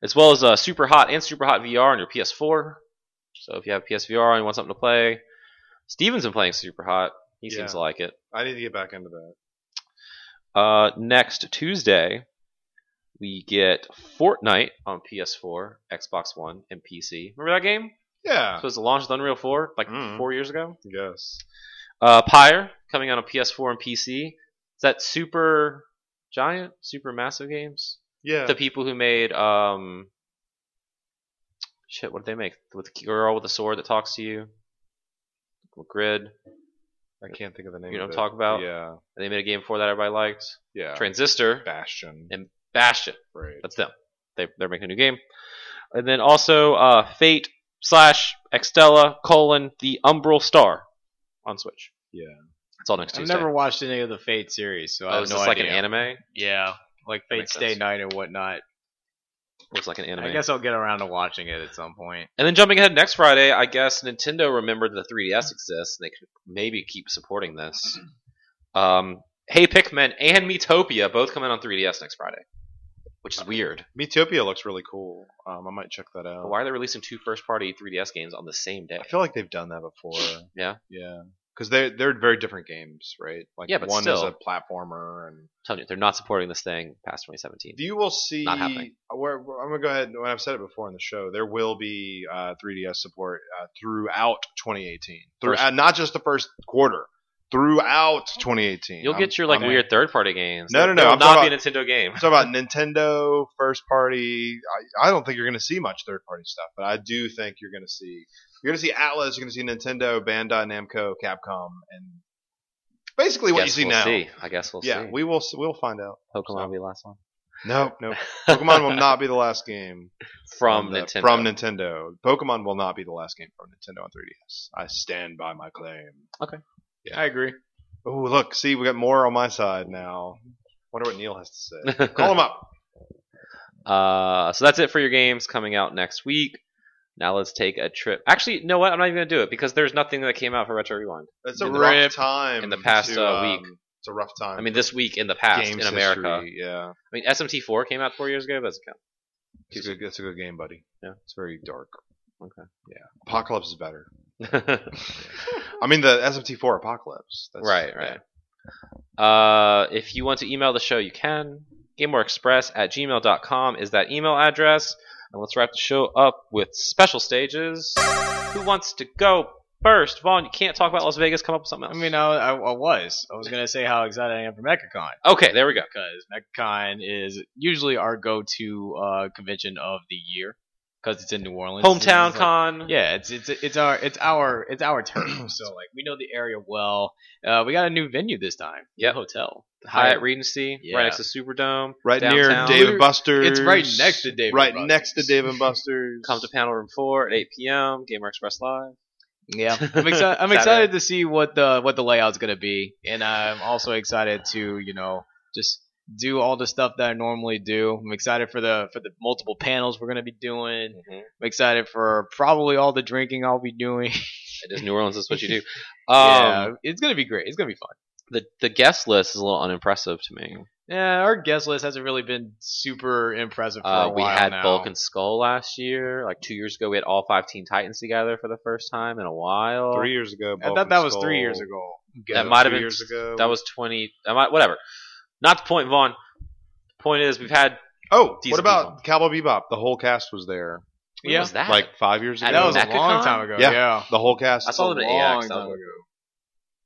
[SPEAKER 1] as well as uh, Super Hot and Super Hot VR on your PS4. So if you have PSVR and you want something to play, Steven's been playing Super Hot. He seems
[SPEAKER 3] Yeah.
[SPEAKER 1] to like it.
[SPEAKER 3] I need to get back into that.
[SPEAKER 1] Uh, next Tuesday, we get Fortnite on PS4, Xbox One, and PC. Remember that game?
[SPEAKER 3] Yeah.
[SPEAKER 1] So it's launched with Unreal 4 like
[SPEAKER 3] Mm.
[SPEAKER 1] four years ago.
[SPEAKER 3] Yes.
[SPEAKER 1] Uh, Pyre coming out on PS4 and PC. Is that Super Giant, Super Massive Games?
[SPEAKER 3] Yeah.
[SPEAKER 1] The people who made um, shit. What did they make with the girl with the sword that talks to you? Grid.
[SPEAKER 3] I can't think of the name.
[SPEAKER 1] You know
[SPEAKER 3] of
[SPEAKER 1] what
[SPEAKER 3] it.
[SPEAKER 1] I'm talking about?
[SPEAKER 3] Yeah.
[SPEAKER 1] And they made a game before that everybody liked.
[SPEAKER 3] Yeah.
[SPEAKER 1] Transistor.
[SPEAKER 3] Bastion.
[SPEAKER 1] And Bastion.
[SPEAKER 3] Right.
[SPEAKER 1] That's them. They, they're making a new game. And then also uh, Fate slash Extella colon the Umbral Star on Switch.
[SPEAKER 3] Yeah.
[SPEAKER 1] It's all next
[SPEAKER 2] I've
[SPEAKER 1] Tuesday.
[SPEAKER 2] never watched any of the Fate series, so I
[SPEAKER 1] oh,
[SPEAKER 2] have
[SPEAKER 1] is
[SPEAKER 2] no
[SPEAKER 1] this like
[SPEAKER 2] idea.
[SPEAKER 1] an anime?
[SPEAKER 2] Yeah, like
[SPEAKER 1] That
[SPEAKER 2] Fate
[SPEAKER 1] makes
[SPEAKER 2] Stay
[SPEAKER 1] sense.
[SPEAKER 2] Night and whatnot.
[SPEAKER 1] Looks like an anime.
[SPEAKER 2] I guess I'll get around to watching it at some point.
[SPEAKER 1] And then jumping ahead next Friday, I guess Nintendo remembered the 3DS exists and they could maybe keep supporting this. Um, hey Pikmin and Metopia both come out on 3DS next Friday, which is weird.
[SPEAKER 3] Metopia looks really cool. Um, I might check that out.
[SPEAKER 1] But why are they releasing two first-party 3DS games on the same day?
[SPEAKER 3] I feel like they've done that before.
[SPEAKER 1] Yeah?
[SPEAKER 3] Yeah. Because they're they're very different games, right? Like
[SPEAKER 1] Yeah, but
[SPEAKER 3] one is
[SPEAKER 1] still.
[SPEAKER 3] a platformer, and
[SPEAKER 1] Tell you, they're not supporting this thing past 2017.
[SPEAKER 3] you will see. uh,
[SPEAKER 1] Not happening.
[SPEAKER 3] Where, where- I'm gonna go ahead. and I've said it before in the show, there will be uh, 3DS support uh, throughout 2018. Through,
[SPEAKER 1] First-
[SPEAKER 3] uh, not just the first quarter, throughout 2018.
[SPEAKER 1] You'll
[SPEAKER 3] I'm-
[SPEAKER 1] get your like
[SPEAKER 3] I'm-
[SPEAKER 1] weird third-party games.
[SPEAKER 3] No, no,
[SPEAKER 1] There-
[SPEAKER 3] no,
[SPEAKER 1] There will
[SPEAKER 3] I'm
[SPEAKER 1] not
[SPEAKER 3] talking
[SPEAKER 1] be a Nintendo game.
[SPEAKER 3] So about Nintendo first party. I, I don't think you're going to see much third party stuff, but I do think you're going to see you're going to see Atlas, you're going to see Nintendo, Bandai Namco, Capcom, and basically what
[SPEAKER 1] Guess
[SPEAKER 3] you see
[SPEAKER 1] we'll
[SPEAKER 3] now.
[SPEAKER 1] see. I guess we'll
[SPEAKER 3] yeah,
[SPEAKER 1] see.
[SPEAKER 3] we will s- we'll find out.
[SPEAKER 1] Pokemon
[SPEAKER 3] so-
[SPEAKER 1] will be the last one
[SPEAKER 3] Nope, nope. Pokemon will not be the last game
[SPEAKER 1] from
[SPEAKER 3] on the-
[SPEAKER 1] Nintendo.
[SPEAKER 3] From Nintendo, Pokemon will not be the last game from Nintendo on 3DS. I stand by my claim.
[SPEAKER 2] I agree.
[SPEAKER 3] Oh, look, see, we got more on my side now. Wonder what Neil has to say. Call him up.
[SPEAKER 1] Uh, so that's it for your games coming out next week. Now let's take a trip. Actually, you know what? I'm not even gonna do it because there's nothing that came out for Retro Rewind.
[SPEAKER 3] That's a
[SPEAKER 1] In
[SPEAKER 2] the-
[SPEAKER 3] rough time
[SPEAKER 1] in the past,
[SPEAKER 3] to,
[SPEAKER 1] uh,
[SPEAKER 3] um,
[SPEAKER 1] week.
[SPEAKER 3] It's a rough time.
[SPEAKER 1] I mean, this week in the past in America.
[SPEAKER 3] history, Yeah,
[SPEAKER 1] I mean, SMT4 came out four years ago. But that's count.
[SPEAKER 3] it's a, good, it's a good game, buddy.
[SPEAKER 1] Yeah.
[SPEAKER 3] it's very dark.
[SPEAKER 1] Okay.
[SPEAKER 3] Yeah, Apocalypse is better.
[SPEAKER 1] right,
[SPEAKER 3] I mean, the SMT4 Apocalypse. That's,
[SPEAKER 1] right. Uh, if you want to email the show, you can. GameWareExpress at gmail.com is that email address. And let's wrap the show up with special stages. Who wants to go first? Vaughn, you can't talk about Las Vegas. Come up with something
[SPEAKER 2] I
[SPEAKER 1] else.
[SPEAKER 2] mean, I, I, I was. I was gonna say how excited I am for MechaCon.
[SPEAKER 1] okay, there we go.
[SPEAKER 2] because MechaCon is usually our go-to uh, convention of the year because it's in New Orleans.
[SPEAKER 1] Hometown
[SPEAKER 2] It's like-
[SPEAKER 1] con.
[SPEAKER 2] Yeah, it's it's it's our it's our it's our turn. so like we know the area well. Uh, we got a new venue this time.
[SPEAKER 1] Yep.
[SPEAKER 2] hotel.
[SPEAKER 1] Hyatt Regency,
[SPEAKER 2] Yeah.
[SPEAKER 1] right next to Superdome.
[SPEAKER 3] Right
[SPEAKER 1] Downtown.
[SPEAKER 3] near Dave
[SPEAKER 2] We're-
[SPEAKER 3] and Buster's.
[SPEAKER 2] it's right next to Dave.
[SPEAKER 3] Right
[SPEAKER 2] and Buster's.
[SPEAKER 3] next to Dave and Buster's.
[SPEAKER 1] Come to panel room four at 8 p.m. Gamer Express Live.
[SPEAKER 2] Yeah, I'm, exci- I'm excited to see what the what the layout's gonna be, and I'm also excited to you know just do all the stuff that I normally do. I'm excited for the for the multiple panels we're gonna be doing.
[SPEAKER 1] Mhm.
[SPEAKER 2] I'm excited for probably all the drinking I'll be doing.
[SPEAKER 1] It is New Orleans. That's what you do. Um,
[SPEAKER 2] yeah, it's gonna be great. It's gonna be fun.
[SPEAKER 1] the the guest list is a little unimpressive to me.
[SPEAKER 2] Yeah, our guest list hasn't really been super impressive for a
[SPEAKER 1] Uh,
[SPEAKER 2] while
[SPEAKER 1] we had
[SPEAKER 2] now.
[SPEAKER 1] Bulk and Skull last year. Like two years ago, we had all five Teen Titans together for the first time in a while.
[SPEAKER 3] Three years ago.
[SPEAKER 2] I
[SPEAKER 3] Bulk
[SPEAKER 2] thought
[SPEAKER 3] and
[SPEAKER 2] that was
[SPEAKER 3] Skull.
[SPEAKER 2] three years ago.
[SPEAKER 1] That
[SPEAKER 3] Two
[SPEAKER 1] might have been-
[SPEAKER 3] years ago.
[SPEAKER 1] That was twenty. I might, whatever. Not the point, Vaughn. Point is, we've had.
[SPEAKER 3] Oh,
[SPEAKER 1] Decent
[SPEAKER 3] what about Cowboy Bebop? The whole cast was there.
[SPEAKER 1] When
[SPEAKER 2] Yeah.
[SPEAKER 1] was that?
[SPEAKER 3] Like five years ago.
[SPEAKER 1] At
[SPEAKER 2] That was a
[SPEAKER 1] MechaCon?
[SPEAKER 2] long time ago.
[SPEAKER 3] Yeah.
[SPEAKER 2] Yeah,
[SPEAKER 3] the whole cast.
[SPEAKER 1] I saw
[SPEAKER 2] a
[SPEAKER 1] them at
[SPEAKER 2] long
[SPEAKER 1] AX.
[SPEAKER 2] time
[SPEAKER 1] That was-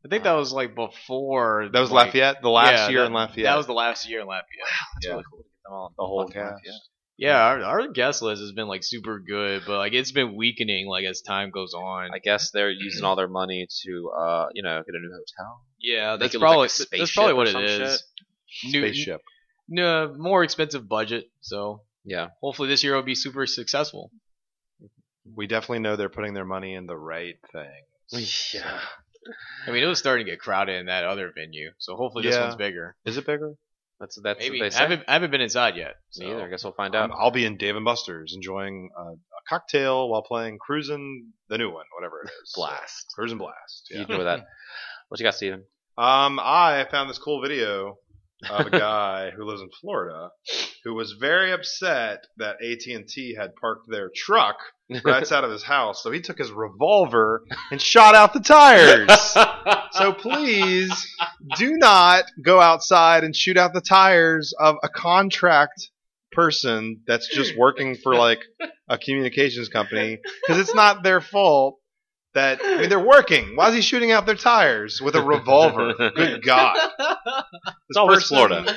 [SPEAKER 2] I think that was like before.
[SPEAKER 3] That was
[SPEAKER 2] like,
[SPEAKER 3] Lafayette. The last
[SPEAKER 2] yeah,
[SPEAKER 3] year
[SPEAKER 2] that,
[SPEAKER 3] in Lafayette.
[SPEAKER 2] That was the last year in Lafayette.
[SPEAKER 1] That's
[SPEAKER 3] Yeah.
[SPEAKER 1] really cool to get them all in
[SPEAKER 3] the whole
[SPEAKER 1] one
[SPEAKER 3] cast.
[SPEAKER 1] Yeah.
[SPEAKER 2] Yeah, our, our guest list has been like super good, but like it's been weakening like as time goes on.
[SPEAKER 1] I guess they're using all their money to, uh, you know, get a new hotel.
[SPEAKER 2] yeah,
[SPEAKER 1] Make
[SPEAKER 2] that's
[SPEAKER 1] it look like a
[SPEAKER 2] probably that's
[SPEAKER 1] spaceship
[SPEAKER 2] probably what
[SPEAKER 1] or
[SPEAKER 2] it
[SPEAKER 1] some
[SPEAKER 2] is. New-
[SPEAKER 3] Spaceship.
[SPEAKER 2] No, more expensive budget. So
[SPEAKER 1] Yeah.
[SPEAKER 2] hopefully this year will be super successful.
[SPEAKER 3] We definitely know they're putting their money in the right thing.
[SPEAKER 1] Yeah.
[SPEAKER 2] I mean, it was starting to get crowded in that other venue, so hopefully this
[SPEAKER 3] Yeah.
[SPEAKER 2] one's bigger.
[SPEAKER 3] Is it bigger?
[SPEAKER 1] That's that's
[SPEAKER 2] Maybe
[SPEAKER 1] what
[SPEAKER 2] I
[SPEAKER 1] they said.
[SPEAKER 2] haven't, I haven't been inside yet. So.
[SPEAKER 1] Me either. I guess we'll find out.
[SPEAKER 3] Um, I'll be in Dave and Buster's enjoying uh, a cocktail while playing Cruisin', the new one, whatever it is.
[SPEAKER 1] Blast.
[SPEAKER 3] Cruisin' Blast.
[SPEAKER 1] You
[SPEAKER 3] Yeah.
[SPEAKER 1] enjoy that. What you got, Steven?
[SPEAKER 3] Um, I found this cool video of a guy who lives in Florida who was very upset that AT&T had parked their truck right outside of his house, so he took his revolver and shot out the tires. So please do not go outside and shoot out the tires of a contract person that's just working for like a communications company because it's not their fault that I mean they're working. Why is he shooting out their tires with a revolver? Good God! This
[SPEAKER 1] always
[SPEAKER 3] person-
[SPEAKER 1] Florida.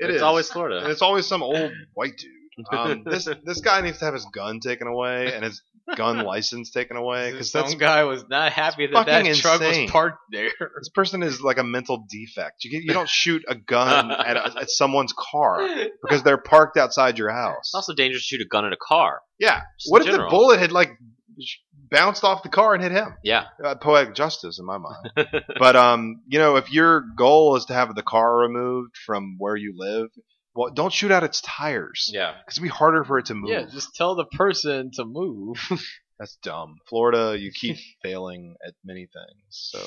[SPEAKER 3] It
[SPEAKER 1] it's
[SPEAKER 3] is.
[SPEAKER 1] always
[SPEAKER 3] and
[SPEAKER 1] Florida.
[SPEAKER 3] it's always some old white dude. Um, this this guy needs to have his gun taken away and his gun license taken away because
[SPEAKER 2] Because
[SPEAKER 3] that's
[SPEAKER 2] some guy was not happy that that
[SPEAKER 3] fucking
[SPEAKER 2] truck
[SPEAKER 3] insane.
[SPEAKER 2] was parked there.
[SPEAKER 3] This person is like a mental defect. You, can, you don't shoot a gun at, a, at someone's car because they're parked outside your house.
[SPEAKER 1] It's also dangerous to shoot a gun at a car.
[SPEAKER 3] Yeah.
[SPEAKER 1] Just
[SPEAKER 3] What
[SPEAKER 1] in
[SPEAKER 3] if the
[SPEAKER 1] general.
[SPEAKER 3] bullet had like sh- bounced off the car and hit him?
[SPEAKER 1] Yeah.
[SPEAKER 3] Uh, poetic justice in my mind. but um, you know, if your goal is to have the car removed from where you live, well, don't shoot out its tires
[SPEAKER 1] Yeah.
[SPEAKER 3] because it'd be harder for it to move.
[SPEAKER 2] Yeah, just tell the person to move.
[SPEAKER 3] That's dumb. Florida, you keep failing at many things, so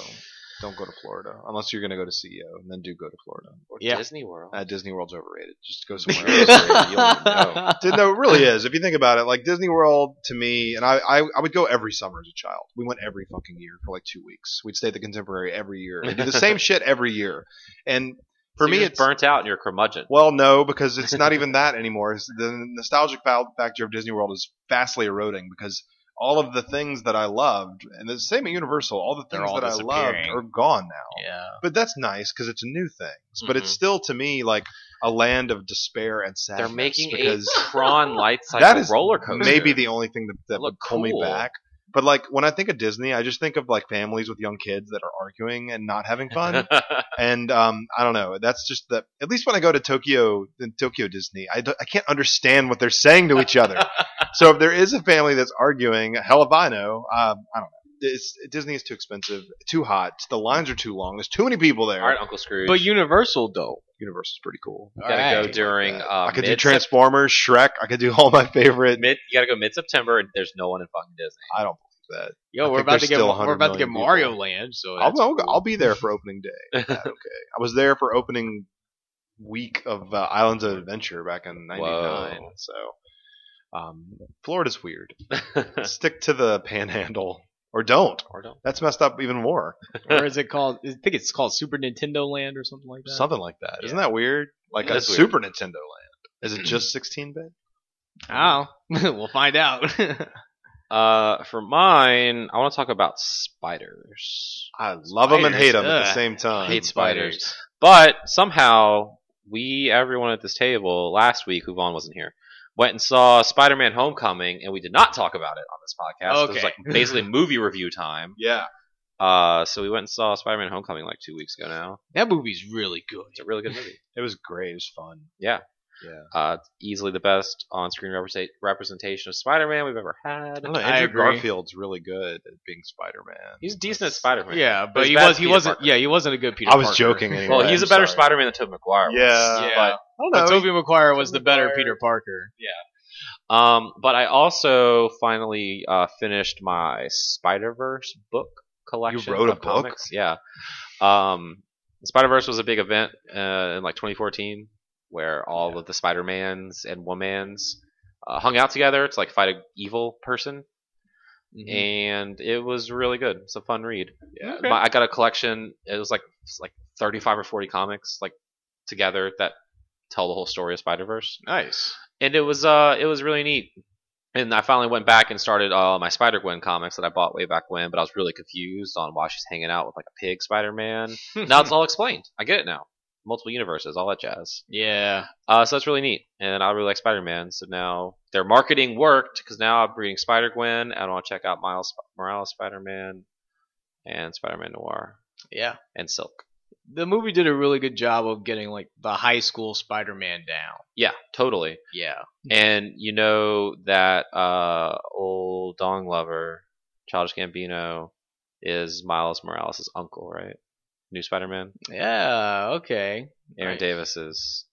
[SPEAKER 3] don't go to Florida unless you're going to go to CEO, and then do go to Florida.
[SPEAKER 2] Yeah.
[SPEAKER 1] Disney World.
[SPEAKER 3] Uh, Disney World's overrated. Just go somewhere else. No. Did- no, it really is. If you think about it, like Disney World to me, and I, I, I would go every summer as a child. We went every fucking year for like two weeks. We'd stay at the Contemporary every year. We did the same shit every year. And for
[SPEAKER 1] So
[SPEAKER 3] me,
[SPEAKER 1] you're
[SPEAKER 3] it's
[SPEAKER 1] just burnt out and you're a curmudgeon.
[SPEAKER 3] well, no, because it's not even that anymore. It's- the nostalgic fa- factor of Disney World is vastly eroding because all of the things that I loved, and the same at Universal, all the
[SPEAKER 2] They're
[SPEAKER 3] things
[SPEAKER 2] all
[SPEAKER 3] that I loved
[SPEAKER 2] disappearing.
[SPEAKER 3] are gone now
[SPEAKER 2] yeah.
[SPEAKER 3] but that's nice because it's new things. But
[SPEAKER 1] Mhm.
[SPEAKER 3] it's still to me like a land of despair and sadness.
[SPEAKER 1] They're making a
[SPEAKER 3] because
[SPEAKER 1] Tron light cycle
[SPEAKER 3] that is
[SPEAKER 1] roller coaster.
[SPEAKER 3] maybe the only thing that, that
[SPEAKER 1] Look
[SPEAKER 3] would pull me
[SPEAKER 1] cool.
[SPEAKER 3] back. But like when I think of Disney, I just think of like families with young kids that are arguing and not having fun. and um, I don't know. That's just the at least when I go to Tokyo, in Tokyo Disney, I, don't- I can't understand what they're saying to each other. so if there is a family that's arguing, hell if I know. Um, I don't know. It's, Disney is too expensive, too hot. The lines are too long. There's too many people there.
[SPEAKER 1] All right, Uncle Scrooge.
[SPEAKER 2] But Universal though.
[SPEAKER 3] Universal's pretty cool.
[SPEAKER 1] you gotta
[SPEAKER 2] Alright.
[SPEAKER 1] go during. Uh,
[SPEAKER 3] I could do
[SPEAKER 1] mid-
[SPEAKER 3] Transformers, Shrek. I could do all my favorite.
[SPEAKER 1] Mid, you gotta go mid September, and there's no one in fucking Disney.
[SPEAKER 3] I don't believe that. I
[SPEAKER 2] Yo, we're
[SPEAKER 3] think
[SPEAKER 2] about
[SPEAKER 3] there's
[SPEAKER 2] to get
[SPEAKER 3] still
[SPEAKER 2] we're
[SPEAKER 3] 100
[SPEAKER 2] about to
[SPEAKER 3] million
[SPEAKER 2] get
[SPEAKER 3] people.
[SPEAKER 2] Mario Land. So
[SPEAKER 3] I'll,
[SPEAKER 2] that's
[SPEAKER 3] I'll,
[SPEAKER 2] cool.
[SPEAKER 3] I'll be there for opening day. Is that okay. I was there for opening week of uh, Islands of Adventure back in '99.
[SPEAKER 1] Whoa.
[SPEAKER 3] So, um, Florida's weird. Stick to the Panhandle or don't.
[SPEAKER 1] or don't.
[SPEAKER 3] That's messed up even more.
[SPEAKER 2] or is it called? I think it's called Super Nintendo Land or something like that.
[SPEAKER 3] Something like that. Isn't that weird? Like
[SPEAKER 1] It
[SPEAKER 3] a
[SPEAKER 1] is weird.
[SPEAKER 3] Super Nintendo Land. Is it just 16 bit?
[SPEAKER 2] Oh, we'll find out.
[SPEAKER 1] Uh, for mine, I want to talk about spiders.
[SPEAKER 3] I love them and hate them at the
[SPEAKER 2] Spiders,
[SPEAKER 3] same
[SPEAKER 1] I
[SPEAKER 3] time.
[SPEAKER 1] hate spiders. But somehow we, everyone at this table, last week, who Vaughn wasn't here, went and saw Spider-Man: Homecoming, and we did not talk about it on this podcast. It was
[SPEAKER 2] Okay.
[SPEAKER 1] like basically movie review time.
[SPEAKER 3] Yeah.
[SPEAKER 1] Uh, so we went and saw Spider-Man: Homecoming like two weeks ago now.
[SPEAKER 2] that movie's really good.
[SPEAKER 1] It's a really good movie.
[SPEAKER 3] It was great. It was fun.
[SPEAKER 1] Uh, it's easily the best on-screen represent- representation of Spider-Man we've ever had.
[SPEAKER 3] I don't know.
[SPEAKER 2] I
[SPEAKER 3] Andrew
[SPEAKER 2] agree.
[SPEAKER 3] Garfield's really good at being Spider-Man.
[SPEAKER 1] He's decent at Spider-Man.
[SPEAKER 2] Yeah,
[SPEAKER 1] But
[SPEAKER 2] but he
[SPEAKER 1] bad
[SPEAKER 2] was he
[SPEAKER 1] Peter
[SPEAKER 2] wasn't
[SPEAKER 1] Parker.
[SPEAKER 2] yeah he wasn't a good Peter.
[SPEAKER 3] I was
[SPEAKER 2] Parker.
[SPEAKER 3] joking anyway.
[SPEAKER 1] Well, he's
[SPEAKER 3] I'm
[SPEAKER 1] a better
[SPEAKER 3] sorry.
[SPEAKER 1] Spider-Man than Tobey Maguire. was.
[SPEAKER 3] Yeah.
[SPEAKER 2] Yeah,
[SPEAKER 3] I
[SPEAKER 2] but
[SPEAKER 3] don't know.
[SPEAKER 2] Tobey Maguire was the better
[SPEAKER 3] Maguire.
[SPEAKER 2] Peter Parker.
[SPEAKER 1] Um, but I also finally uh, finished my Spider Verse book collection.
[SPEAKER 3] You wrote a
[SPEAKER 1] of
[SPEAKER 3] book?
[SPEAKER 1] comics. yeah. Um, Spider Verse was a big event uh, in like 2014 where all of the Spider Mans and Womans uh, hung out together to like fight a evil person,
[SPEAKER 3] Mm-hmm.
[SPEAKER 1] and it was really good. It's a fun read.
[SPEAKER 3] Yeah.
[SPEAKER 2] Okay.
[SPEAKER 1] My- I got a collection. It was like it's like 35 or 40 comics like together that tell the whole story of Spider Verse
[SPEAKER 3] Nice.
[SPEAKER 1] and it was uh it was really neat. And I finally went back and started uh, my Spider Gwen comics that I bought way back when, but I was really confused on why she's hanging out with like a pig Spider Man. now it's all explained. I get it now. Multiple universes, all that jazz.
[SPEAKER 2] Yeah,
[SPEAKER 1] Uh, so that's really neat, and I really like Spider Man. So now their marketing worked because now I'm reading Spider Gwen, and I want to check out Miles Morales Spider Man and Spider Man Noir
[SPEAKER 2] yeah.
[SPEAKER 1] and Silk.
[SPEAKER 2] The movie did a really good job of getting like the high school Spider-Man down.
[SPEAKER 1] Yeah, totally.
[SPEAKER 2] Yeah,
[SPEAKER 1] And you know that uh, old dong lover, Childish Gambino, is Miles Morales' uncle, right? New Spider-Man.
[SPEAKER 2] yeah. Okay.
[SPEAKER 1] Aaron
[SPEAKER 2] Nice.
[SPEAKER 1] Davis is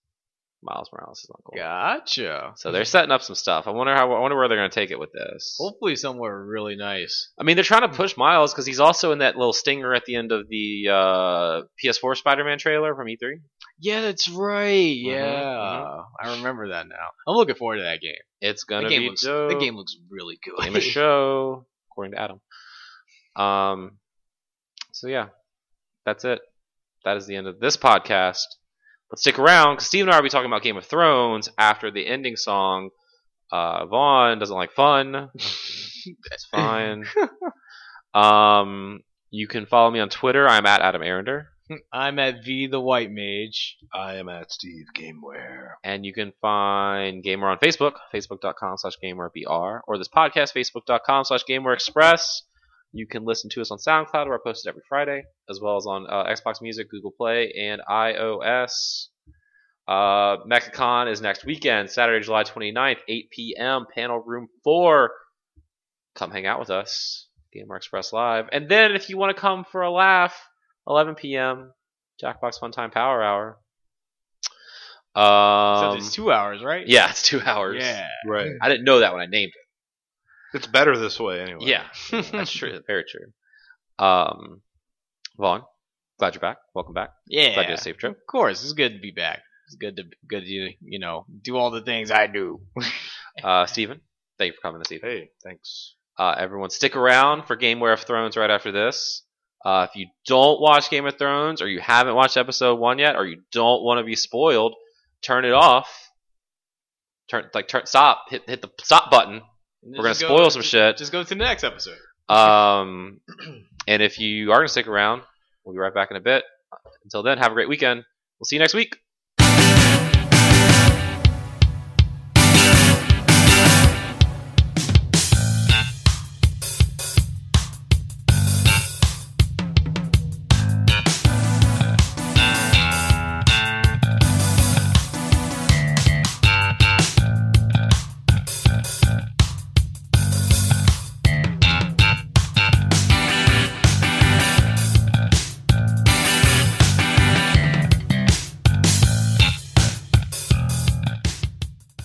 [SPEAKER 1] Miles Morales' uncle.
[SPEAKER 2] Gotcha.
[SPEAKER 1] So they're setting up some stuff. I wonder how. I wonder where they're going to take it with this.
[SPEAKER 2] Hopefully somewhere really nice.
[SPEAKER 1] I mean, they're trying to push Miles because he's also in that little stinger at the end of the uh, PS4 Spider-Man trailer from E E3.
[SPEAKER 2] Yeah, that's right.
[SPEAKER 1] Mm-hmm,
[SPEAKER 2] Yeah, I remember that now. I'm looking forward to that game.
[SPEAKER 1] It's
[SPEAKER 2] The
[SPEAKER 1] gonna
[SPEAKER 2] game,
[SPEAKER 1] be
[SPEAKER 2] looks,
[SPEAKER 1] dope.
[SPEAKER 2] the game looks really good.
[SPEAKER 1] Game of show, according to Adam. Um, so yeah, that's it. That is the end of this podcast. But stick around because Steve and I will be talking about Game of Thrones after the ending song. Uh, Vaughn doesn't like fun. That's fine. um, you can follow me on Twitter. I'm at Adam Arender.
[SPEAKER 2] I'm at V the White Mage.
[SPEAKER 3] I am at Steve Gameware.
[SPEAKER 1] And you can find Gamer on Facebook, facebook.com slash gamerbr, or this podcast, facebook.com slash gamerexpress. You can listen to us on SoundCloud, where I post it every Friday, as well as on uh, Xbox Music, Google Play, and iOS. Uh, MechaCon is next weekend, Saturday, July 29th, 8 p.m., Panel Room 4. Come hang out with us, Gamer Express Live. And then if you want to come for a laugh, 11 p.m., Jackbox Fun Time Power Hour.
[SPEAKER 2] So
[SPEAKER 1] Um,
[SPEAKER 2] it's two hours, right?
[SPEAKER 1] yeah, it's two hours.
[SPEAKER 2] Yeah.
[SPEAKER 3] Right.
[SPEAKER 1] I didn't know that when I named it.
[SPEAKER 3] It's better this way anyway.
[SPEAKER 1] Yeah, that's true. Very true. Um, Vaughn, glad you're back. Welcome back.
[SPEAKER 2] Yeah.
[SPEAKER 1] Glad you had a safe trip.
[SPEAKER 2] Of course, it's good to be back. It's good to good to you know do all the things I do.
[SPEAKER 1] Uh, Steven, thank you for coming this evening.
[SPEAKER 3] Hey, thanks.
[SPEAKER 1] Uh, everyone, stick around for Gameware of Thrones right after this. Uh, if you don't watch Game of Thrones, or you haven't watched episode one yet, or you don't want to be spoiled, turn it off. Turn like turn stop. Hit hit the stop button. We're gonna
[SPEAKER 2] Just go-
[SPEAKER 1] spoil some shit.
[SPEAKER 2] Just go to the next episode.
[SPEAKER 1] Um, and if you are going to stick around, we'll be right back in a bit. Until then, have a great weekend. We'll see you next week.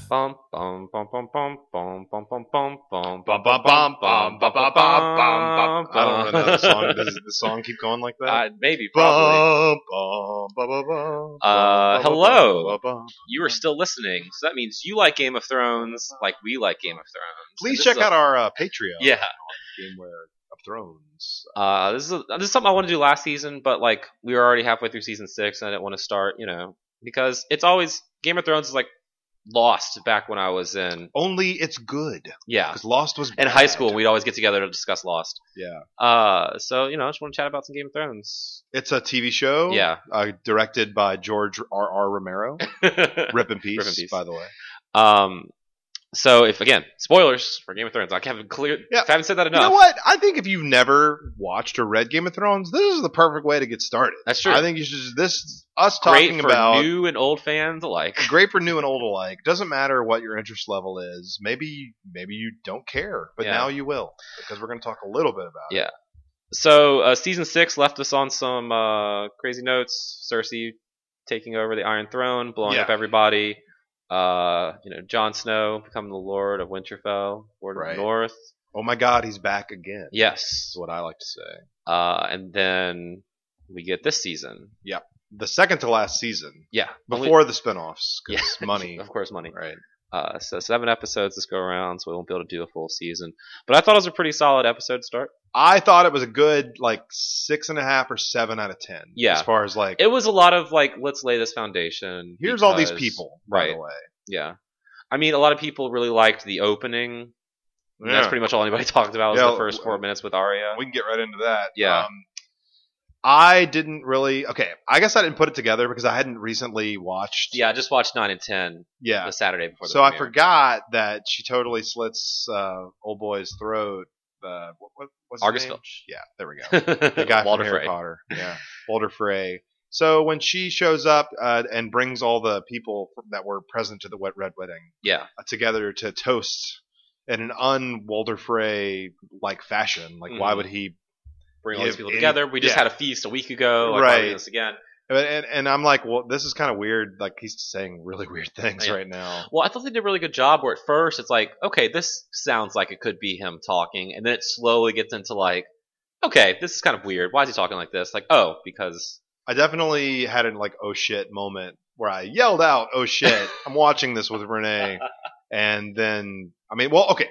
[SPEAKER 1] Bum bum bum bum bum bum bum bum bum bum bum bum bum bum bum bum bum.
[SPEAKER 3] I don't really know the song. Does the song keep going like that?
[SPEAKER 1] Uh, maybe probably. Uh, hello. You are still listening, so that means you like Game of Thrones, like we like Game of Thrones.
[SPEAKER 3] Please
[SPEAKER 1] And this
[SPEAKER 3] check
[SPEAKER 1] is a-
[SPEAKER 3] out our uh, Patreon.
[SPEAKER 1] Yeah.
[SPEAKER 3] Gameware of Thrones.
[SPEAKER 1] Uh, this is a, this is something I wanted to do last season, but like we were already halfway through season six, and I didn't want to start, you know, because it's always Game of Thrones is like lost back when I was in
[SPEAKER 3] Only it's good
[SPEAKER 1] yeah
[SPEAKER 3] because Lost was
[SPEAKER 1] in
[SPEAKER 3] bad.
[SPEAKER 1] high school. We'd always get together to discuss Lost.
[SPEAKER 3] Yeah.
[SPEAKER 1] Uh, so you know, I just want to chat about some Game of Thrones.
[SPEAKER 3] It's a TV show.
[SPEAKER 1] Yeah.
[SPEAKER 3] Uh, directed by George R. R. Romero. Rip in peace.
[SPEAKER 1] Rip in peace.
[SPEAKER 3] By the way.
[SPEAKER 1] um, so if again spoilers for Game of Thrones, I haven't clear
[SPEAKER 3] Yeah.
[SPEAKER 1] I haven't said that
[SPEAKER 3] You
[SPEAKER 1] enough.
[SPEAKER 3] know what? I think if you've never watched or read Game of Thrones, this is the perfect way to get started.
[SPEAKER 1] That's true.
[SPEAKER 3] I think you should. just- This us
[SPEAKER 1] Great
[SPEAKER 3] talking
[SPEAKER 1] for
[SPEAKER 3] about
[SPEAKER 1] new and old fans alike.
[SPEAKER 3] great for new and old alike. Doesn't matter what your interest level is. Maybe maybe you don't care, but
[SPEAKER 1] Yeah.
[SPEAKER 3] now you will because we're going to talk a little bit about
[SPEAKER 1] Yeah.
[SPEAKER 3] it.
[SPEAKER 1] So uh, season six left us on some uh, crazy notes. Cersei taking over the Iron Throne, blowing up
[SPEAKER 3] Yeah.
[SPEAKER 1] everybody. Uh, you know, Jon Snow becoming the Lord of Winterfell, Lord of
[SPEAKER 3] Right.
[SPEAKER 1] the North.
[SPEAKER 3] Oh my God, he's back again.
[SPEAKER 1] Yes.
[SPEAKER 3] is what I like to say.
[SPEAKER 1] Uh, and then we get this season.
[SPEAKER 3] The second to last season
[SPEAKER 1] Yeah. only-
[SPEAKER 3] before the spinoffs
[SPEAKER 1] Yeah.
[SPEAKER 3] because money,
[SPEAKER 1] of course, money.
[SPEAKER 3] right?
[SPEAKER 1] Uh, so seven episodes this go around, so we won't be able to do a full season. But I thought it was a pretty solid episode to start.
[SPEAKER 3] I thought it was a good like six and a half or seven out of ten.
[SPEAKER 1] Yeah.
[SPEAKER 3] as far as like
[SPEAKER 1] It was a lot of like, let's lay this foundation.
[SPEAKER 3] here's all these
[SPEAKER 1] because-
[SPEAKER 3] people,
[SPEAKER 1] Right.
[SPEAKER 3] By the way,
[SPEAKER 1] Yeah. I mean, a lot of people really liked the opening. And That's
[SPEAKER 3] Yeah.
[SPEAKER 1] pretty much all anybody talked about was
[SPEAKER 3] Yeah,
[SPEAKER 1] the first four
[SPEAKER 3] w-
[SPEAKER 1] minutes with Arya.
[SPEAKER 3] we can get right into that.
[SPEAKER 1] Yeah.
[SPEAKER 3] Um, I didn't really. Okay, I guess I didn't put it together because I hadn't recently watched.
[SPEAKER 1] Yeah, I just watched nine and ten
[SPEAKER 3] yeah.
[SPEAKER 1] the Saturday before. The
[SPEAKER 3] So I
[SPEAKER 1] premiere.
[SPEAKER 3] forgot that she totally slits uh, old boy's throat. Uh, what, what, what's his
[SPEAKER 1] Argus
[SPEAKER 3] name?
[SPEAKER 1] Filch.
[SPEAKER 3] Yeah, there we go. the guy
[SPEAKER 1] Walter
[SPEAKER 3] from Harry
[SPEAKER 1] Frey.
[SPEAKER 3] Potter. Yeah, Walter Frey. So when she shows up uh, and brings all the people that were present to the Wet Red Wedding
[SPEAKER 1] Yeah,
[SPEAKER 3] uh, together to toast in an un Walter Frey like fashion, like why
[SPEAKER 1] Mhm.
[SPEAKER 3] would he?
[SPEAKER 1] bring all these
[SPEAKER 3] Give
[SPEAKER 1] people
[SPEAKER 3] any-
[SPEAKER 1] together. We just
[SPEAKER 3] yeah.
[SPEAKER 1] had a feast a week ago. Like,
[SPEAKER 3] Right.
[SPEAKER 1] right. This again.
[SPEAKER 3] But- And, and I'm like, well, this is kind of weird. Like he's saying really weird things
[SPEAKER 1] Yeah.
[SPEAKER 3] right now.
[SPEAKER 1] Well, I thought they did a really good job where at first it's like, okay, this sounds like it could be him talking, and then it slowly gets into like, okay, this is kind of weird. Why is he talking like this? Like, oh, because
[SPEAKER 3] I definitely had an like oh shit moment where I yelled out, "Oh shit!" I'm watching this with Renee, and then I mean, well, okay,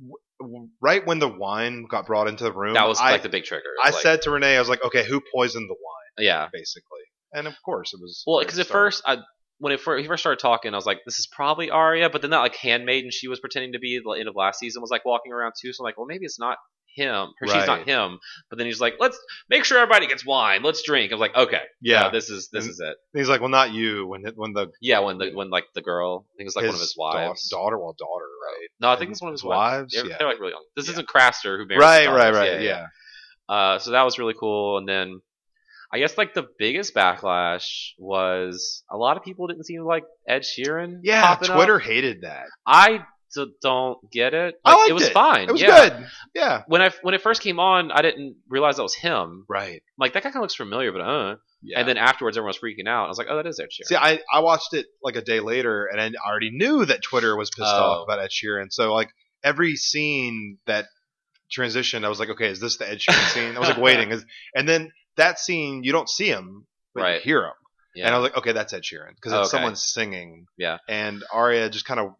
[SPEAKER 3] W- w- right when the wine got brought into the room,
[SPEAKER 1] that was
[SPEAKER 3] I,
[SPEAKER 1] like the big trigger.
[SPEAKER 3] I
[SPEAKER 1] Like,
[SPEAKER 3] said to Renee, I was like, "Okay, who poisoned the wine?"
[SPEAKER 1] yeah.
[SPEAKER 3] Basically, and of course it was
[SPEAKER 1] Well,
[SPEAKER 3] Red
[SPEAKER 1] because at
[SPEAKER 3] Star.
[SPEAKER 1] first, I when it first, he first started talking, I was like, this is probably Arya, but then that like handmaiden she was pretending to be at the end of last season was like walking around too, so I'm like, well, maybe it's not him or she's not
[SPEAKER 3] Right.
[SPEAKER 1] him. But then he's like, let's make sure everybody gets wine, let's drink. I was like, okay,
[SPEAKER 3] yeah,
[SPEAKER 1] this is this
[SPEAKER 3] And-
[SPEAKER 1] is it.
[SPEAKER 3] he's like, "Well, not you." When it- when the
[SPEAKER 1] Yeah, when the when like the girl, I think it was like one of his
[SPEAKER 3] da-
[SPEAKER 1] wives.
[SPEAKER 3] daughter, well, daughter, right?
[SPEAKER 1] No, I think it's one of his wives. They're,
[SPEAKER 3] Yeah.
[SPEAKER 1] they're, like really young. This
[SPEAKER 3] Yeah.
[SPEAKER 1] isn't Craster who married
[SPEAKER 3] Right,
[SPEAKER 1] the
[SPEAKER 3] right,
[SPEAKER 1] daughters.
[SPEAKER 3] right. Yeah,
[SPEAKER 1] Uh, so that was really cool. And then I guess like the biggest backlash was a lot of people didn't seem to like Ed Sheeran.
[SPEAKER 3] yeah.
[SPEAKER 1] popping up.
[SPEAKER 3] Twitter hated that.
[SPEAKER 1] I d- don't get it.
[SPEAKER 3] Oh, I liked
[SPEAKER 1] it was
[SPEAKER 3] it.
[SPEAKER 1] fine.
[SPEAKER 3] It was
[SPEAKER 1] yeah.
[SPEAKER 3] good. Yeah,
[SPEAKER 1] When I when it first came on, I didn't realize that was him.
[SPEAKER 3] right.
[SPEAKER 1] I'm like that guy kind of looks familiar, but uh.
[SPEAKER 3] Yeah.
[SPEAKER 1] And then afterwards, everyone was freaking out. I was like, oh, that is Ed Sheeran.
[SPEAKER 3] See, I, I watched it like a day later, and I already knew that Twitter was pissed
[SPEAKER 1] Oh.
[SPEAKER 3] off about Ed Sheeran. So like every scene that transitioned, I was like, okay, is this the Ed Sheeran scene? I was like waiting, Is- and then that scene you don't see him, but
[SPEAKER 1] Right.
[SPEAKER 3] you hear him,
[SPEAKER 1] yeah.
[SPEAKER 3] and I was like, okay, that's Ed Sheeran because it's
[SPEAKER 1] Okay.
[SPEAKER 3] someone singing.
[SPEAKER 1] Yeah.
[SPEAKER 3] and Arya just kind of,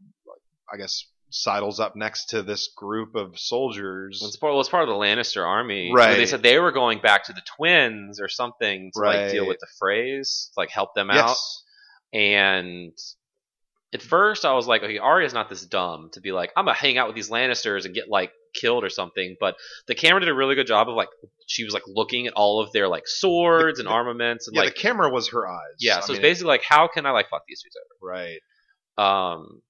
[SPEAKER 3] I guess, sidles up next to this group of soldiers.
[SPEAKER 1] It's part, well, it's part of the Lannister army.
[SPEAKER 3] Right.
[SPEAKER 1] Where They said they were going back to the twins or something to like deal
[SPEAKER 3] Right.
[SPEAKER 1] with the phrase, to, like help them out.
[SPEAKER 3] yes,
[SPEAKER 1] And at first, I was like, okay, Arya's not this dumb to be like, I'm gonna hang out with these Lannisters and get like killed or something. But the camera did a really good job of like she was like looking at all of their like swords
[SPEAKER 3] The-
[SPEAKER 1] and
[SPEAKER 3] the-
[SPEAKER 1] armaments and
[SPEAKER 3] yeah,
[SPEAKER 1] like
[SPEAKER 3] the camera was her eyes.
[SPEAKER 1] yeah.
[SPEAKER 3] I
[SPEAKER 1] So it's
[SPEAKER 3] mean,
[SPEAKER 1] basically like, how can I like fuck these dudes
[SPEAKER 3] right.
[SPEAKER 1] over? Um,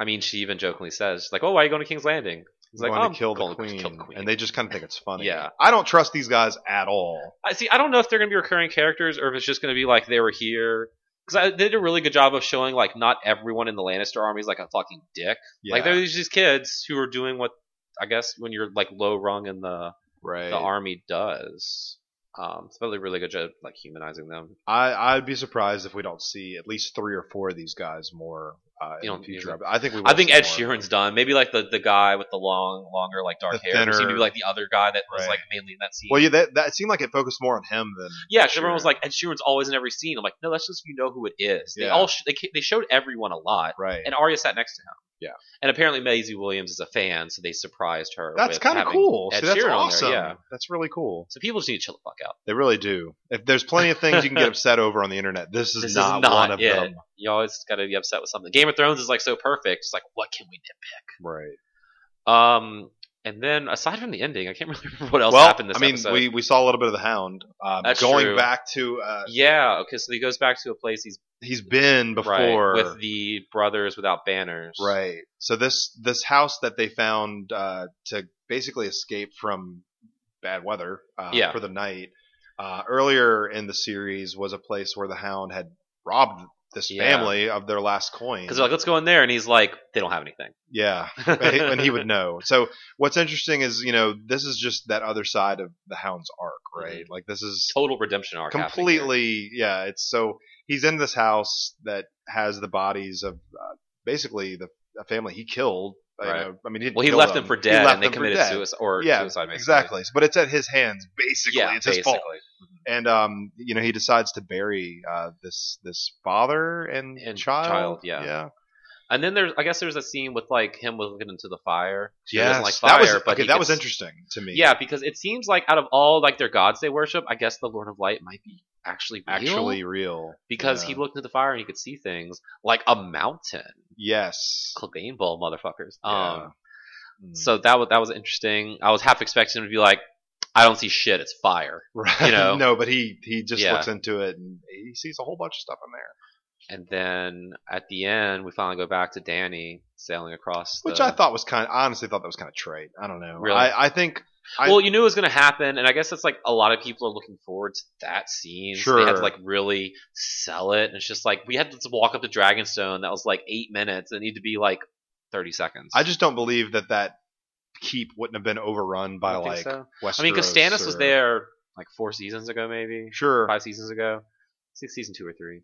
[SPEAKER 1] I mean, she even jokingly says, she's like, oh, why are you going to King's Landing? He's like,
[SPEAKER 3] going
[SPEAKER 1] "Oh,
[SPEAKER 3] to
[SPEAKER 1] I'm
[SPEAKER 3] kill the,
[SPEAKER 1] going
[SPEAKER 3] queen,
[SPEAKER 1] to kill the queen.
[SPEAKER 3] and they just kind of think it's funny.
[SPEAKER 1] Yeah.
[SPEAKER 3] I don't trust these guys at all.
[SPEAKER 1] I see. I don't know if they're going to be recurring characters or if it's just going to be like they were here. Because they did a really good job of showing like not everyone in the Lannister army is like a fucking dick.
[SPEAKER 3] Yeah,
[SPEAKER 1] Like there's these kids who are doing what I guess when you're like low rung in the
[SPEAKER 3] right.
[SPEAKER 1] the army does. Um, it's really really good job like humanizing them.
[SPEAKER 3] I I'd be surprised if we don't see at least three or four of these guys more uh,
[SPEAKER 1] You
[SPEAKER 3] in
[SPEAKER 1] don't-
[SPEAKER 3] the
[SPEAKER 1] you
[SPEAKER 3] future.
[SPEAKER 1] don't-
[SPEAKER 3] I think we. Will
[SPEAKER 1] I think
[SPEAKER 3] see
[SPEAKER 1] Ed
[SPEAKER 3] more.
[SPEAKER 1] Sheeran's done. Maybe like the, the guy with the long longer like dark
[SPEAKER 3] The
[SPEAKER 1] hair who seemed to
[SPEAKER 3] thinner-
[SPEAKER 1] be like the other guy that was
[SPEAKER 3] Right.
[SPEAKER 1] like mainly in that scene.
[SPEAKER 3] Well, yeah, that, that it seemed like it focused more on him than
[SPEAKER 1] Yeah, 'cause everyone
[SPEAKER 3] Sheeran.
[SPEAKER 1] was like, Ed Sheeran's always in every scene. I'm like, no, that's just you know who it is. They
[SPEAKER 3] Yeah.
[SPEAKER 1] all sh- they ca- they showed everyone a lot.
[SPEAKER 3] right.
[SPEAKER 1] and Arya sat next to him.
[SPEAKER 3] Yeah.
[SPEAKER 1] And apparently Maisie Williams is a fan, so they surprised her.
[SPEAKER 3] That's
[SPEAKER 1] with
[SPEAKER 3] kind of
[SPEAKER 1] having
[SPEAKER 3] cool.
[SPEAKER 1] Ed
[SPEAKER 3] See, that's
[SPEAKER 1] Sheeran on there,
[SPEAKER 3] awesome.
[SPEAKER 1] yeah.
[SPEAKER 3] That's really cool.
[SPEAKER 1] So people just need to chill the fuck out.
[SPEAKER 3] They really do. If there's plenty of things you can get upset over on the internet, this is,
[SPEAKER 1] This
[SPEAKER 3] not,
[SPEAKER 1] is not
[SPEAKER 3] one of
[SPEAKER 1] it.
[SPEAKER 3] them.
[SPEAKER 1] You always got to be upset with something. Game of Thrones is like so perfect. It's like what can we
[SPEAKER 3] Right.
[SPEAKER 1] do? Um, and then aside from the ending, I can't really remember what else
[SPEAKER 3] well,
[SPEAKER 1] happened this
[SPEAKER 3] I mean,
[SPEAKER 1] episode.
[SPEAKER 3] we we saw a little bit of the Hound. Um,
[SPEAKER 1] That's
[SPEAKER 3] going
[SPEAKER 1] true.
[SPEAKER 3] back to uh,
[SPEAKER 1] yeah, okay. So he goes back to a place he's
[SPEAKER 3] he's been before
[SPEAKER 1] right, with the brothers without banners.
[SPEAKER 3] Right. So this this house that they found uh, to basically escape from bad weather uh,
[SPEAKER 1] Yeah.
[SPEAKER 3] for the night uh, earlier in the series was a place where the Hound had robbed this
[SPEAKER 1] Yeah.
[SPEAKER 3] family of their last coin.
[SPEAKER 1] Because they're like, let's go in there, and he's like, they don't have anything.
[SPEAKER 3] yeah, and he- and he would know. So what's interesting is you know this is just that other side of the Hound's arc,
[SPEAKER 1] Mm-hmm.
[SPEAKER 3] right? Like this is
[SPEAKER 1] total redemption arc. happening here.
[SPEAKER 3] completely yeah it's so he's in this house that has the bodies of uh, basically the a family he killed you
[SPEAKER 1] Right.
[SPEAKER 3] know, i mean he didn't
[SPEAKER 1] Well, he
[SPEAKER 3] kill
[SPEAKER 1] left them for dead,
[SPEAKER 3] left
[SPEAKER 1] and they
[SPEAKER 3] them for
[SPEAKER 1] committed
[SPEAKER 3] dead.
[SPEAKER 1] suicide or
[SPEAKER 3] Yeah,
[SPEAKER 1] suicide. basically.
[SPEAKER 3] exactly but it's at his hands basically
[SPEAKER 1] Yeah,
[SPEAKER 3] it's his
[SPEAKER 1] basically.
[SPEAKER 3] fault and um you know he decides to bury uh this this father and,
[SPEAKER 1] And
[SPEAKER 3] child
[SPEAKER 1] child, yeah.
[SPEAKER 3] yeah
[SPEAKER 1] And then there's, I guess there's a scene with like him looking into the fire. She
[SPEAKER 3] Yes.
[SPEAKER 1] doesn't like fire,
[SPEAKER 3] that was
[SPEAKER 1] but
[SPEAKER 3] okay
[SPEAKER 1] he
[SPEAKER 3] that was
[SPEAKER 1] gets-
[SPEAKER 3] interesting to me
[SPEAKER 1] Yeah, because it seems like out of all like their gods they worship, I guess the Lord of Light might be actually real,
[SPEAKER 3] actually real
[SPEAKER 1] because he
[SPEAKER 3] Yeah.
[SPEAKER 1] looked into the fire and he could see things like a mountain.
[SPEAKER 3] yes
[SPEAKER 1] Clegane Bowl, motherfuckers.
[SPEAKER 3] Yeah.
[SPEAKER 1] Um,
[SPEAKER 3] Mm.
[SPEAKER 1] so that was that was interesting. I was half expecting him to be like, I don't see shit. It's fire.
[SPEAKER 3] Right.
[SPEAKER 1] you know.
[SPEAKER 3] no but he he just
[SPEAKER 1] Yeah.
[SPEAKER 3] looks into it and he sees a whole bunch of stuff in there
[SPEAKER 1] And then at the end, we finally go back to Danny sailing across.
[SPEAKER 3] which
[SPEAKER 1] the,
[SPEAKER 3] I thought was kind. I honestly thought that was kind of trite. I don't know.
[SPEAKER 1] Really?
[SPEAKER 3] I, I think I-
[SPEAKER 1] well, you knew it was going to happen, and I guess that's like a lot of people are looking forward to that scene. so they had
[SPEAKER 3] Sure.
[SPEAKER 1] to like really sell it, and it's just like we had to walk up to Dragonstone that was like eight minutes, and it needed to be like thirty seconds.
[SPEAKER 3] I just don't believe that that keep wouldn't have been overrun by
[SPEAKER 1] You think
[SPEAKER 3] like
[SPEAKER 1] so?
[SPEAKER 3] Westeros.
[SPEAKER 1] I mean, because Stannis was
[SPEAKER 3] or-
[SPEAKER 1] there like four seasons ago, maybe
[SPEAKER 3] Sure,
[SPEAKER 1] five seasons ago, It's like season two or three.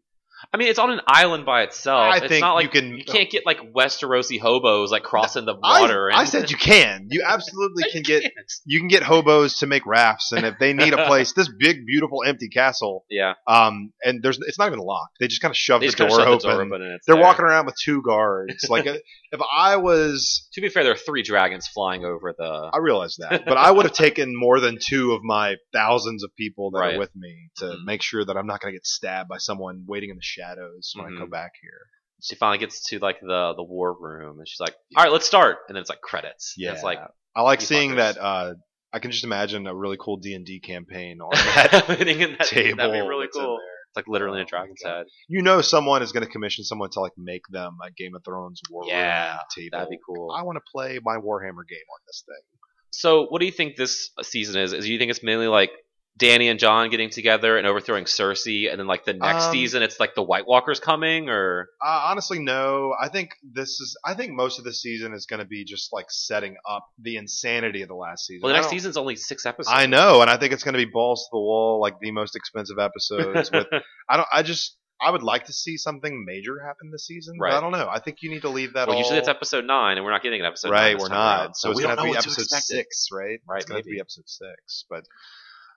[SPEAKER 1] I mean, it's on an island by itself.
[SPEAKER 3] I
[SPEAKER 1] it's
[SPEAKER 3] think
[SPEAKER 1] not like
[SPEAKER 3] you can.
[SPEAKER 1] can't get like Westerosi hobos like crossing the
[SPEAKER 3] I-
[SPEAKER 1] water.
[SPEAKER 3] I,
[SPEAKER 1] and-
[SPEAKER 3] said you can. You absolutely can get.
[SPEAKER 1] can't.
[SPEAKER 3] You can get hobos to make rafts, and if they need a place, this big, beautiful, empty castle.
[SPEAKER 1] Yeah,
[SPEAKER 3] Um, and there's it's not even locked. They just kind of shove
[SPEAKER 1] they
[SPEAKER 3] the
[SPEAKER 1] just
[SPEAKER 3] door
[SPEAKER 1] kind of shut
[SPEAKER 3] open.
[SPEAKER 1] the door open and it's
[SPEAKER 3] They're
[SPEAKER 1] there.
[SPEAKER 3] walking around with two guards. Like uh, if I was,
[SPEAKER 1] To be fair, there are three dragons flying over the.
[SPEAKER 3] I realize that, but I would have taken more than two of my thousands of people that
[SPEAKER 1] Right.
[SPEAKER 3] are with me to
[SPEAKER 1] Mhm.
[SPEAKER 3] make sure that I'm not going to get stabbed by someone waiting in the shadows when
[SPEAKER 1] Mhm.
[SPEAKER 3] I go back here.
[SPEAKER 1] She finally gets to like the the war room and she's like, "All right, let's start." And then it's like credits. And it's like
[SPEAKER 3] I like
[SPEAKER 1] you
[SPEAKER 3] seeing
[SPEAKER 1] fuckers.
[SPEAKER 3] that. Uh, I can just imagine a really cool D and D campaign on that
[SPEAKER 1] happening in that
[SPEAKER 3] table.
[SPEAKER 1] That'd be really
[SPEAKER 3] that's in
[SPEAKER 1] cool.
[SPEAKER 3] there.
[SPEAKER 1] It's like literally in
[SPEAKER 3] Oh
[SPEAKER 1] a
[SPEAKER 3] my
[SPEAKER 1] dragon's
[SPEAKER 3] God.
[SPEAKER 1] head.
[SPEAKER 3] You know, someone is going to commission someone to like make them a Game of Thrones war
[SPEAKER 1] Yeah,
[SPEAKER 3] room table.
[SPEAKER 1] That'd be cool.
[SPEAKER 3] I want to play my Warhammer game on this thing.
[SPEAKER 1] So, what do you think this season is? Is you think it's mainly like Danny and John getting together and overthrowing Cersei, and then like the next
[SPEAKER 3] Um,
[SPEAKER 1] season it's like the White Walkers coming, or
[SPEAKER 3] Uh, honestly, no. I think this is. I think most of the season is going to be just like setting up the insanity of the last season.
[SPEAKER 1] well, the
[SPEAKER 3] I
[SPEAKER 1] next
[SPEAKER 3] don't-
[SPEAKER 1] season's only six episodes.
[SPEAKER 3] I know, and I think it's going to be balls to the wall, like the most expensive episodes. with I don't. I just. I would like to see something major happen this season. But
[SPEAKER 1] Right.
[SPEAKER 3] I don't know. I think you need to leave that.
[SPEAKER 1] well, usually
[SPEAKER 3] all-
[SPEAKER 1] it's episode nine, and we're not getting an episode. nine
[SPEAKER 3] Right,
[SPEAKER 1] this
[SPEAKER 3] we're
[SPEAKER 1] time
[SPEAKER 3] not.
[SPEAKER 1] around,
[SPEAKER 3] so, it's
[SPEAKER 1] we
[SPEAKER 3] gonna
[SPEAKER 1] don't know
[SPEAKER 3] be
[SPEAKER 1] what to
[SPEAKER 3] episode
[SPEAKER 1] expect it.
[SPEAKER 3] six, right?
[SPEAKER 1] Right,
[SPEAKER 3] It's gonna
[SPEAKER 1] maybe.
[SPEAKER 3] be episode six, but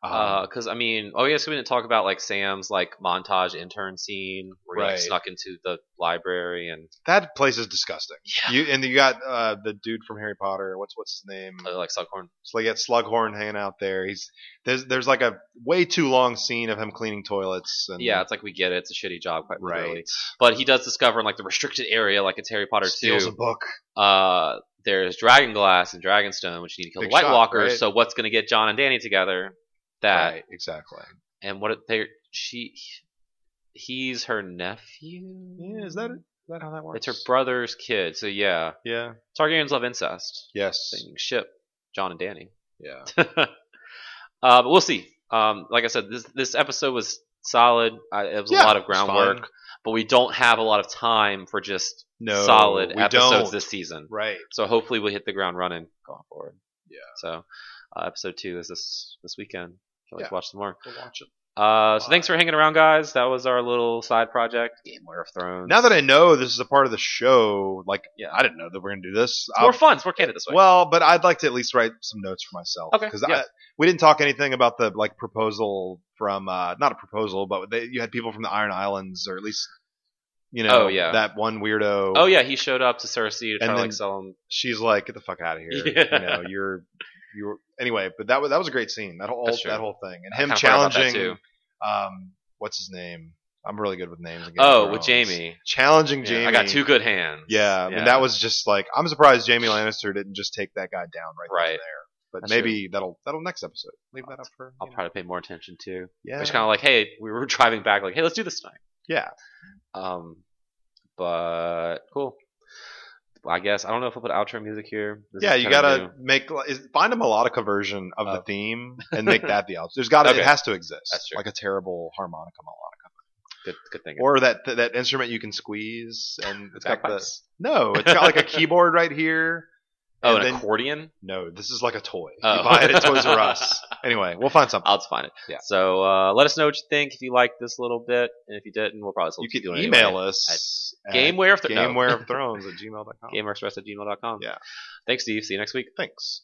[SPEAKER 3] um,
[SPEAKER 1] Because I mean, oh yes, we didn't talk about like Sam's like montage intern scene where he like,
[SPEAKER 3] Right.
[SPEAKER 1] snuck into the library and
[SPEAKER 3] that place is disgusting.
[SPEAKER 1] yeah,
[SPEAKER 3] You and you got uh, the dude from Harry Potter. What's what's his name?
[SPEAKER 1] uh, like Slughorn.
[SPEAKER 3] So you got Slughorn hanging out there. He's there's there's like a way too long scene of him cleaning toilets. And,
[SPEAKER 1] Yeah, it's like we get it. It's a shitty job, quite
[SPEAKER 3] right.
[SPEAKER 1] literally. But he does discover in like the restricted area, like it's Harry Potter
[SPEAKER 3] Steals
[SPEAKER 1] two.
[SPEAKER 3] a book.
[SPEAKER 1] uh, there's Dragon Glass and Dragonstone, which you need to kill
[SPEAKER 3] Big
[SPEAKER 1] the White
[SPEAKER 3] shot,
[SPEAKER 1] Walkers.
[SPEAKER 3] right?
[SPEAKER 1] So what's going to get John and Danny together? That
[SPEAKER 3] Right, exactly.
[SPEAKER 1] and what they she he's her nephew.
[SPEAKER 3] Yeah, is that it? Is that how that works?
[SPEAKER 1] It's her brother's kid. So yeah,
[SPEAKER 3] yeah.
[SPEAKER 1] Targaryens love incest.
[SPEAKER 3] Yes.
[SPEAKER 1] They ship John and Danny.
[SPEAKER 3] Yeah.
[SPEAKER 1] uh, but we'll see. Um, like I said, this this episode was solid. I, it was a
[SPEAKER 3] Yeah,
[SPEAKER 1] lot of
[SPEAKER 3] it's fine.
[SPEAKER 1] groundwork, but we don't have a lot of time for just
[SPEAKER 3] No,
[SPEAKER 1] solid
[SPEAKER 3] we
[SPEAKER 1] episodes
[SPEAKER 3] don't.
[SPEAKER 1] this season.
[SPEAKER 3] Right.
[SPEAKER 1] So hopefully we'll hit the ground running going forward.
[SPEAKER 3] Yeah.
[SPEAKER 1] So uh, episode two is this this weekend. Can't wait
[SPEAKER 3] Yeah.
[SPEAKER 1] to watch some more.
[SPEAKER 3] We'll watch it.
[SPEAKER 1] Uh, so thanks for hanging around, guys. That was our little side project, Gameware of Thrones.
[SPEAKER 3] Now that I know this is a part of the show, like
[SPEAKER 1] Yeah.
[SPEAKER 3] I didn't know that we're gonna do this.
[SPEAKER 1] it's
[SPEAKER 3] I'll-
[SPEAKER 1] more fun, it's more candid this way.
[SPEAKER 3] Well, but I'd like to at least write some notes for myself.
[SPEAKER 1] Okay,
[SPEAKER 3] Because
[SPEAKER 1] yeah.
[SPEAKER 3] we didn't talk anything about the like proposal from uh, not a proposal, but they, you had people from the Iron Islands, or at least you know
[SPEAKER 1] Oh, yeah.
[SPEAKER 3] that one weirdo.
[SPEAKER 1] oh yeah, he showed up to Cersei to try
[SPEAKER 3] And
[SPEAKER 1] to
[SPEAKER 3] then-
[SPEAKER 1] like sell him.
[SPEAKER 3] she's like, get the fuck out of here.
[SPEAKER 1] Yeah.
[SPEAKER 3] You know, you're you're anyway. But that was that was a great scene. That whole
[SPEAKER 1] That's true.
[SPEAKER 3] that whole thing and
[SPEAKER 1] I
[SPEAKER 3] him
[SPEAKER 1] kinda forgot about that,
[SPEAKER 3] challenging
[SPEAKER 1] too.
[SPEAKER 3] um what's his name? I'm really good with names. in Game of
[SPEAKER 1] Oh, with
[SPEAKER 3] Thrones.
[SPEAKER 1] Jamie.
[SPEAKER 3] challenging
[SPEAKER 1] Yeah,
[SPEAKER 3] Jamie.
[SPEAKER 1] I got two good hands.
[SPEAKER 3] Yeah, I mean that was just like I'm surprised Jamie Lannister didn't just take that guy down right, then and
[SPEAKER 1] Right.
[SPEAKER 3] there. But
[SPEAKER 1] That's
[SPEAKER 3] maybe that'll that'll next episode. Leave that up for
[SPEAKER 1] I'll
[SPEAKER 3] you know.
[SPEAKER 1] try to pay more attention to.
[SPEAKER 3] yeah.
[SPEAKER 1] It's kind of like, hey, we were driving back, like, hey, let's do this tonight.
[SPEAKER 3] yeah.
[SPEAKER 1] Um, but cool. I guess I don't know if I'll put outro music here. This
[SPEAKER 3] Yeah,
[SPEAKER 1] is
[SPEAKER 3] you
[SPEAKER 1] kinda
[SPEAKER 3] gotta
[SPEAKER 1] new.
[SPEAKER 3] make is, find a melodica version of the
[SPEAKER 1] Oh.
[SPEAKER 3] theme and make that the album. There's gotta
[SPEAKER 1] Okay.
[SPEAKER 3] it has to exist.
[SPEAKER 1] That's true.
[SPEAKER 3] Like a terrible harmonica melodica.
[SPEAKER 1] good good thing.
[SPEAKER 3] Or that that instrument you can squeeze and it's got the
[SPEAKER 1] Bagpipes?
[SPEAKER 3] No, it's got like a keyboard right here.
[SPEAKER 1] Oh,
[SPEAKER 3] and
[SPEAKER 1] an
[SPEAKER 3] then-
[SPEAKER 1] accordion.
[SPEAKER 3] No, this is like a toy.
[SPEAKER 1] Oh.
[SPEAKER 3] You buy it at Toys R Us. Anyway, we'll find something.
[SPEAKER 1] I'll just find it.
[SPEAKER 3] Yeah.
[SPEAKER 1] So uh, let us know what you think if you liked this little bit, and if you didn't, we'll probably still
[SPEAKER 3] you
[SPEAKER 1] keep
[SPEAKER 3] can
[SPEAKER 1] doing it
[SPEAKER 3] email
[SPEAKER 1] anyway.
[SPEAKER 3] us at
[SPEAKER 1] Gameware of Thro- no.
[SPEAKER 3] Gameware of Thrones at gmail.com.
[SPEAKER 1] GameWareExpress at gmail.com.
[SPEAKER 3] Yeah.
[SPEAKER 1] Thanks, Steve. See you next week.
[SPEAKER 3] Thanks.